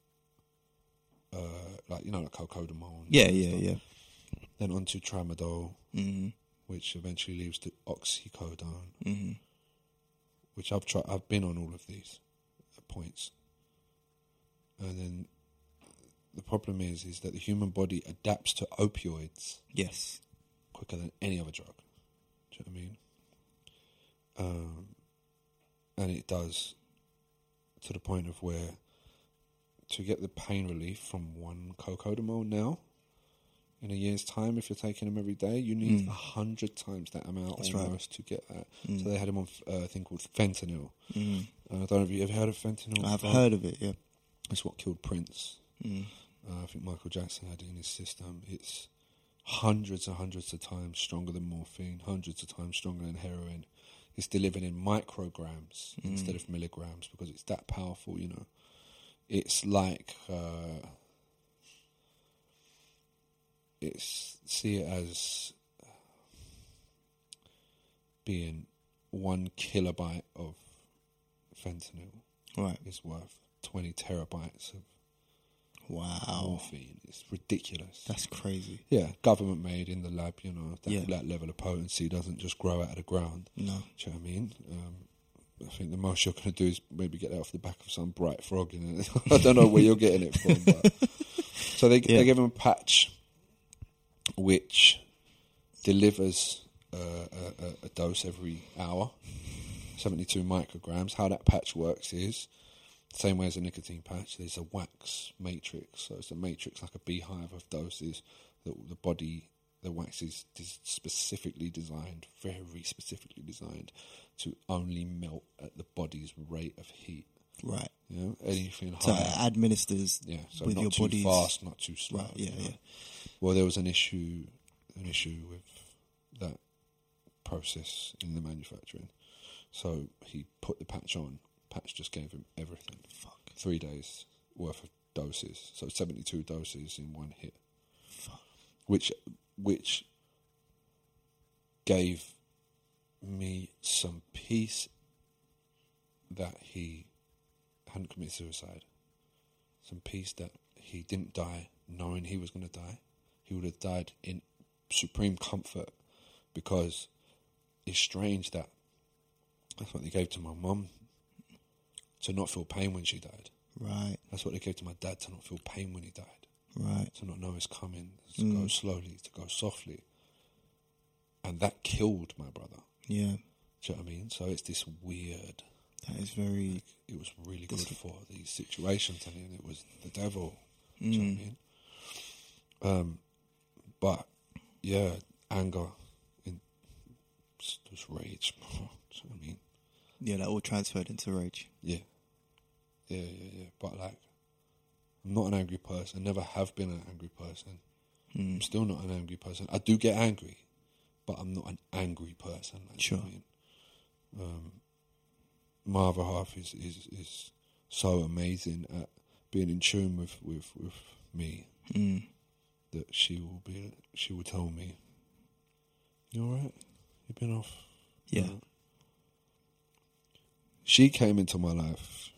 B: Uh, like you know, like cocodamol. and
A: Yeah,
B: stuff.
A: yeah, yeah.
B: Then onto tramadol,
A: Mm,
B: which eventually leads to oxycodone,
A: mm,
B: which I've tried. I've been on all of these points, and then the problem is is that the human body adapts to opioids
A: yes.
B: quicker than any other drug. Do you know what I mean? Um, and it does to the point of where to get the pain relief from one cocodamol now. In a year's time, if you're taking them every day, you need a hundred times that amount
A: Hmm. That's right. Hmm.
B: almost to get that. So they had him on uh, a thing called fentanyl.
A: Mm.
B: Uh, I don't know if you ever heard of fentanyl.
A: I have
B: But
A: heard of it. Yeah.
B: It's what killed Prince.
A: Mm.
B: Uh, I think Michael Jackson had it in his system. It's hundreds and hundreds of times stronger than morphine, hundreds of times stronger than heroin. It's delivered in micrograms instead of milligrams because it's that powerful, you know. It's like, uh, it's see it as being one kilobyte of fentanyl
A: Right.
B: is worth 20 terabytes of
A: Wow.
B: morphine. It's ridiculous.
A: Oh. That's crazy.
B: yeah, government made in the lab, you know, that,
A: Yeah.
B: that level of potency doesn't just grow out of the ground.
A: No.
B: Do you know what I mean? Um, I think the most you're going to do is maybe get that off the back of some bright frog. You know? I don't know where you're getting it from. But. So they,
A: Yeah.
B: they give him a patch which delivers uh, a, a, a dose every hour, 72 micrograms. How that patch works is same way as a nicotine patch, there's a wax matrix. So it's a matrix like a beehive of doses that the body, the wax is des- specifically designed, very specifically designed, to only melt at the body's rate of heat.
A: Right.
B: You know, anything
A: So
B: higher.
A: it administers
B: yeah, so
A: with
B: not
A: your
B: too
A: body's
B: fast, not too slow.
A: Right. Yeah.
B: you know.
A: Yeah.
B: Well, there was an issue, an issue with that process in the manufacturing. So he put the patch on. Patch just gave him everything.
A: Fuck.
B: Three days worth of doses. So seventy-two doses in one hit,
A: Fuck.
B: which which gave me some peace that he hadn't committed suicide. Some peace that he didn't die knowing he was going to die. He would have died in supreme comfort because it's strange that that's what they gave to my mum to not feel pain when she died.
A: Right.
B: That's what they gave to my dad to not feel pain when he died
A: Right.
B: to not know it's coming, to go slowly, to go softly. And that killed my brother.
A: Yeah.
B: Do you know what I mean? So it's this weird.
A: That is very.
B: It was really good for these situations, and then it was the devil. Do you know
A: mm.
B: what I mean? Um, but yeah, anger, in, just just rage. Do you know what I mean?
A: Yeah. That all transferred into rage.
B: Yeah. Yeah, yeah, yeah. But like, I'm not an angry person. Never have been an angry person. I'm
A: Mm.
B: still not an angry person. I do get angry, but I'm not an angry person. Like,
A: Sure.
B: I mean? um, my other half is, is, is so amazing at being in tune with, with, with me
A: Mm.
B: that she will be. She will tell me, "You all right? You've been off."
A: Yeah.
B: Mm. She came into my life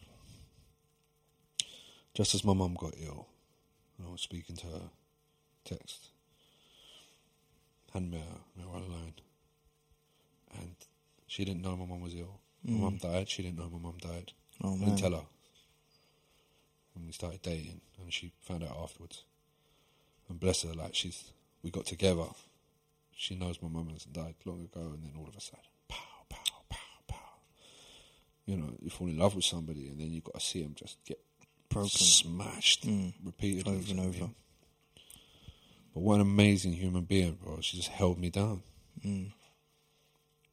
B: just as my mum got ill, and I was speaking to her, text, hand me her, we were alone, and she didn't know my mum was ill. My
A: Mm.
B: mum died. She didn't know my mum died.
A: Oh
B: I
A: man.
B: didn't tell her. And we started dating, and she found out afterwards. And bless her, like she's, we got together. She knows my mum has died long ago, and then all of a sudden, pow, pow, pow, pow. You know, you fall in love with somebody, and then you got to see them just get
A: Broken.
B: smashed
A: Mm.
B: repeatedly,
A: Over
B: do you
A: and
B: know what I
A: over.
B: mean? But what an amazing human being, bro. She just held me down.
A: Mm.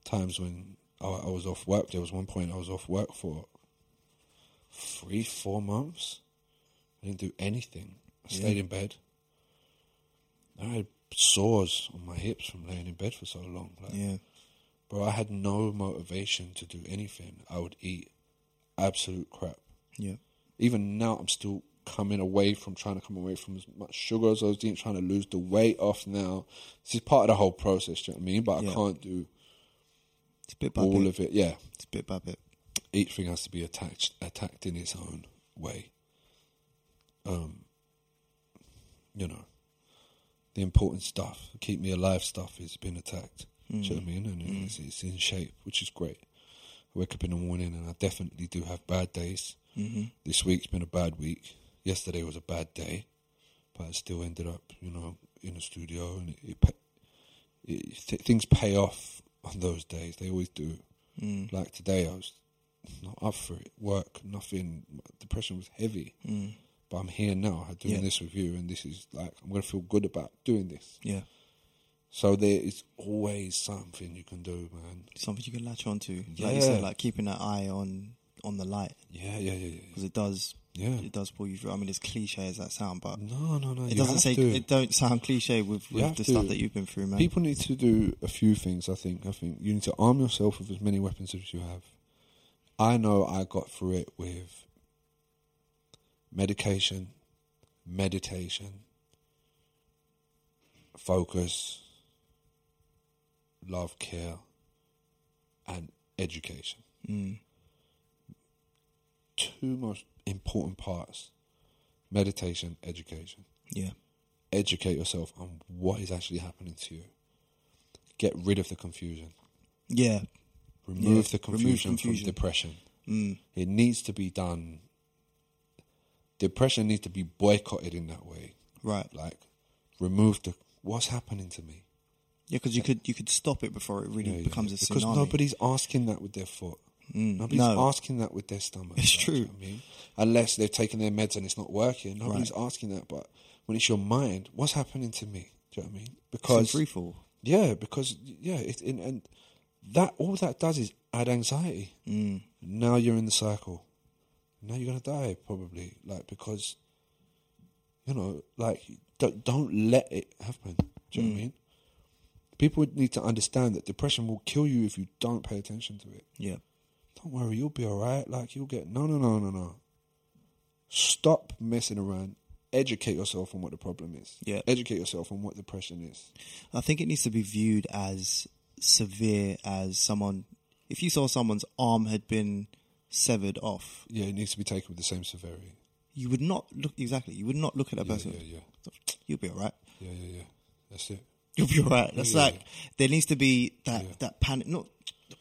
B: Times when I, I was off work. There was one point I was off work for three, four months. I didn't do anything. I stayed in bed. I had sores on my hips from laying in bed for so long. Like,
A: Yeah.
B: Bro, I had no motivation to do anything. I would eat absolute crap.
A: Yeah.
B: Even now, I'm still coming away from trying to come away from as much sugar as I was eating, trying to lose the weight off now. This is part of the whole process, do you know what I mean? But I
A: Yeah.
B: can't do
A: It's bit by
B: all
A: bit.
B: of it. Yeah,
A: It's bit by bit.
B: each thing has to be attacked attacked in its own way. Um, you know, the important stuff, keep me alive stuff, is being attacked. Do you know what I mean? And it's, it's in shape, which is great. I wake up in the morning, and I definitely do have bad days. Mm-hmm. This week's been a bad week. Yesterday was a bad day, but I still ended up, you know, in the studio, and it, it, pa- it th- things pay off on those days. They always do.
A: Mm,
B: Like today, I was not up for it. Work, nothing. My Depression was heavy. Mm. But I'm here now. I'm doing
A: Yeah.
B: this with you, and this is like I'm gonna feel good about doing this.
A: Yeah.
B: So there is always something you can do, man.
A: Something you can latch onto. Like you
B: Yeah.
A: said, like keeping that eye on on the light
B: Yeah, yeah, yeah, yeah.
A: because it does
B: yeah.
A: it does pull you through. I mean, as cliche as that sound, but
B: No, no, no.
A: it
B: you
A: doesn't
B: have
A: say
B: to.
A: it don't sound cliche with,
B: You
A: with
B: have
A: the
B: to.
A: stuff that you've been through, man.
B: People need to do a few things. I think. I think you need to arm yourself with as many weapons as you have. I know I got through it with medication, meditation, focus, love, care, and education.
A: Mm.
B: Two most important parts: meditation, education.
A: Yeah.
B: Educate yourself on what is actually happening to you. Get rid of the confusion.
A: Yeah. Yeah,
B: Remove the
A: remove
B: confusion,
A: confusion.
B: from depression.
A: Mm.
B: It needs to be done. Depression needs to be boycotted in that way.
A: Right.
B: Like, remove the what's happening to me.
A: Yeah, because you could you could stop it before it really
B: Yeah, yeah,
A: becomes
B: yeah.
A: a
B: because
A: tsunami.
B: nobody's asking that with their foot.
A: Mm,
B: Nobody's
A: no.
B: asking that with their stomach.
A: It's
B: like, do you
A: true.
B: know what I mean? Unless they've taken their meds and it's not working, nobody's asking that. But when it's your mind, what's happening to me? Do you know what I mean?
A: It's
B: Because
A: in free fall.
B: Yeah, because yeah, it, and, and that all that does is add anxiety. Mm. Now you're in the cycle. Now you're gonna die probably, like because you know, like don't, don't let it happen. Do you know what I mean? People would need to understand that depression will kill you if you don't pay attention to it.
A: Yeah.
B: Don't worry, you'll be all right. Like you'll get no, no, no, no, no. Stop messing around. Educate yourself on what the problem is.
A: Yeah.
B: Educate yourself on what depression is.
A: I think it needs to be viewed as severe as someone. If you saw someone's arm had been severed off,
B: Yeah, it needs to be taken with the same severity.
A: you would not look exactly. You would not look at that
B: Yeah,
A: person.
B: yeah, yeah,
A: You'll be all right.
B: yeah, yeah, yeah. That's it.
A: You'll be all right. That's
B: Yeah.
A: like there needs to be that
B: Yeah.
A: that panic, not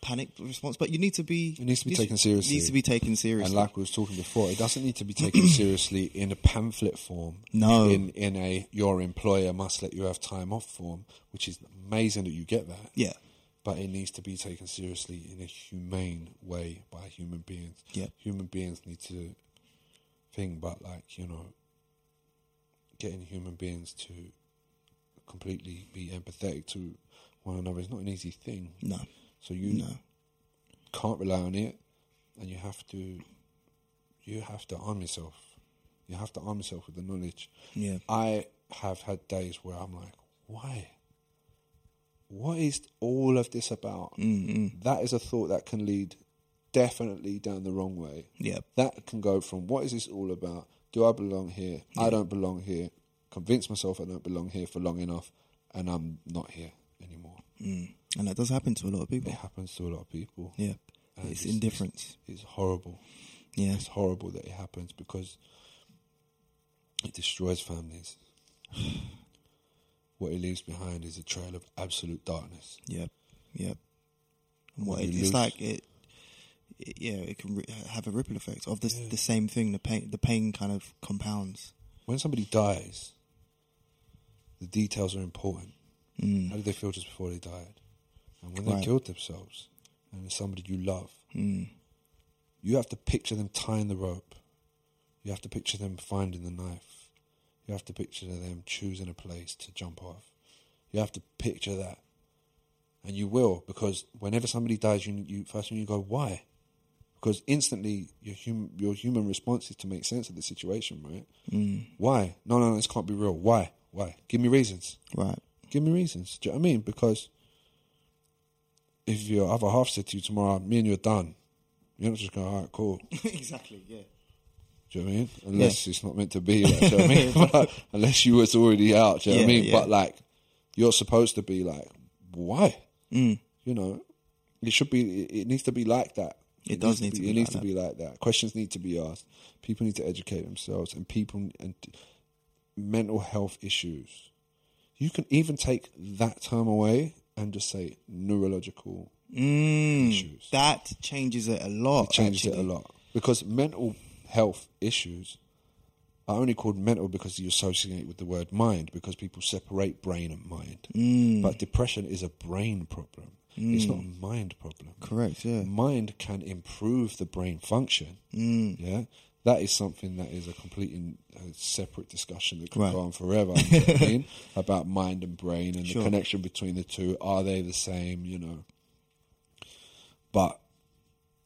A: panic response, but you need to be.
B: It needs to be
A: needs-
B: taken seriously.
A: Needs to be taken seriously.
B: And like we was talking before, it doesn't need to be taken seriously in a pamphlet form.
A: No.
B: in in a your employer must let you have time off form, which is amazing that you get that.
A: yeah.
B: But it needs to be taken seriously in a humane way by human beings.
A: Yeah.
B: Human beings need to think about like, you know, getting human beings to completely be empathetic to one another is not an easy thing.
A: No.
B: So you
A: No.
B: can't rely on it, and you have to you have to arm yourself. You have to arm yourself with the knowledge.
A: Yeah.
B: I have had days where I'm like, why? What is all of this about? That is a thought that can lead definitely down the wrong way.
A: Yeah.
B: That can go from what is this all about? Do I belong here? I don't belong here. Convince myself I don't belong here for long enough, and I'm not here anymore.
A: Mm. And that does happen to a lot of
B: It
A: people.
B: happens to a lot of people.
A: Yeah.
B: And
A: It's
B: it's-
A: indifference.
B: It's horrible.
A: Yeah.
B: It's horrible that it happens because it destroys families. what it leaves behind is a trail of absolute darkness.
A: Yep, yep. And what
B: When
A: it,
B: you
A: it's
B: lose-
A: like it, it- yeah, it can ri have a ripple effect of this the same thing. The pain, the pain kind of compounds.
B: When somebody dies, the details are important.
A: Mm.
B: How did they feel just before they died? And when
A: Right.
B: they killed themselves, and it's somebody you love,
A: Mm.
B: you have to picture them tying the rope. You have to picture them finding the knife. You have to picture them choosing a place to jump off. You have to picture that. and you will because whenever somebody dies, you you first thing you go why, because instantly your hum, your human response is to make sense of the situation, right? Mm. Why? No, no, no, this can't be real. Why? Why? Give me reasons.
A: Right.
B: Give me reasons. Do you know what I mean? Because if your other half said to you tomorrow, me and you are done, you're not just going, all right, cool.
A: exactly. Yeah.
B: Do you know what I mean? Unless it's not meant to be, like, do you know what I mean? But unless you was already out, do you know what I
A: Yeah,
B: mean?
A: yeah.
B: But like, you're supposed to be like, why?
A: Mm.
B: You know, it should be. It, it needs to be like that.
A: It does need
B: needs
A: to
B: It
A: be
B: needs
A: like
B: to
A: that.
B: be like that. Questions need to be asked. People need to educate themselves, and people and mental health issues. You can even take that term away and just say neurological
A: Mm.
B: Issues.
A: That changes it a lot.
B: it changes
A: actually.
B: it a lot because mental health issues are only called mental because you associate with the word mind because people separate brain and mind. But depression is a brain problem. It's not a mind problem.
A: Correct. Yeah.
B: Mind can improve the brain function. Yeah. That is something that is a completely uh, separate discussion that could
A: Right.
B: go on forever. you know what I mean? About mind and brain and the connection between the two. Are they the same? You know. But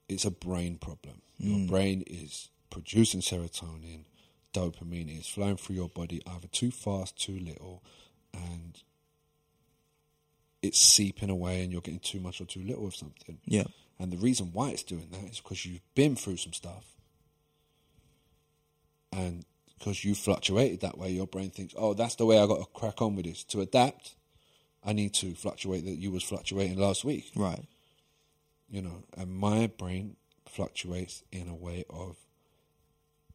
B: it's a brain problem. Your brain is producing serotonin, dopamine is flowing through your body either too fast, too little, and it's seeping away, and you're getting too much or too little of something.
A: Yeah.
B: And the reason why it's doing that is because you've been through some stuff. And because you fluctuated that way, your brain thinks, oh, that's the way I got to crack on with this. To adapt, I need to fluctuate that you was fluctuating last week.
A: Right.
B: You know, and my brain fluctuates in a way of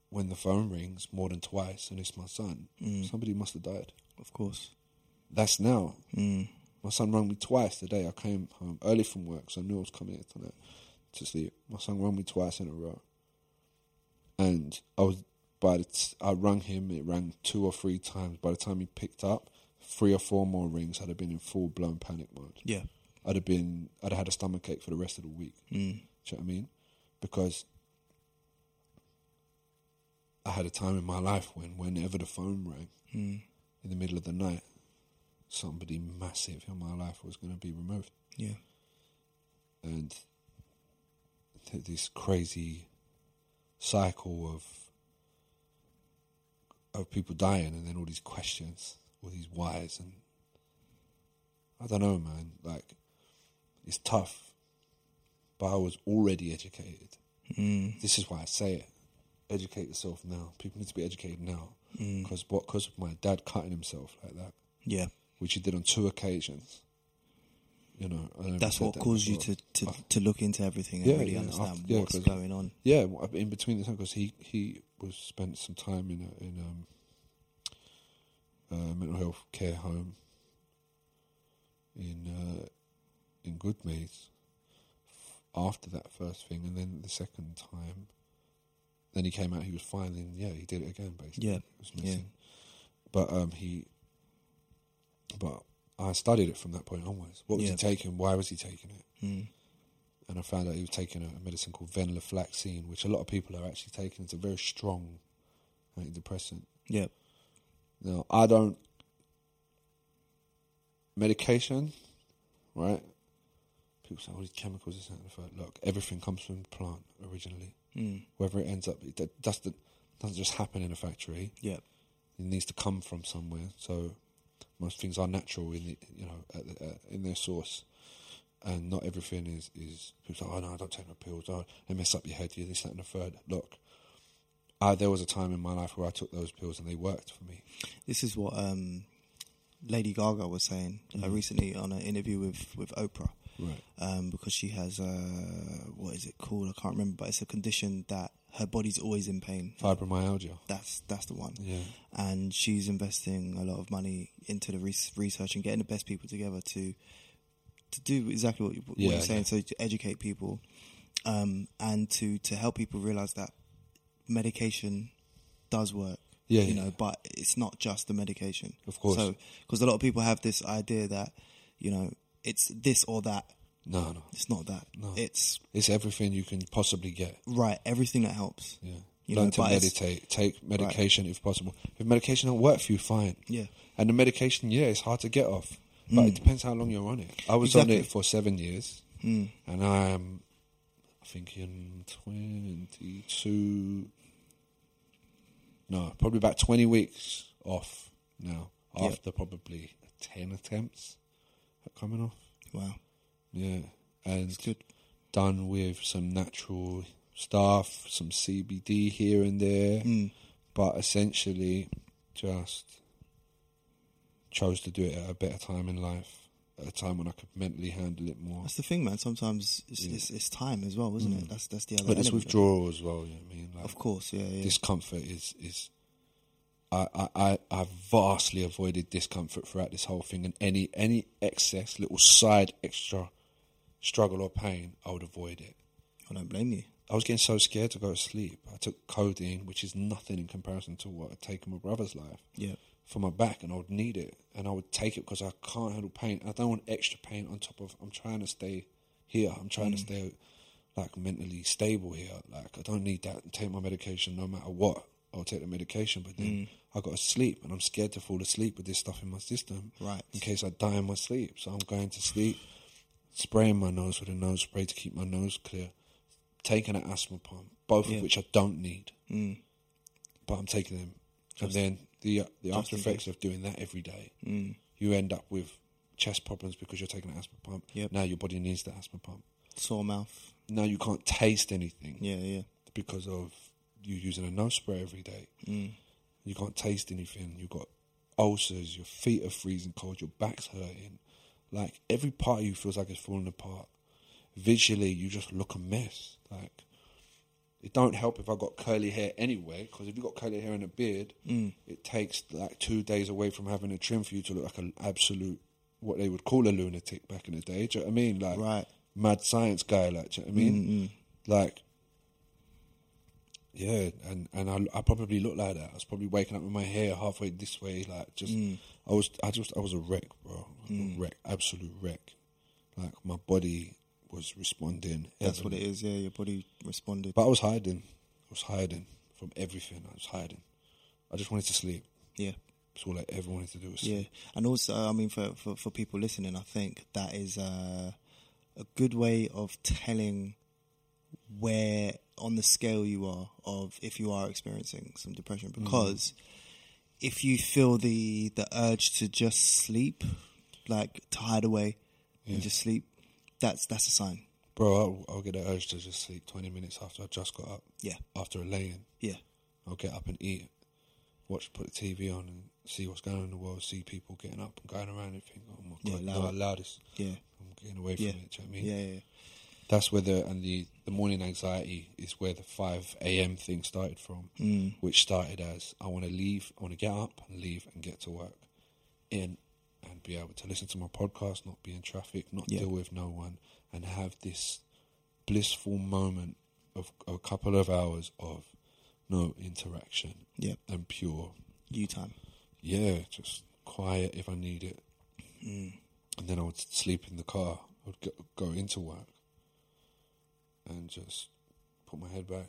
B: when the phone rings more than twice and it's my son, somebody must have died.
A: Of course.
B: That's now. Mm. My son rang me twice today. I came home early from work, so I knew I was coming here tonight to sleep. My son rang me twice in a row, and I was by the t- I rang him. It rang two or three times. By the time he picked up, three or four more rings. I'd have been in full blown panic mode.
A: Yeah.
B: I'd have been I'd have had a stomach ache for the rest of the week. Mm. Do you know what I mean? Because I had a time in my life when whenever the phone rang
A: Mm.
B: in the middle of the night, somebody massive in my life was going to be removed,
A: Yeah.
B: and th- this crazy cycle of of people dying, and then all these questions, all these whys, and I don't know, man. Like it's tough, but I was already educated. Mm. This is why I say it: educate yourself now. People need to be educated now because what? Because of my dad cutting himself like that
A: Yeah.
B: which he did on two occasions. You know, I never
A: That's
B: said
A: what
B: that
A: caused you
B: before.
A: to, to, to look into everything and
B: Yeah,
A: really
B: yeah,
A: understand
B: after- yeah,
A: what's
B: 'cause-
A: going on.
B: Yeah, well, in between the time because he he was spent some time in a, in um, a mental health care home in uh, in Goodmeads after that first thing, and then the second time, then he came out. He was fine. Then yeah, he did it again. Basically,
A: Yeah,
B: It was
A: yeah.
B: nothing. But um, he, but I studied it from that point onwards. What was
A: Yeah.
B: he taking? Why was he taking it?
A: Mm.
B: and I found out he was taking a, a medicine called venlafaxine, which a lot of people are actually taking. It's a very strong antidepressant.
A: Yeah.
B: Now, I don't medication, right? People say all these chemicals, this that, and the third. Look, everything comes from the plant originally.
A: Mm.
B: Whether it ends up, it do- doesn't doesn't just happen in a factory.
A: Yeah.
B: It needs to come from somewhere. So most things are natural in the, you know at the, uh, in their source, and not everything is is people say, oh no, I don't take no pills. Oh, they mess up your head. You this that and the third. Look, I, there was a time in my life where I took those pills and they worked for me.
A: This is what um, Lady Gaga was saying uh, recently on an interview with, with Oprah.
B: Right.
A: um, because she has uh, what is it called? I can't remember, but it's a condition that her body's always in pain.
B: Fibromyalgia.
A: That's that's the one.
B: Yeah.
A: And she's investing a lot of money into the res- research and getting the best people together to to do exactly what, you, what
B: Yeah,
A: you're saying. So to educate people um, and to to help people realize that medication does work.
B: Yeah,
A: you
B: yeah.
A: know, but it's not just the medication.
B: Of course.
A: So because a lot of people have this idea that you know it's this or that.
B: No, no.
A: It's not that. It's
B: It's everything you can possibly get.
A: right. Everything that helps.
B: Yeah.
A: You
B: Learn
A: know,
B: to
A: but it's-
B: meditate. Take medication if possible. If medication don't work for you, fine.
A: Yeah.
B: And the medication, yeah, it's hard to get off. But it depends how long you're on it. I was
A: Hmm. Exactly. Hmm.
B: on it for seven years, and I'm, I think, in 22, no, probably about 20 weeks off now,
A: Yeah.
B: after probably 10 attempts at coming off.
A: Wow.
B: Yeah, and done with some natural stuff, some CBD here and there,
A: Hmm.
B: but essentially just chose to do it at a better time in life, at a time when I could mentally handle it more.
A: That's the thing, man. Sometimes it's, it's, it's time as well, isn't it? That's that's the other.
B: Mm. But it's
A: element of it.
B: withdrawal as well. You know what I mean, like
A: Of course, yeah, yeah.
B: discomfort is is. I, I, I I've vastly avoided discomfort throughout this whole thing, and any any excess, little side extra struggle or pain, I would avoid it.
A: I don't blame you.
B: I was getting so scared to go to sleep. I took codeine, which is nothing in comparison to what I'd taken my brother's life
A: Yeah,
B: for my back, and I would need it, and I would take it because I can't handle pain. I don't want extra pain on top of. I'm trying to stay here. I'm trying to stay like mentally stable here. Like I don't need that. Take my medication no matter what. I'll take the medication, but then I got to sleep, and I'm scared to fall asleep with this stuff in my system.
A: Right.
B: In case I die in my sleep, so I'm going to sleep, spraying my nose with a nose spray to keep my nose clear, taking an asthma pump, both
A: Yeah. Mm.
B: of which I don't need but I'm taking them. And then the uh, the after
A: in
B: effects of doing that every day, mm. you end up with chest problems because you're taking an asthma pump.
A: Yep.
B: Now your body needs the asthma pump.
A: sore mouth.
B: Now you can't taste anything
A: Yeah, yeah.
B: because of you using a nose spray every day. Mm. You can't taste anything. You've got ulcers. Your feet are freezing cold. Your back's hurting. Like every part of you feels like it's falling apart. Visually, you just look a mess. Like it don't help if I got curly hair anyway, because if you got curly hair and a beard, it takes like two days away from having a trim for you to look like an absolute what they would call a lunatic back in the day. Do you know what I mean? Like
A: Right.
B: mad science guy, like do you know what I mean?
A: Mm-hmm.
B: Like yeah, and and I, I probably looked like that. I was probably waking up with my hair halfway this way, like just
A: Mm.
B: I was I just I was a wreck, bro, I was a wreck, absolute wreck. Like my body was responding.
A: That's
B: heavily.
A: what it is. Yeah, your body responded.
B: But I was hiding. I was hiding from everything. I was hiding. I just wanted to sleep.
A: yeah,
B: That's all I ever wanted to do was
A: yeah.
B: sleep.
A: And also, I mean, for for, for people listening, I think that is uh, a good way of telling where on the scale you are of if you are experiencing some depression
B: Mm.
A: because if you feel the the urge to just sleep like to hide away and just sleep that's that's a sign
B: Bro, I'll, I'll get the urge to just sleep 20 minutes after I just got up.
A: yeah
B: After a lay in.
A: yeah
B: I'll get up and eat. Watch, put the TV on and see what's going on in the world. See people getting up and going around and think, oh my
A: Yeah,
B: God,
A: loud.
B: no, I allow this.
A: yeah
B: I'm getting away from
A: Yeah.
B: it. Do you know what I mean?
A: yeah yeah, yeah.
B: That's where the, and the, the morning anxiety is where the 5 a.m. thing started from, mm. which started as I want to leave, I want to get up and leave and get to work. in and be able to listen to my podcast, not be in traffic, not
A: Yeah.
B: deal with no one, and have this blissful moment of a couple of hours of no interaction
A: Yeah.
B: and pure,
A: you time
B: yeah, just quiet if I need it.
A: Mm,
B: And then I would sleep in the car, I would go, go into work and just put my head back,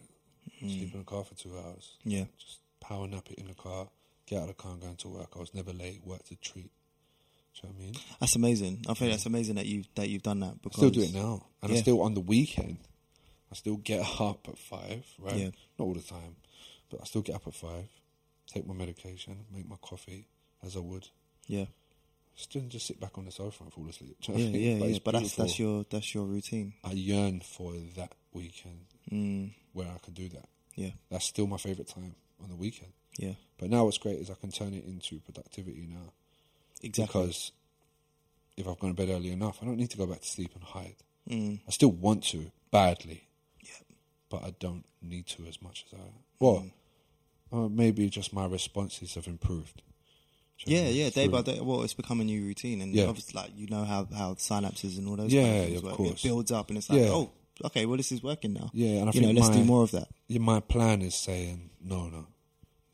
A: Hmm.
B: sleep in the car for two hours
A: mm. yeah
B: just power nap it in the car, get out of the car and go into work. I was never late, worked a treat. Do you know what I mean?
A: That's amazing. I think that's amazing that you that you've done that.
B: I
A: Because
B: still do it now. And I
A: Yeah.
B: still, on the weekend, I still get up at five, right?
A: Yeah.
B: Not all the time, but I still get up at five, take my medication, make my coffee as I would.
A: Yeah,
B: Still just sit back on the sofa and fall asleep. Do you know
A: yeah,
B: what I mean?
A: yeah, yeah.
B: it's
A: But that's that's
B: beautiful.
A: your that's your routine.
B: I yearn for that weekend
A: Mm,
B: where I can do that.
A: yeah,
B: That's still my favourite time on the weekend.
A: yeah,
B: But now what's great is I can turn it into productivity now.
A: exactly.
B: because if I've gone to bed early enough, I don't need to go back to sleep and hide.
A: Mm,
B: I still want to badly,
A: yeah,
B: but I don't need to as much as I. Well,
A: Mm.
B: uh, maybe just my responses have improved. Do you
A: yeah,
B: know what I mean?
A: yeah. Day by
B: Through-
A: day, well, it's become a new routine, and
B: Yeah.
A: obviously, like you know how how synapses and all those
B: Yeah,
A: kind things
B: of
A: work.
B: course.
A: It builds up, and it's like,
B: Yeah.
A: oh, okay, well, this is working now.
B: Yeah, and I
A: you know,
B: think
A: let's do
B: my-
A: more of that.
B: Yeah, my plan is saying no, no.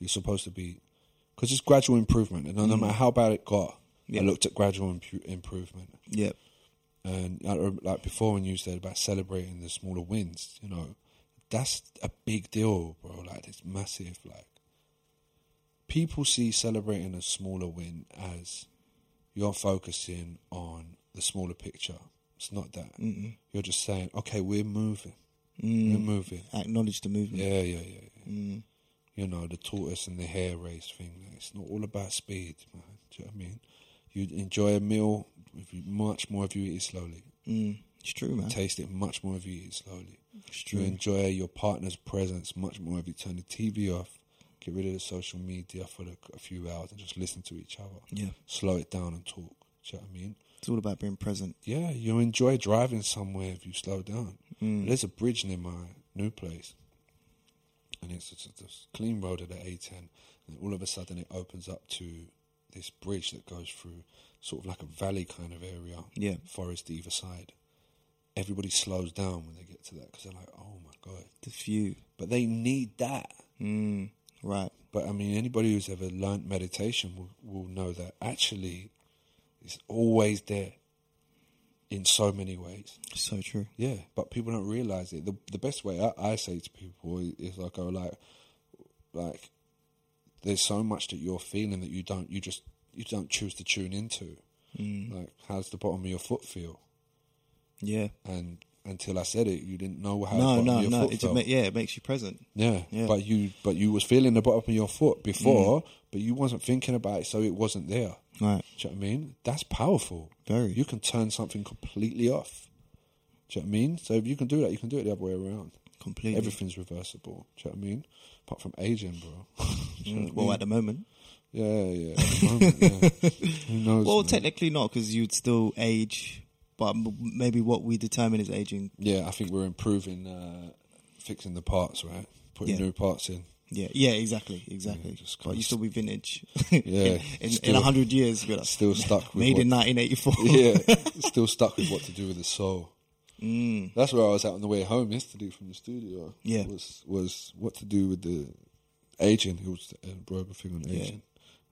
B: You're supposed to be because it's gradual improvement, and no, no matter how bad it got,
A: Mm. Yeah.
B: I looked at gradual impu- improvement.
A: Yeah,
B: And like, um, like before, when you said about celebrating the smaller wins, you know, that's a big deal, bro. Like it's massive. Like people see celebrating a smaller win as you're focusing on the smaller picture. It's not that.
A: Mm-mm.
B: You're just saying, okay, we're moving. We're
A: Mm.
B: moving.
A: Acknowledge the movement.
B: Yeah, yeah, yeah. yeah.
A: Mm.
B: You know, the tortoise and the hare race thing. like, It's not all about speed, man. Do you know what I mean? You enjoy a meal if you, much more if you eat it slowly.
A: Mm. It's true, man.
B: Taste it much more if you eat it slowly.
A: It's
B: You
A: true.
B: enjoy your partner's presence much more if you turn the TV off, get rid of the social media for the, a few hours and just listen to each other.
A: Yeah.
B: Slow it down and talk. Do you know what I mean?
A: It's all about being present.
B: Yeah, you'll enjoy driving somewhere if you slow down.
A: Mm.
B: There's a bridge near my new place, and it's just this clean road at the A10, and all of a sudden it opens up to this bridge that goes through sort of like a valley kind of area,
A: Yeah.
B: forest either side. Everybody slows down when they get to that because they're like, "Oh my god!"
A: The few.
B: But they need that.
A: Mm. Right.
B: But I mean, anybody who's ever learnt meditation will, will know that actually, it's always there. In so many ways.
A: So true.
B: Yeah, but people don't realize it. The the best way I, I say to people is, is like, oh, like, like, there's so much that you're feeling that you don't, you just, you don't choose to tune into.
A: Mm.
B: Like, how's the bottom of your foot feel?
A: Yeah.
B: And until I said it, you didn't know how.
A: No,
B: the bottom
A: no,
B: of your
A: no.
B: Foot
A: It just
B: felt.
A: ma- yeah, it makes you present.
B: yeah,
A: Yeah. Mm.
B: but you, but you was feeling the bottom of your foot before, but you wasn't thinking about it, so it wasn't there.
A: Right.
B: Do you know what I mean? That's powerful.
A: Very.
B: You can turn something completely off. Do you know what I mean? So if you can do that, you can do it the other way around.
A: Completely.
B: Everything's reversible. Do you know what I mean? Apart from aging, bro. Do you know
A: Mm.
B: what I
A: Well,
B: mean?
A: at the moment.
B: yeah, yeah. at the moment, yeah. Who knows?
A: Well,
B: man?
A: technically not, because you'd still age. But m- maybe what we determine is aging.
B: yeah, I think we're improving, uh, fixing the parts, right? Putting
A: Yeah.
B: new parts in.
A: Yeah, yeah, exactly, exactly.
B: Yeah, just
A: but you
B: const-
A: still be vintage.
B: Yeah,
A: in in
B: still-
A: a hundred years, you're like,
B: Still stuck with
A: made
B: what-
A: in 1984.
B: yeah, still stuck with what to do with the soul. Mm. That's where I was at on the way home yesterday from the studio.
A: Yeah.
B: was was what to do with the aging. It was the Edinburgh thing on
A: Yeah.
B: aging.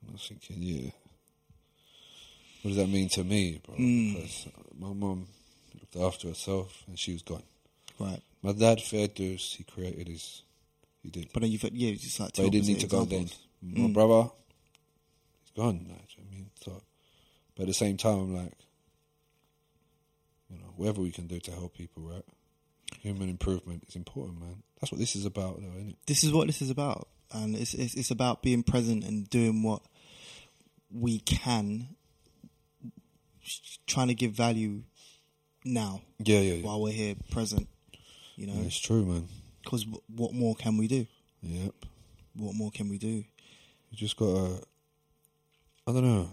B: And I was thinking, yeah, what does that mean to me, bro?
A: Hmm.
B: Because my mum looked after herself and she was gone.
A: Right,
B: My dad, fair dues, he created his, he did,
A: but then you've got- yeah, it's just like
B: but
A: two
B: he didn't need to
A: opposite
B: go then.
A: examples.
B: My brother, he's gone. Like, do you know what I mean, so, but at the same time, I'm like, you know, whatever we can do to help people, right? Human improvement is important, man. That's what this is about, though, isn't it?
A: This is what this is about, and it's, it's it's about being present and doing what we can, trying to give value now
B: Yeah, yeah, yeah.
A: while we're here, present. You
B: Yeah,
A: know,
B: it's true, man.
A: because what more can we do?
B: Yep.
A: What more can we do?
B: You just gotta. I don't know.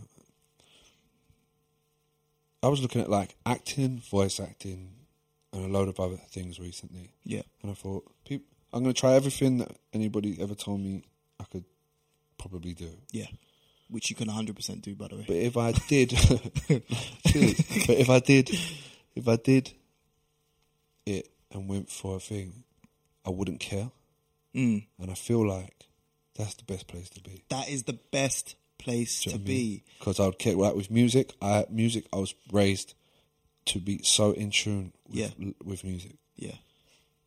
B: I was looking at like acting, voice acting, and a load of other things recently.
A: Yeah,
B: And I thought, peop I'm going to try everything that anybody ever told me I could probably do.
A: yeah, which you can 100 percent do, by the way.
B: But if I did, Cheers. but if I did, if I did it and went for a thing, I wouldn't care.
A: mm.
B: And I feel like that's the best place to be.
A: that is the best place to be.
B: Because I would care. Like with music, I music I was raised to be so in tune with,
A: Yeah.
B: with music
A: Yeah,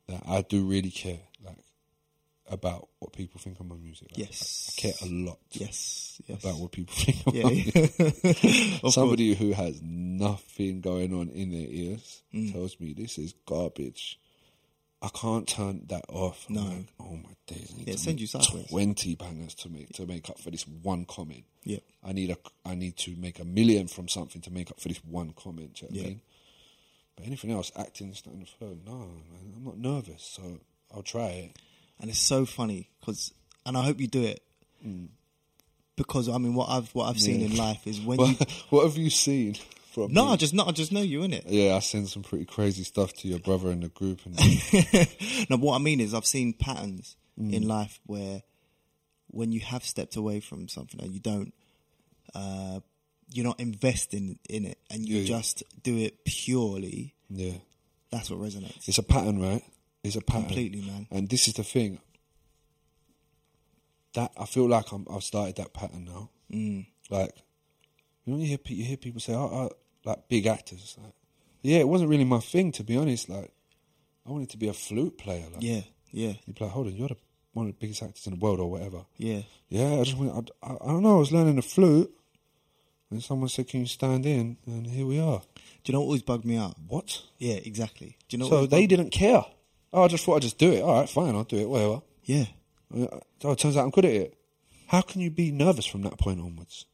B: that I do really care like about what people think of my music. Like,
A: Yes.
B: I care a lot.
A: yes, yes.
B: about what people think about
A: yeah,
B: me.
A: yeah. Of
B: Somebody who has nothing going on in their ears
A: Mm.
B: tells me this is garbage. I can't turn that off. I'm
A: No.
B: like, oh my days! I need
A: Yeah,
B: to
A: send
B: make
A: you sideways.
B: twenty bangers to make to make up for this one comment.
A: yeah,
B: I need a I need to make a million from something to make up for this one comment. Do you know what
A: Yeah.
B: I mean? But anything else, acting, standing for no, man, I'm not nervous, so I'll try it.
A: and it's so funny because, and I hope you do it because I mean, what I've what I've seen
B: Mm. Yeah.
A: in life is when you.
B: But what have you seen from
A: No,
B: me?
A: I just no, I just know you in it.
B: Yeah, I send some pretty crazy stuff to your brother in the group, and
A: No, what I mean is I've seen patterns
B: Mm.
A: in life where when you have stepped away from something and you don't uh you're not investing in it and you
B: Yeah, yeah.
A: just do it purely,
B: yeah,
A: that's what resonates.
B: it's a pattern, right? It's a pattern,
A: Completely, man.
B: And this is the thing that I feel like I'm, I've started that pattern now. Mm. Like, you know, you hear pe- you hear people say, "Oh, oh," like big actors." Like, yeah, it wasn't really my thing, to be honest. Like, I wanted to be a flute player. Like,
A: Yeah, yeah,
B: you'd be like, "Hold on, you're the, one of the biggest actors in the world, or whatever."
A: yeah.
B: Yeah, I just went. I, I, I don't know. I was learning the flute, And someone said, "Can you stand in?" And here we are.
A: Do you know what always bugged me out?
B: What?
A: Yeah, exactly. Do you know? what
B: So
A: always
B: they
A: bugged-
B: didn't care. Oh, I just thought I'd just do it. All right, fine, I'll do it. Whatever.
A: Yeah,
B: Uh, Oh, it turns out I'm good at it. How can you be nervous from that point onwards?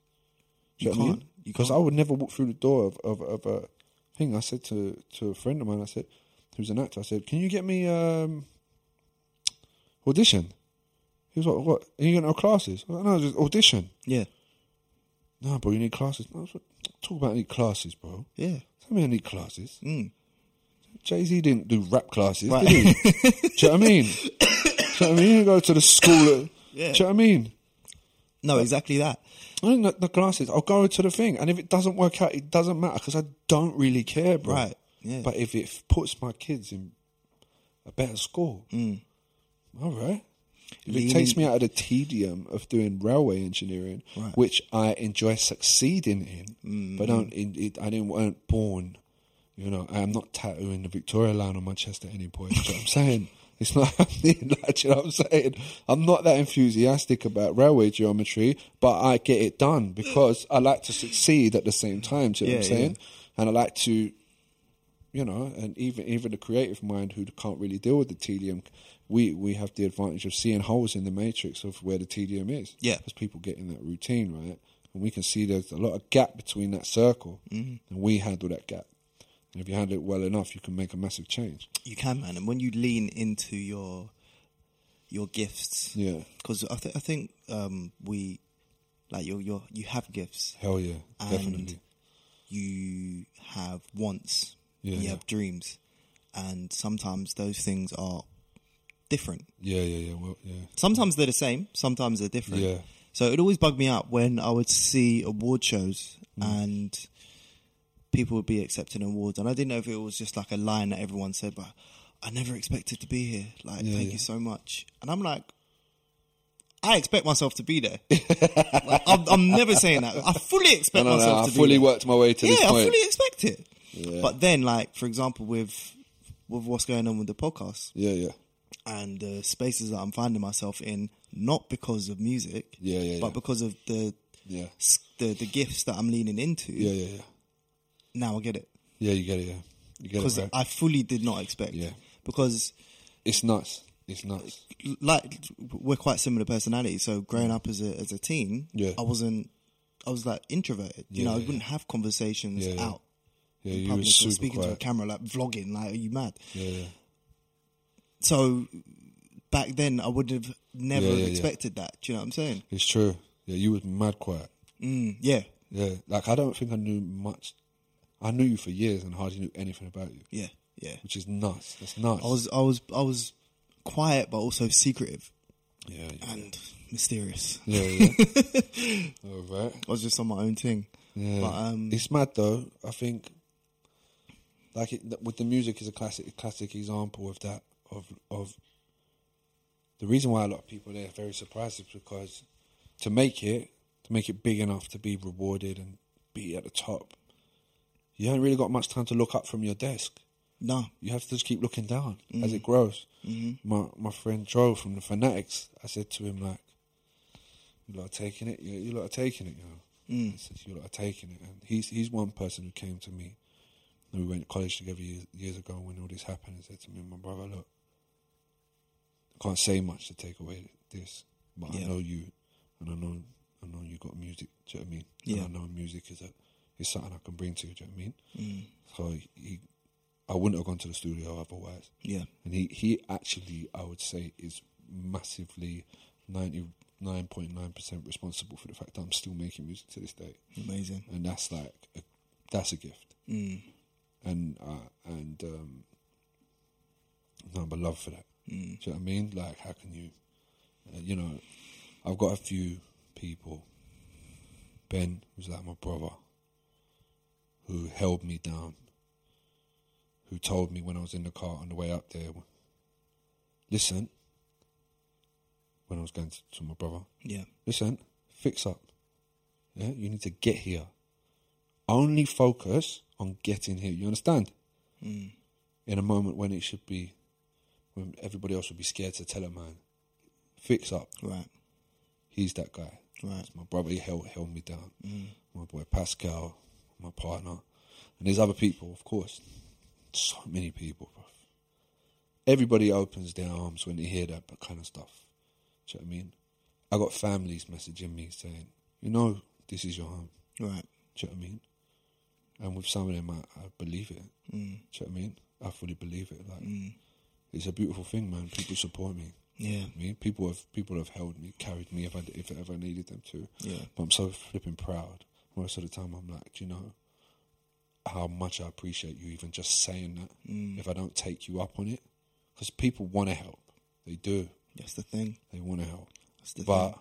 B: Do
A: You
B: know what I
A: can't.
B: mean?
A: You
B: Because I
A: can't.
B: would never walk through the door of, of, of a thing. I said to, to a friend of mine, I said, who's an actor, I said, can you get me um audition? He was like, what? Are you going to have classes? I was like, no, just audition.
A: yeah,
B: No, bro, you need classes. No, I was like, talk about any classes, bro.
A: yeah.
B: Tell me I need classes.
A: Mm.
B: Jay Z didn't do rap classes,
A: Right.
B: did he? do you know what I mean? do you know what I mean? He didn't go to the school.
A: Yeah.
B: At, Do you know what I mean?
A: No, exactly that.
B: I think the, the glasses. I'll go to the thing, and if it doesn't work out, it doesn't matter because I don't really care, bro.
A: Right, yeah.
B: But if it puts my kids in a better school, all right. If
A: Lean
B: it takes
A: in-
B: me out of the tedium of doing railway engineering,
A: Right. Mm-hmm.
B: which I enjoy succeeding in, but don't. It, it, I didn't weren't born. You know, I'm not tattooing the Victoria line on my chest at any point. do you know what I'm saying? It's not happening. Like, do you know what I'm saying? I'm not that enthusiastic about railway geometry, but I get it done because I like to succeed at the same time. Do you know what I'm
A: Yeah, yeah.
B: saying? And I like to you know, and even even the creative mind who can't really deal with the tedium, we we have the advantage of seeing holes in the matrix of where the tedium is.
A: Yeah.
B: because people get in that routine, right? And we can see there's a lot of gap between that circle, mm and we handle that gap. And if you handle it well enough, you can make a massive change.
A: You can, man. And when you lean into your your gifts,
B: Yeah,
A: because I, th- I think um, we like you. You you have gifts.
B: hell yeah,
A: And
B: definitely.
A: You have wants.
B: Yeah,
A: You
B: yeah.
A: have dreams, and sometimes those things are different.
B: Yeah, yeah, yeah. Well, yeah,
A: Sometimes they're the same. Sometimes they're different.
B: Yeah.
A: So it always bugged me out when I would see award shows
B: Mm.
A: and people would be accepting awards, and I didn't know if it was just like a line that everyone said, but I never expected to be here. Like,
B: Yeah,
A: thank
B: yeah.
A: you so much. And I'm like, I expect myself to be there. Like, I'm, I'm never saying that. I fully
B: No,
A: expect
B: no, no,
A: myself
B: I
A: to
B: fully
A: be there.
B: worked my way to this
A: yeah, I
B: point.
A: fully expect it.
B: Yeah.
A: But then, like for example, with with what's going on with the podcast
B: yeah, yeah,
A: and the spaces that I'm finding myself in, not because of music,
B: Yeah, yeah,
A: but
B: yeah.
A: because of the,
B: yeah,
A: s- the the gifts that I'm leaning into.
B: yeah, yeah, yeah.
A: Now I get it
B: Yeah, you get it. Yeah, you get it.
A: because
B: Right?
A: I fully did not expect.
B: Yeah.
A: Because
B: it's nuts. It's nuts.
A: l- like we're quite similar personalities, so growing up as a as a teen,
B: Yeah.
A: I wasn't. I was like introverted. You
B: Yeah,
A: know, I
B: yeah,
A: wouldn't have conversations
B: Yeah, yeah.
A: out
B: Yeah,
A: in
B: you were
A: public or
B: super
A: speaking to a
B: quiet.
A: camera, like vlogging. Like, are you mad?
B: yeah, yeah.
A: So back then, I would have never
B: Yeah, yeah, yeah.
A: expected that. Do you know what I'm saying?
B: It's true. Yeah, you was mad quiet.
A: Mm, yeah,
B: Yeah, like I don't think I knew much. I knew you for years and hardly knew anything about you,
A: yeah, yeah.
B: which is nuts. That's nuts.
A: I was I was I was quiet but also secretive
B: yeah, yeah,
A: and mysterious.
B: yeah. yeah. All right.
A: I was just on my own thing.
B: Yeah,
A: But um
B: it's mad though. I think like it, th- with the music is a classic classic example of that of of the reason why a lot of people there are very surprised is because to make it to make it big enough to be rewarded and be at the top, you haven't really got much time to look up from your desk
A: no.
B: you have to just keep looking down as it grows. My my friend Joe from the Fanatics, I said to him like, "You lot are taking it. You, you lot are taking it, you know." I said, "You lot are taking it." And he's he's one person who came to me, and we went to college together years, years ago. When all this happened, and said to me, "My brother, look, I can't say much to take away this, but I
A: Yeah.
B: know you, and I know I know you got music. Do you know what I mean?
A: Yeah.
B: And I know music is a is something I can bring to you. Do you know what I mean?" So he, I wouldn't have gone to the studio otherwise.
A: Yeah.
B: And he, he actually, I would say, is massively 99.9% responsible for the fact that I'm still making music to this day.
A: Amazing.
B: And that's like, a, that's a gift.
A: Mm.
B: And, uh, and, um, no, but love for that.
A: Mm.
B: Do you know what I mean? Like, how can you, uh, you know, I've got a few people. Ben was like my brother, who held me down, who told me when I was in the car on the way up there, listen, when I was going to, to my brother,
A: Yeah.
B: listen, fix up. Yeah, you need to get here. Only focus on getting here. You understand?
A: Mm.
B: in a moment when it should be, when everybody else would be scared to tell a man, fix up.
A: Right.
B: He's that guy.
A: Right.
B: My brother he held held me down. My boy Pascal, my partner, and there's other people, of course. So many people, bruv. Everybody opens their arms when they hear that kind of stuff. Do you know what I mean? I got families messaging me saying, "You know, this is your home."
A: Right.
B: Do you know what I mean? And with some of them, I, I believe it. Mm. Do you know what I mean? I fully believe it. Like, it's a beautiful thing, man. People support me.
A: Yeah.
B: Me, people have people have held me, carried me if I if I ever needed them to.
A: Yeah.
B: But I'm so flipping proud. Most of the time, I'm like, do you know how much I appreciate you even just saying that.
A: Mm.
B: If I don't take you up on it, because people want to help, they do.
A: That's the thing.
B: They want to help,
A: That's the
B: but
A: thing.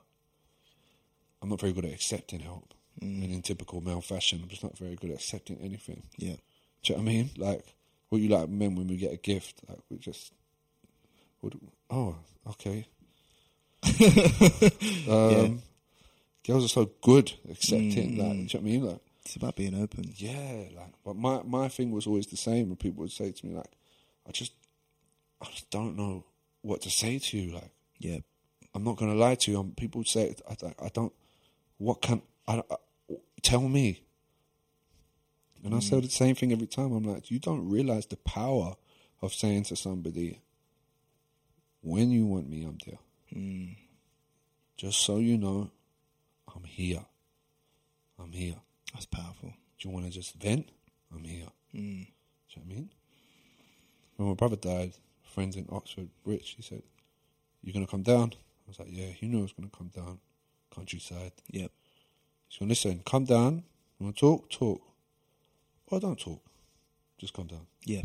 B: I'm not very good at accepting help.
A: Mm.
B: And in typical male fashion, I'm just not very good at accepting anything.
A: Yeah.
B: Do you know what I mean? Like, what you like men when we get a gift? Like, we just, what, do- oh, okay. um, Girls are so good accepting, like, do you know what I mean? Like,
A: It's about being open.
B: Mm. yeah, like, but my, my thing was always the same, and people would say to me, like, I just, I just don't know what to say to you, like,
A: Yeah.
B: I'm not going to lie to you. Um people say it, I, don't- I don't. What can I, I- tell me? And I say the same thing every time. I'm like, you don't realize the power of saying to somebody, "When you want me, I'm there." Just so you know, I'm here. I'm here.
A: That's powerful. Mm,
B: Do you want to just vent? I'm here. Do you know what I mean? When my brother died, friends in Oxford, Rich, he said, You gonna come down? I was like, Yeah, you know I was gonna come down. Countryside.
A: Yep.
B: He's gonna listen, come down, you wanna talk? Talk. Or don't talk. Just come down.
A: Yeah.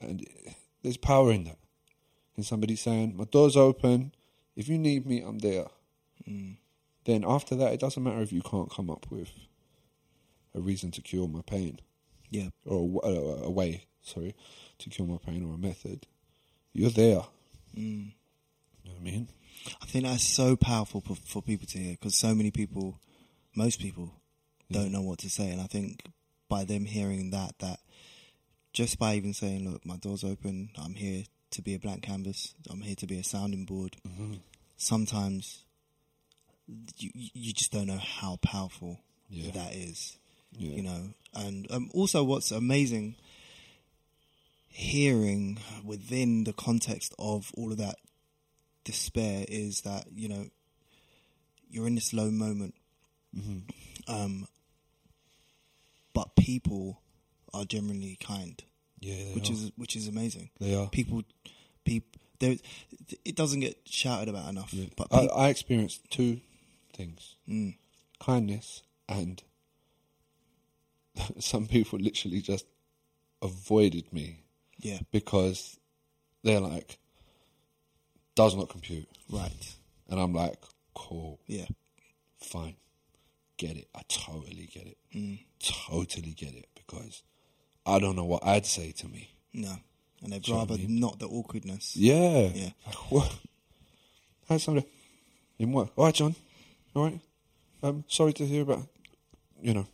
B: And there's power in that. In somebody saying, My door's open, if you need me, I'm there. Then after that it doesn't matter if you can't come up with a reason to cure my pain.
A: Yeah.
B: or a, w- a- a way, sorry, to cure my pain or a method, you're there.
A: Mm.
B: You know what I mean?
A: I think that's so powerful for, for people to hear because so many people, most people, don't know what to say, and I think by them hearing that, that just by even saying, "Look, my door's open. I'm here to be a blank canvas. I'm here to be a sounding board." Sometimes you you- you just don't know how powerful
B: Yeah.
A: that is,
B: Yeah.
A: you know. And um, also, what's amazing hearing within the context of all of that despair is that you know you're in this low moment,
B: Mm-hmm.
A: um, but people are generally kind,
B: yeah, they
A: which
B: are.
A: is which is amazing.
B: they are.
A: People, people, there, it doesn't get shouted about enough.
B: Yeah.
A: But
B: I,
A: peop-
B: I experienced two things:
A: Mm.
B: kindness and some people literally just avoided me
A: yeah,
B: because they're like, "Does not compute,"
A: right,
B: and I'm like, "Cool."
A: yeah,
B: fine. Get it. I totally get it. Mm. Totally get it because I don't know what I'd say to me.
A: no, and they'd
B: you know what
A: rather
B: I mean?
A: not the awkwardness.
B: Yeah.
A: Yeah.
B: Like, what? How's somebody? In what? All right, John. All right. Um, sorry to hear about. You know,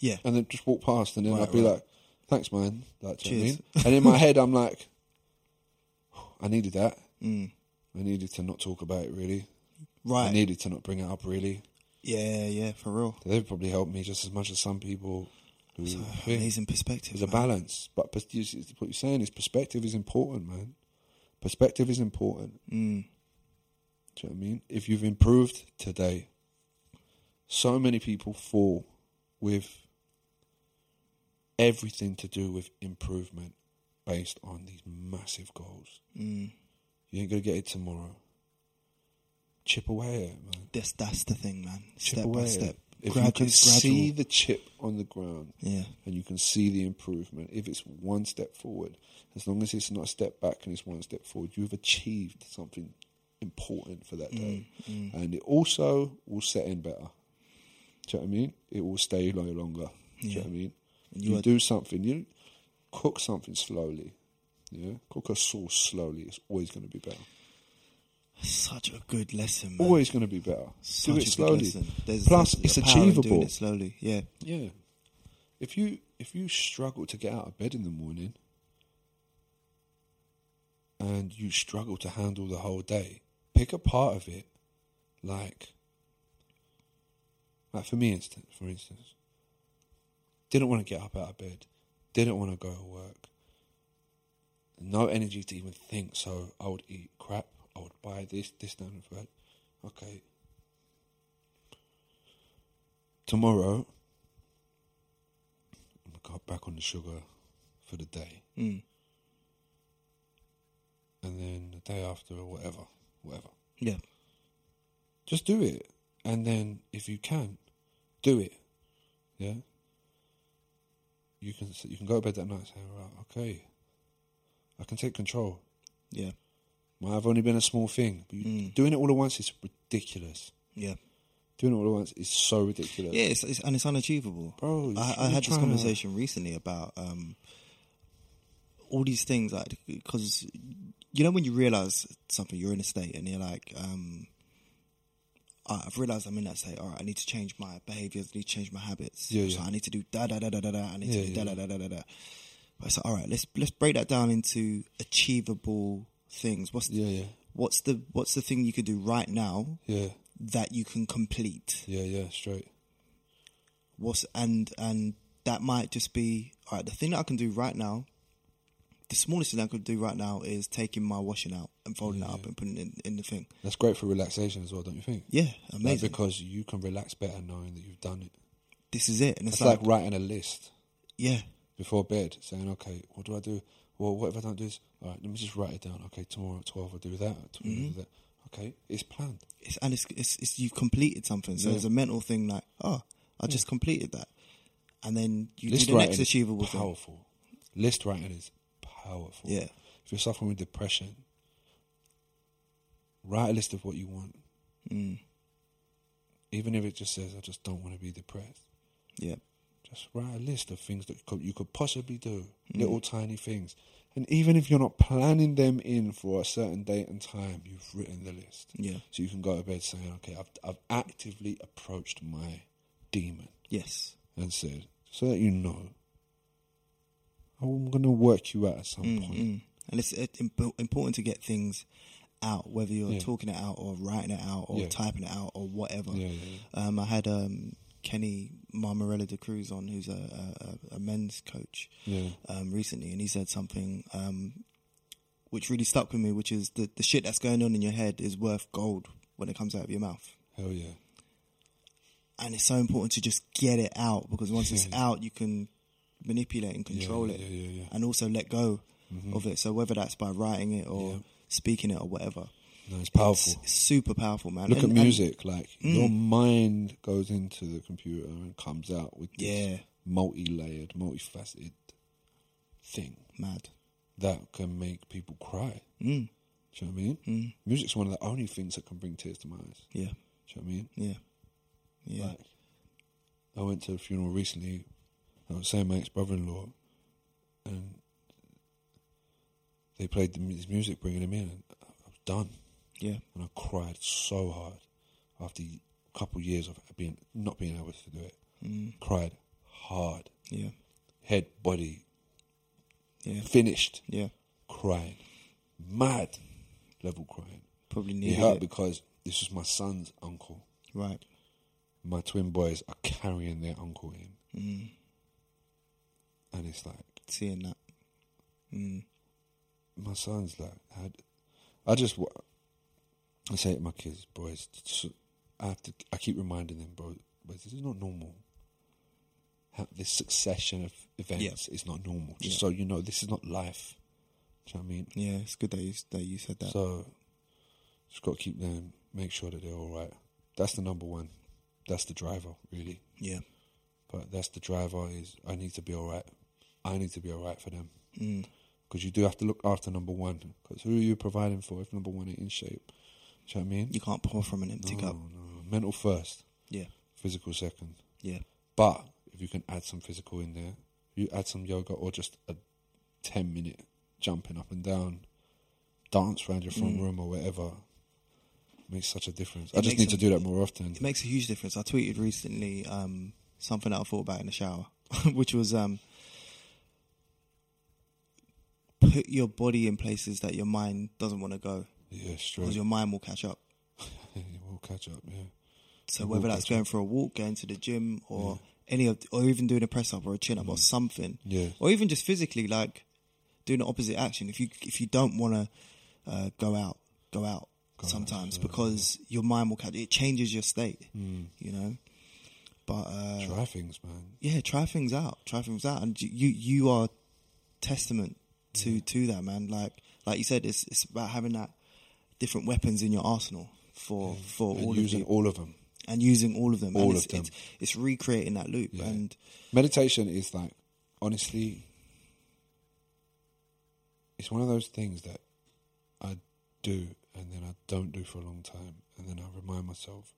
A: Yeah,
B: and then just walk past, and then
A: Right,
B: I'd be
A: right.
B: like, "Thanks, man." Like, do you know what I
A: Cheers.
B: mean? And in my head, I'm like, "I needed that. I needed to not talk about it, really. I
A: Mm. right.
B: needed to not bring it up, really."
A: yeah, yeah, for real.
B: They've probably helped me just as much as some people. Who think.
A: Amazing perspective.
B: There's a
A: man.
B: balance, but pers- you see, what you're saying is perspective is important, man. Perspective is important.
A: Mm.
B: Do you know what I mean? If you've improved today, so many people fall with everything to do with improvement based on these massive goals.
A: Mm.
B: You ain't gonna get it tomorrow. Chip away at it, man.
A: That's that's the thing, man.
B: Chip
A: step
B: away.
A: by
B: at
A: step,
B: it. If
A: gradual,
B: you can
A: gradual.
B: see the chip on the ground,
A: yeah,
B: and you can see the improvement. If it's one step forward, as long as it's not a step back and it's one step forward, you've achieved something important for
A: Mm,
B: that day. And it also will set in better. Do you know what I mean? It will stay no longer. Do you know what I mean?
A: you
B: You,
A: are-
B: do something, you cook something slowly. Yeah, cook a sauce slowly. It's always going to be better.
A: such a good lesson, man.
B: Always going to be better.
A: such
B: do it
A: a Good
B: slowly.
A: lesson. There's,
B: Plus,
A: there's
B: it's
A: a power in Doing
B: achievable.
A: it slowly, yeah,
B: Yeah. If you if you struggle to get out of bed in the morning and you struggle to handle the whole day, pick a part of it like Like for me, instance, for instance, didn't want to get up out of bed, didn't want to go to work, no energy to even think. So I would eat crap. I would buy this, this, that, and the third. Okay. Tomorrow, I'm gonna go back on the sugar for the day,
A: Mm.
B: and then the day after, or whatever, whatever.
A: Yeah.
B: just do it. And then if you can, do it. Yeah. You can you can go to bed that night saying, right, okay, I can take control.
A: Yeah.
B: Might have only been a small thing, but you,
A: Mm.
B: doing it all at once is ridiculous.
A: Yeah.
B: Doing it all at once is so ridiculous.
A: Yeah, it's, it's, and it's unachievable. I,
B: Bro, you-
A: I
B: you
A: had this
B: tryna-
A: conversation recently about um, all these things, like because you know when you realize something, you're in a state, and you're like, um, I- I've realized I'm in that state. All right, I need to change my behaviors. I need to change my habits.
B: Yeah,
A: So
B: yeah.
A: I need to do da da da da da da. I need
B: Yeah,
A: to do
B: yeah,
A: da da da da da da. But so all right, let's let's break that down into achievable things. What's
B: Yeah, yeah.
A: what's the what's the thing you could do right now
B: Yeah.
A: that you can complete?
B: Yeah, yeah, straight.
A: what's and and that might just be all right the thing that i can do right now the smallest thing i could do right now is taking my washing out and folding it up and putting it in, in the thing
B: That's great for relaxation as well, don't you think?
A: yeah
B: Like,
A: amazing
B: because you can relax better knowing that you've done it.
A: this is it and it's
B: It's
A: like,
B: like writing a list.
A: yeah
B: before bed, saying, "Okay, what do I do? Well, what if I don't do this? All right, let me just write it down. Okay, tomorrow at twelve I'll do that. At 12 I'll
A: Mm-hmm.
B: do that. Okay, it's planned.
A: it's and it's, it's, it's you've completed something so
B: Yeah.
A: there's a mental thing like oh i just completed that and then you
B: List
A: do the
B: writing
A: next
B: is
A: achievable thing
B: powerful. List writing is powerful.
A: Yeah.
B: If you're suffering with depression, write a list of what you want.
A: Mm.
B: Even if it just says, "I just don't want to be depressed."
A: yeah
B: Just write a list of things that you could, you could possibly do,
A: Mm.
B: little tiny things. And even if you're not planning them in for a certain date and time, you've written the list.
A: Yeah.
B: So you can go to bed saying, okay, I've, I've actively approached my demon
A: yes
B: and said, so that you know, I'm going to work you out at some point.
A: Mm. And it's uh, imp- important to get things out, whether you're
B: Yeah.
A: talking it out or writing it out or
B: Yeah.
A: typing it out or whatever.
B: Yeah, yeah, yeah.
A: Um, I had um, Kenny Marmarella de Cruz on, who's a, a, a- a men's coach,
B: Yeah.
A: um, recently, and he said something um, which really stuck with me, which is that the shit that's going on in your head is worth gold when it comes out of your mouth.
B: Hell yeah.
A: And it's so important to just get it out because once it's
B: Yeah.
A: out, you can manipulate and control
B: yeah,
A: it
B: Yeah, yeah, yeah.
A: and also let go of it. So whether that's by writing it or
B: Yeah.
A: speaking it or whatever,
B: No, it's powerful.
A: it's super powerful, man.
B: Look
A: And- mm.
B: at
A: and-
B: music. like your mind goes into the computer and comes out with this
A: Yeah.
B: multi-layered, multifaceted thing
A: mad.
B: that can make people cry.
A: Mm,
B: Do you know what I mean?
A: Mm.
B: Music's one of the only things that can bring tears to my eyes.
A: yeah,
B: Do you know what I mean?
A: yeah, yeah,
B: Like, I went to a funeral recently. I was saying my ex-brother-in-law, and they played the, mu- this music, bringing him in, and I I was done.
A: yeah,
B: and I cried so hard after a couple of years of being not being able to do it.
A: Mm.
B: Cried hard,
A: yeah,
B: head, body,
A: yeah,
B: finished
A: yeah.
B: crying, mad level crying.
A: Probably
B: It
A: needed
B: hurt
A: it.
B: because this was my son's uncle.
A: Right.
B: My twin boys are carrying their uncle in,
A: Mm,
B: and it's like
A: seeing that. Mm,
B: my son's like had. I just wa- I say to my kids, boys, s- I have to. I keep reminding them, bro, boys, this is not normal. Ha- This succession of events is not normal. Just
A: Yeah.
B: so you know, this is not life. Do you know what I mean?
A: yeah, it's good that you that you said that.
B: So just got to keep them, make sure that they're all right. That's the number one. That's the driver, really.
A: yeah.
B: But that's the driver is I need to be all right. I need to be all right for them
A: Mm,
B: because you do have to look after number one. Because who are you providing for if number one ain't in shape? Do you know what I mean?
A: you can't pour from an empty
B: No,
A: cup.
B: no. Mental first,
A: Yeah,
B: physical second.
A: yeah,
B: But if you can add some physical in there, you add some yoga or just a 10 minute jumping up and down, dance around your front room or whatever, makes such a difference. I
A: Mm. It
B: just
A: makes
B: need to
A: a-
B: do that more often.
A: it makes a huge difference. I tweeted recently um, something that I thought about in the shower, which was um, put your body in places that your mind doesn't want to go.
B: Yeah, straight.
A: because your mind will catch up.
B: we'll catch up, yeah.
A: So whether that's going for a walk, going to the gym, or any of, or even doing a press up or a chin up
B: Mm.
A: or something,
B: Yeah.
A: or even just physically like doing the opposite action. If you if you don't want to uh, go out, go out sometimes because your mind will catch it changes your state, you know. But uh,
B: Mm. Try things, man.
A: yeah, try things out, try things out, and you you are testament to to that man. Like like you said, it's it's about having that different weapons in your arsenal for for
B: And
A: all of
B: using
A: you
B: all of them.
A: and using all of them.
B: All
A: and it's,
B: of them.
A: It's, it's recreating that loop, and
B: Meditation is like, honestly, it's one of those things that I do and then I don't do for a long time. And then I remind myself,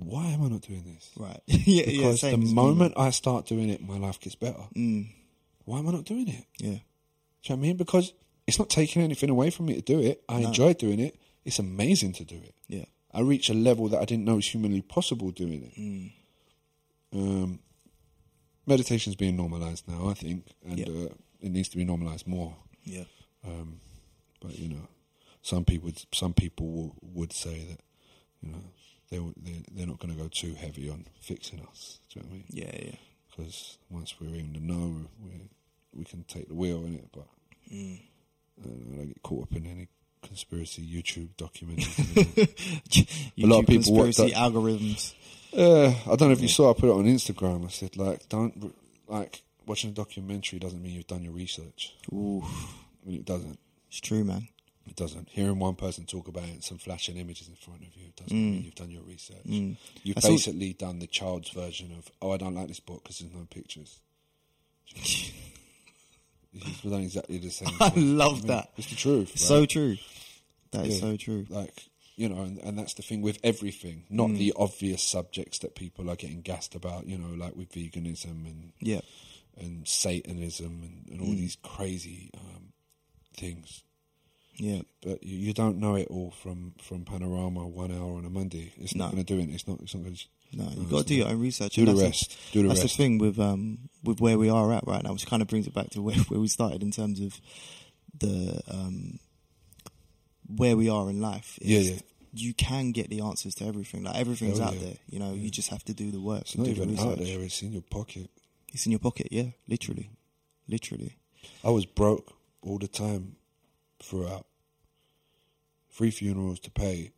B: why am I not doing this?
A: right, yeah, yeah.
B: Because
A: same
B: the
A: as me,
B: moment I start doing it, my life gets better.
A: Mm.
B: Why am I not doing it?
A: man. yeah,
B: Do you know what I mean? Because it's not taking anything away from me to do it. I enjoy doing it. It's amazing to do it.
A: yeah,
B: I reach a level that I didn't know was humanly possible doing it.
A: Mm.
B: Um, meditation's being normalised now, I think, and
A: Yeah.
B: uh, it needs to be normalised more.
A: yeah,
B: Um, but you know, some people some people will, would say that you know they they they're not going to go too heavy on fixing us. Do you know what I mean?
A: yeah, yeah.
B: because once we're in the know, we we can take the wheel in it. But
A: Mm.
B: I, don't know, I don't get caught up in any conspiracy YouTube documentaries.
A: a
B: lot of people work
A: conspiracy algorithms.
B: uh, I don't know if you saw. I put it on Instagram. I said like, don't like watching a documentary doesn't mean you've done your research.
A: Ooh,
B: I mean, it doesn't.
A: it's true, man.
B: It doesn't. Hearing one person talk about it and some flashing images in front of you doesn't
A: Mm.
B: mean you've done your research. You've
A: I saw-
B: basically done the child's version of, oh, I don't like this book because there's no pictures. You've done exactly the same.
A: I
B: thing.
A: love
B: mean,
A: that.
B: It's the truth.
A: It's
B: Mm. right?
A: so true. That is
B: Yeah.
A: so true. Mm.
B: like you know and, and that's the thing with everything not the obvious subjects that people are getting gassed about you know like with veganism and
A: Yeah,
B: and satanism and, and
A: Mm.
B: all these crazy um, things
A: yeah,
B: but you, you don't know it all from from panorama one hour on a monday it's not
A: No.
B: going to do it it's not it's not going to
A: No, you've got to do your own research.
B: Mm. Do
A: and
B: the
A: that's
B: rest. Do the
A: that's
B: rest.
A: the thing with um with where we are at right now, which kind of brings it back to where, where we started in terms of the um where we are in life. is
B: Yeah, yeah.
A: You can get the answers to everything. Like everything's
B: Oh,
A: out
B: yeah.
A: there. You know, you just have to do the work.
B: it's not
A: do the
B: even out
A: research.
B: there it's in your pocket
A: It's in your pocket. Yeah, literally, literally.
B: i was broke all the time throughout three funerals to pay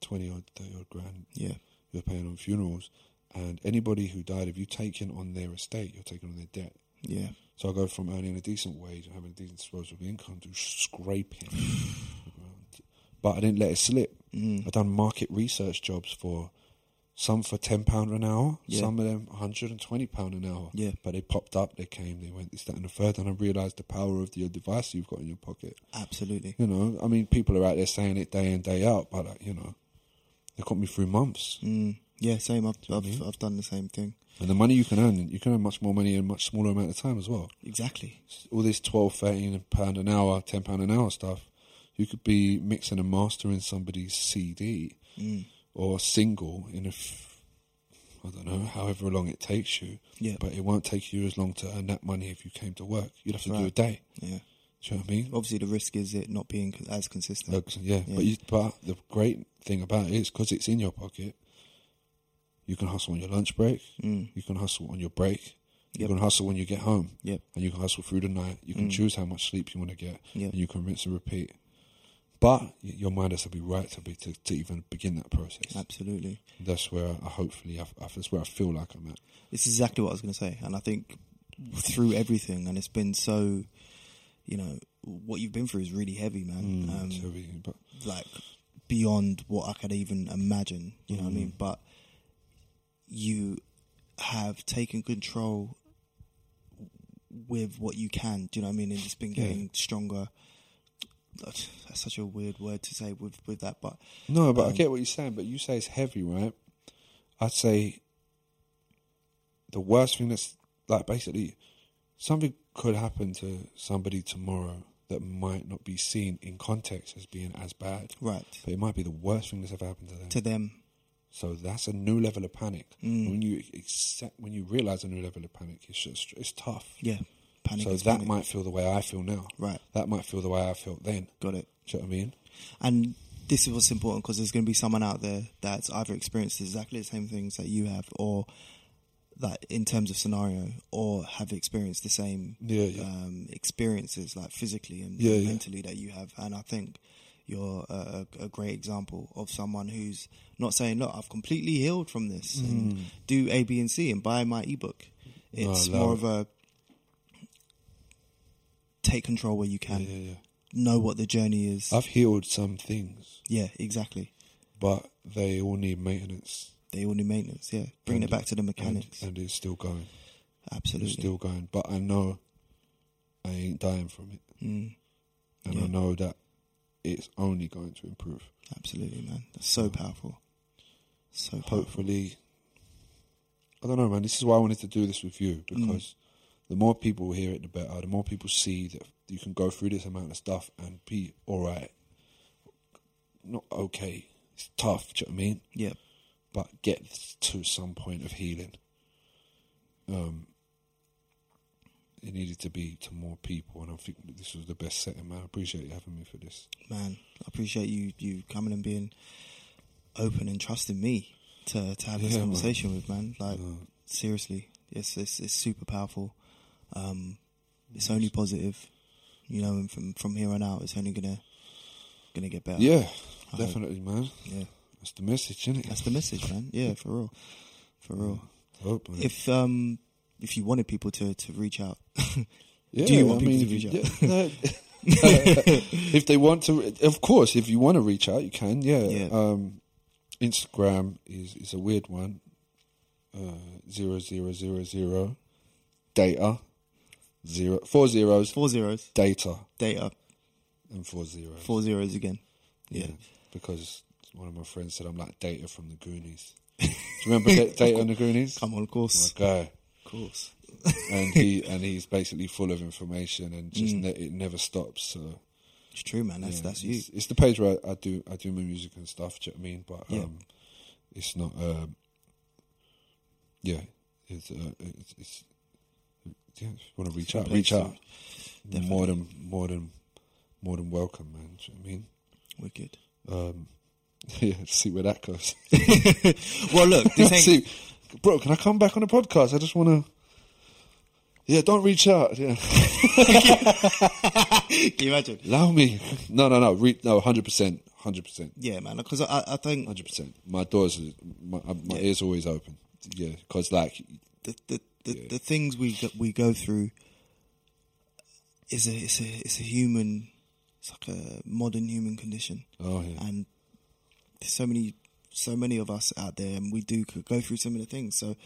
B: 20 odd 30 odd grand
A: Yeah,
B: you're paying on funerals, and anybody who died, if you taken on their estate, you're taking on their debt.
A: yeah,
B: So I go from earning a decent wage and having a decent disposable income to scraping. the ground. but I didn't let it slip.
A: Mm.
B: I done market research jobs for some for ten pound an hour,
A: Yeah.
B: some of them hundred and twenty pound an hour.
A: Yeah.
B: But they popped up, they came, they went this, that, and the third, and I realised the power of the device you've got in your pocket.
A: absolutely.
B: You know, I mean, people are out there saying it day in day out, but uh, you know, they got me through months.
A: Mm, yeah, same. I've, I've I've done the same thing.
B: And the money you can earn, you can earn much more money in a much smaller amount of time as well.
A: Exactly.
B: All this 12, 13 pound an hour, 10 pound an hour stuff, you could be mixing and mastering somebody's CD
A: Mm.
B: or single in a, f- I don't know, however long it takes you.
A: Yeah.
B: But it won't take you as long to earn that money if you came to work. You'd have to do
A: right.
B: a day.
A: Yeah.
B: Do you know what I mean?
A: Obviously, the risk is it not being con- as consistent.
B: Look, yeah, But, you, but the great thing about it is because it's in your pocket, you can hustle on your lunch break, you can hustle on your break,
A: Mm.
B: you
A: Yep.
B: can hustle when you get home,
A: Yep.
B: and you can hustle through the night. You can choose how much sleep you want to get,
A: Yep.
B: and you can rinse and repeat. But y- your mind has to be right to be to, to even begin that process.
A: Absolutely.
B: That's where I hopefully I, I, that's where I feel like I'm at.
A: It's exactly what I was going to say, and I think through everything, and it's been so, you know, what you've been through is really heavy, man. um,
B: So we- Mm, but
A: like beyond what I could even imagine. You know what I
B: Mm.
A: mean? But you have taken control with what you can. Do you know what I mean? And it's been getting stronger. That's that's such a weird word to say with with that, but
B: No, but I get what you're saying. But you say it's heavy, right? I'd say the worst thing that's like basically something could happen to somebody tomorrow that might not be seen in context as being as bad,
A: right
B: but it might be the worst thing that's ever happened to them.
A: to them,
B: so that's a new level of panic.
A: Mm.
B: When you accept, when you realize a new level of panic, it's just it's tough.
A: yeah, panic.
B: so
A: is
B: that
A: panic.
B: might feel the way I feel now.
A: Right.
B: That might feel the way I felt then.
A: got it.
B: Do you know what I mean?
A: and this is what's important because there's going to be someone out there that's either experienced exactly the same things that you have, or that in terms of scenario, or have experienced the same
D: Yeah, yeah.
A: um, experiences, like physically and
D: Yeah, yeah.
A: mentally, that you have. And I think you're a, a a great example of someone who's not saying, "Look, I've completely healed from this, and do A, B, and C, and buy my ebook." It's
D: Mm. Oh, love
A: more
D: it.
A: of a take control where you can,
B: Yeah, yeah.
A: know what the journey is.
B: I've healed some things,
A: yeah, exactly.
B: but they all need maintenance.
A: They all need maintenance. Yeah, bringing it back to the
B: And,
A: mechanics.
B: and it's still going.
A: Absolutely.
B: It's still going. But I know I ain't dying from it.
A: Mm,
B: And
A: Yeah.
B: I know that it's only going to improve.
A: absolutely, man. That's so powerful. So powerful.
B: Hopefully, I don't know, man. This is why I wanted to do this with you
A: Mm.
B: because the more people hear it, the better. The more people see that you can go through this amount of stuff and be all right. Not okay. It's tough. Do you know what I mean?
A: Yeah,
B: but get to some point of healing. Um, it needed to be to more people, and I think that this was the best setting, man. I appreciate you having me for this.
A: man. I appreciate you you coming and being open and trusting me to to have this
B: Yeah, man.
A: conversation with, man. Like
B: Uh,
A: seriously, it's it's it's super powerful. Um, it's only positive, you know. And from from here on out, it's only gonna gonna get better.
B: yeah,
A: I hope-
B: definitely, man.
A: yeah.
B: That's the message, isn't it?
A: That's the message, man. Yeah, for real, for real.
B: Hope, man.
A: If um if you wanted people to to reach out,
B: yeah,
A: do you want
B: I
A: people
B: mean,
A: to reach out?
B: yeah, no. if they want to, of course, if you want to reach out, you can. Yeah.
A: Yeah.
B: Um, Instagram is is a weird one. Uh, zero zero zero zero, data, zero four zeros.
A: four zeros
B: data
A: data
B: and four zeros.
A: four zeros again.
B: yeah.
A: Yeah.
B: because one of my friends said I'm like data from the Goonies. Do you remember Da- data on the Goonies?
A: Come on, of
B: My
A: course,
B: guy,
A: of course.
B: and he and he's basically full of information and
A: Mm.
B: just ne- it never stops. So
A: It's true, man. That's
B: yeah,
A: that's you.
B: Mm, It's, it's the page where I, I do I do my music and stuff. Do you know what I mean? But
A: Yeah.
B: um, it's not. Um, yeah, it's, uh, it's, it's yeah. If you want to reach out,
A: place
B: reach
A: to-
B: out. More than more than more than welcome, man. Do you know what I mean?
A: Wicked.
B: Um, yeah, see where that goes.
A: Well, look, this ain't.
B: see, bro, can I come back on the podcast? I just want to. Yeah, don't reach out. Yeah,
A: Can you imagine?
B: allow me. No, no, no. Re- no, hundred percent, hundred percent,
A: Yeah, man. Because I, I think
B: hundred percent. My doors, are- my, uh, my ears are always open. Yeah, because like,
A: the the, the, the things we go, we go through is a it's a it's a human. It's like a modern human condition.
B: oh yeah,
A: and there's so many so many of us out there and we do c- go through similar things so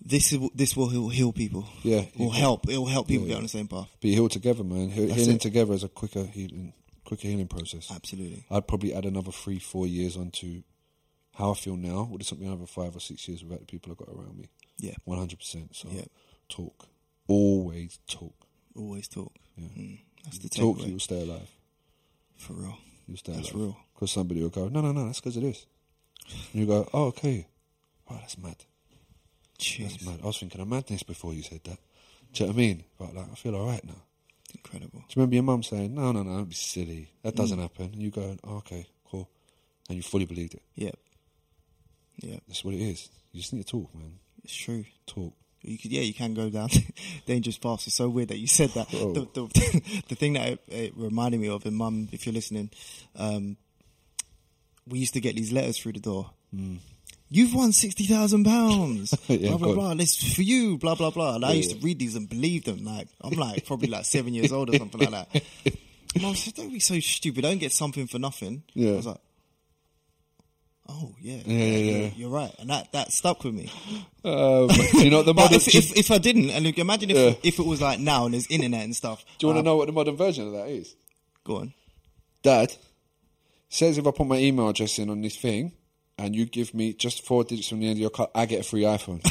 A: this is this will heal, heal people
B: Yeah,
A: will
B: yeah.
A: help it'll help people
B: Yeah,
A: get
B: yeah.
A: on the same path
B: be healed together, man. He-
A: That's
B: healing
A: it.
B: together is a quicker healing, quicker healing process.
A: absolutely
B: I'd probably add another three, four years onto how I feel now. Would it something another five or six years without the people I got around me?
A: yeah
B: One hundred percent. So
A: Yeah.
B: talk. Always talk.
A: always talk
B: Yeah.
A: mm, that's the
B: Talk,
A: takeaway
B: you'll stay alive.
A: for real
B: You'll stay
A: That's
B: alive.
A: real.
B: Because somebody will go, no, no, no, that's because of this. And you go, oh, okay. Oh, that's mad. That's
A: cheers
B: mad. I was thinking of madness before you said that. Do you know what I mean? But like, I feel all right now.
A: incredible
B: Do you remember your mum saying, no, no, no, don't be silly. That doesn't happen. And you go, oh, okay, cool. And you fully believed it.
A: yeah yeah
B: That's what it is. You just need to talk, man.
A: it's true
B: Talk.
A: you could, yeah, you can go down dangerous paths. It's so weird that you said that.
B: Whoa.
A: The, the, the thing that it, it reminded me of, and Mum, if you're listening, um, we used to get these letters through the door. You've won sixty thousand pounds.
B: Hmm. Yeah,
A: Blah blah
B: God.
A: blah. This is for you. Blah blah blah. And I
B: Yeah,
A: used to
B: yeah.
A: read these and believe them. Like I'm like probably like seven years old or something like that. Mum said, "Don't be so stupid. Don't get something for nothing."
B: Yeah.
A: I was like. Oh yeah,
B: Yeah, yeah, yeah.
A: You're, you're right, and that, that stuck with me.
B: Um, do you know what
A: But
B: the modern...
A: if,
B: do you-
A: if, if I didn't, and look, imagine if,
B: Yeah.
A: if it was like now and there's internet and stuff.
B: do you want
A: uh,
B: to know what the modern version of that is?
A: Go on.
B: Dad says if I put my email address in on this thing and you give me just four digits from the end of your card, I get a free iPhone.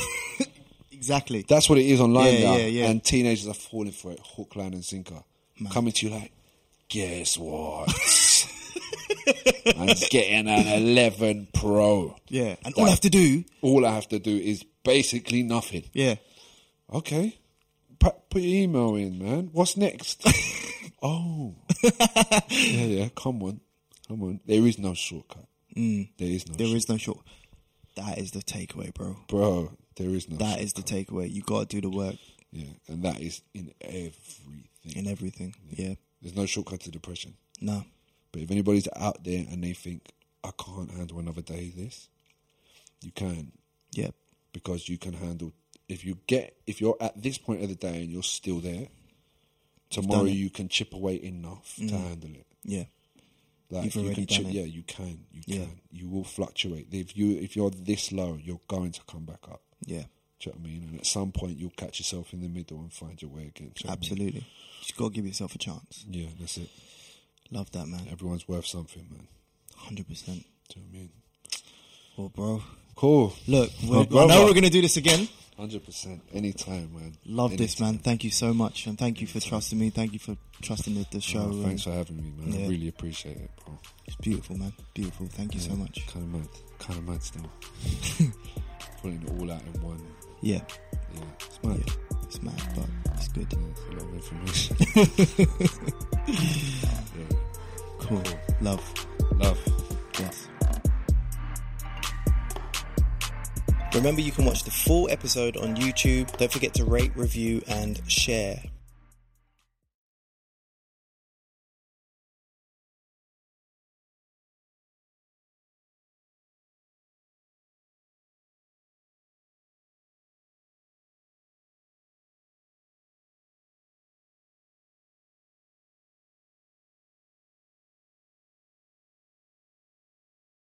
A: Exactly.
B: That's what it is online
A: Yeah,
B: now.
A: yeah, yeah.
B: And teenagers are falling for it, hook, line, and sinker. Coming to you like, guess what? I'm getting an 11 Pro.
A: yeah. And all I have to do.
B: All I have to do is basically nothing.
A: Yeah.
B: Okay. Pu- put your email in, man. What's next? oh. Yeah, yeah. Come on. Come on, there is no shortcut.
A: Mm,
B: There is no.
A: there
B: short-
A: is no short. That is the takeaway, bro.
B: bro. There is no.
A: That is the takeaway. You got to do the work
B: yeah, and that is in everything.
A: in everything. Yeah.
B: There's no shortcut to depression.
A: Nah.
B: But if anybody's out there and they think I can't handle another day of this, you can
A: Yeah.
B: because you can handle. If you get, if you're at this point of the day and you're still there, tomorrow
A: it.
B: you can chip away enough to handle it.
A: Yeah.
B: Like
A: You've
B: you
A: already
B: can, chip,
A: done it.
B: yeah, you can, you
A: Yeah.
B: can, you will fluctuate. If you if you're this low, you're going to come back up.
A: Yeah.
B: Do you know what I mean? And at some point, you'll catch yourself in the middle and find your way again. Do you know what I mean?
A: Absolutely. Just got to give yourself a chance.
B: Yeah, that's it.
A: Love that, man.
B: Everyone's worth something, man.
A: 100%.
B: Do you know what I mean?
A: Well, bro.
B: Cool.
A: Look, we're, I
B: brother.
A: know we're going to do this again.
B: Hundred percent. Anytime, man.
A: Love this,
B: Anytime.
A: man. Thank you so much. And thank you for trusting me. Thank you for trusting the, the show.
B: Oh, thanks
A: And
B: for having me, man.
A: Yeah.
B: I really appreciate it, bro.
A: It's beautiful, man. Beautiful. Thank you so much.
B: Kind of mad. Kind of mad still. Putting it all out in one.
A: Yeah.
B: Yeah, it's mad.
A: Yeah. It's mad, but it's good.
B: Yeah, it's a lot of information. yeah.
A: Cool. Love.
B: Love.
A: Yes. Remember, you can watch the full episode on YouTube. Don't forget to rate, review, and share.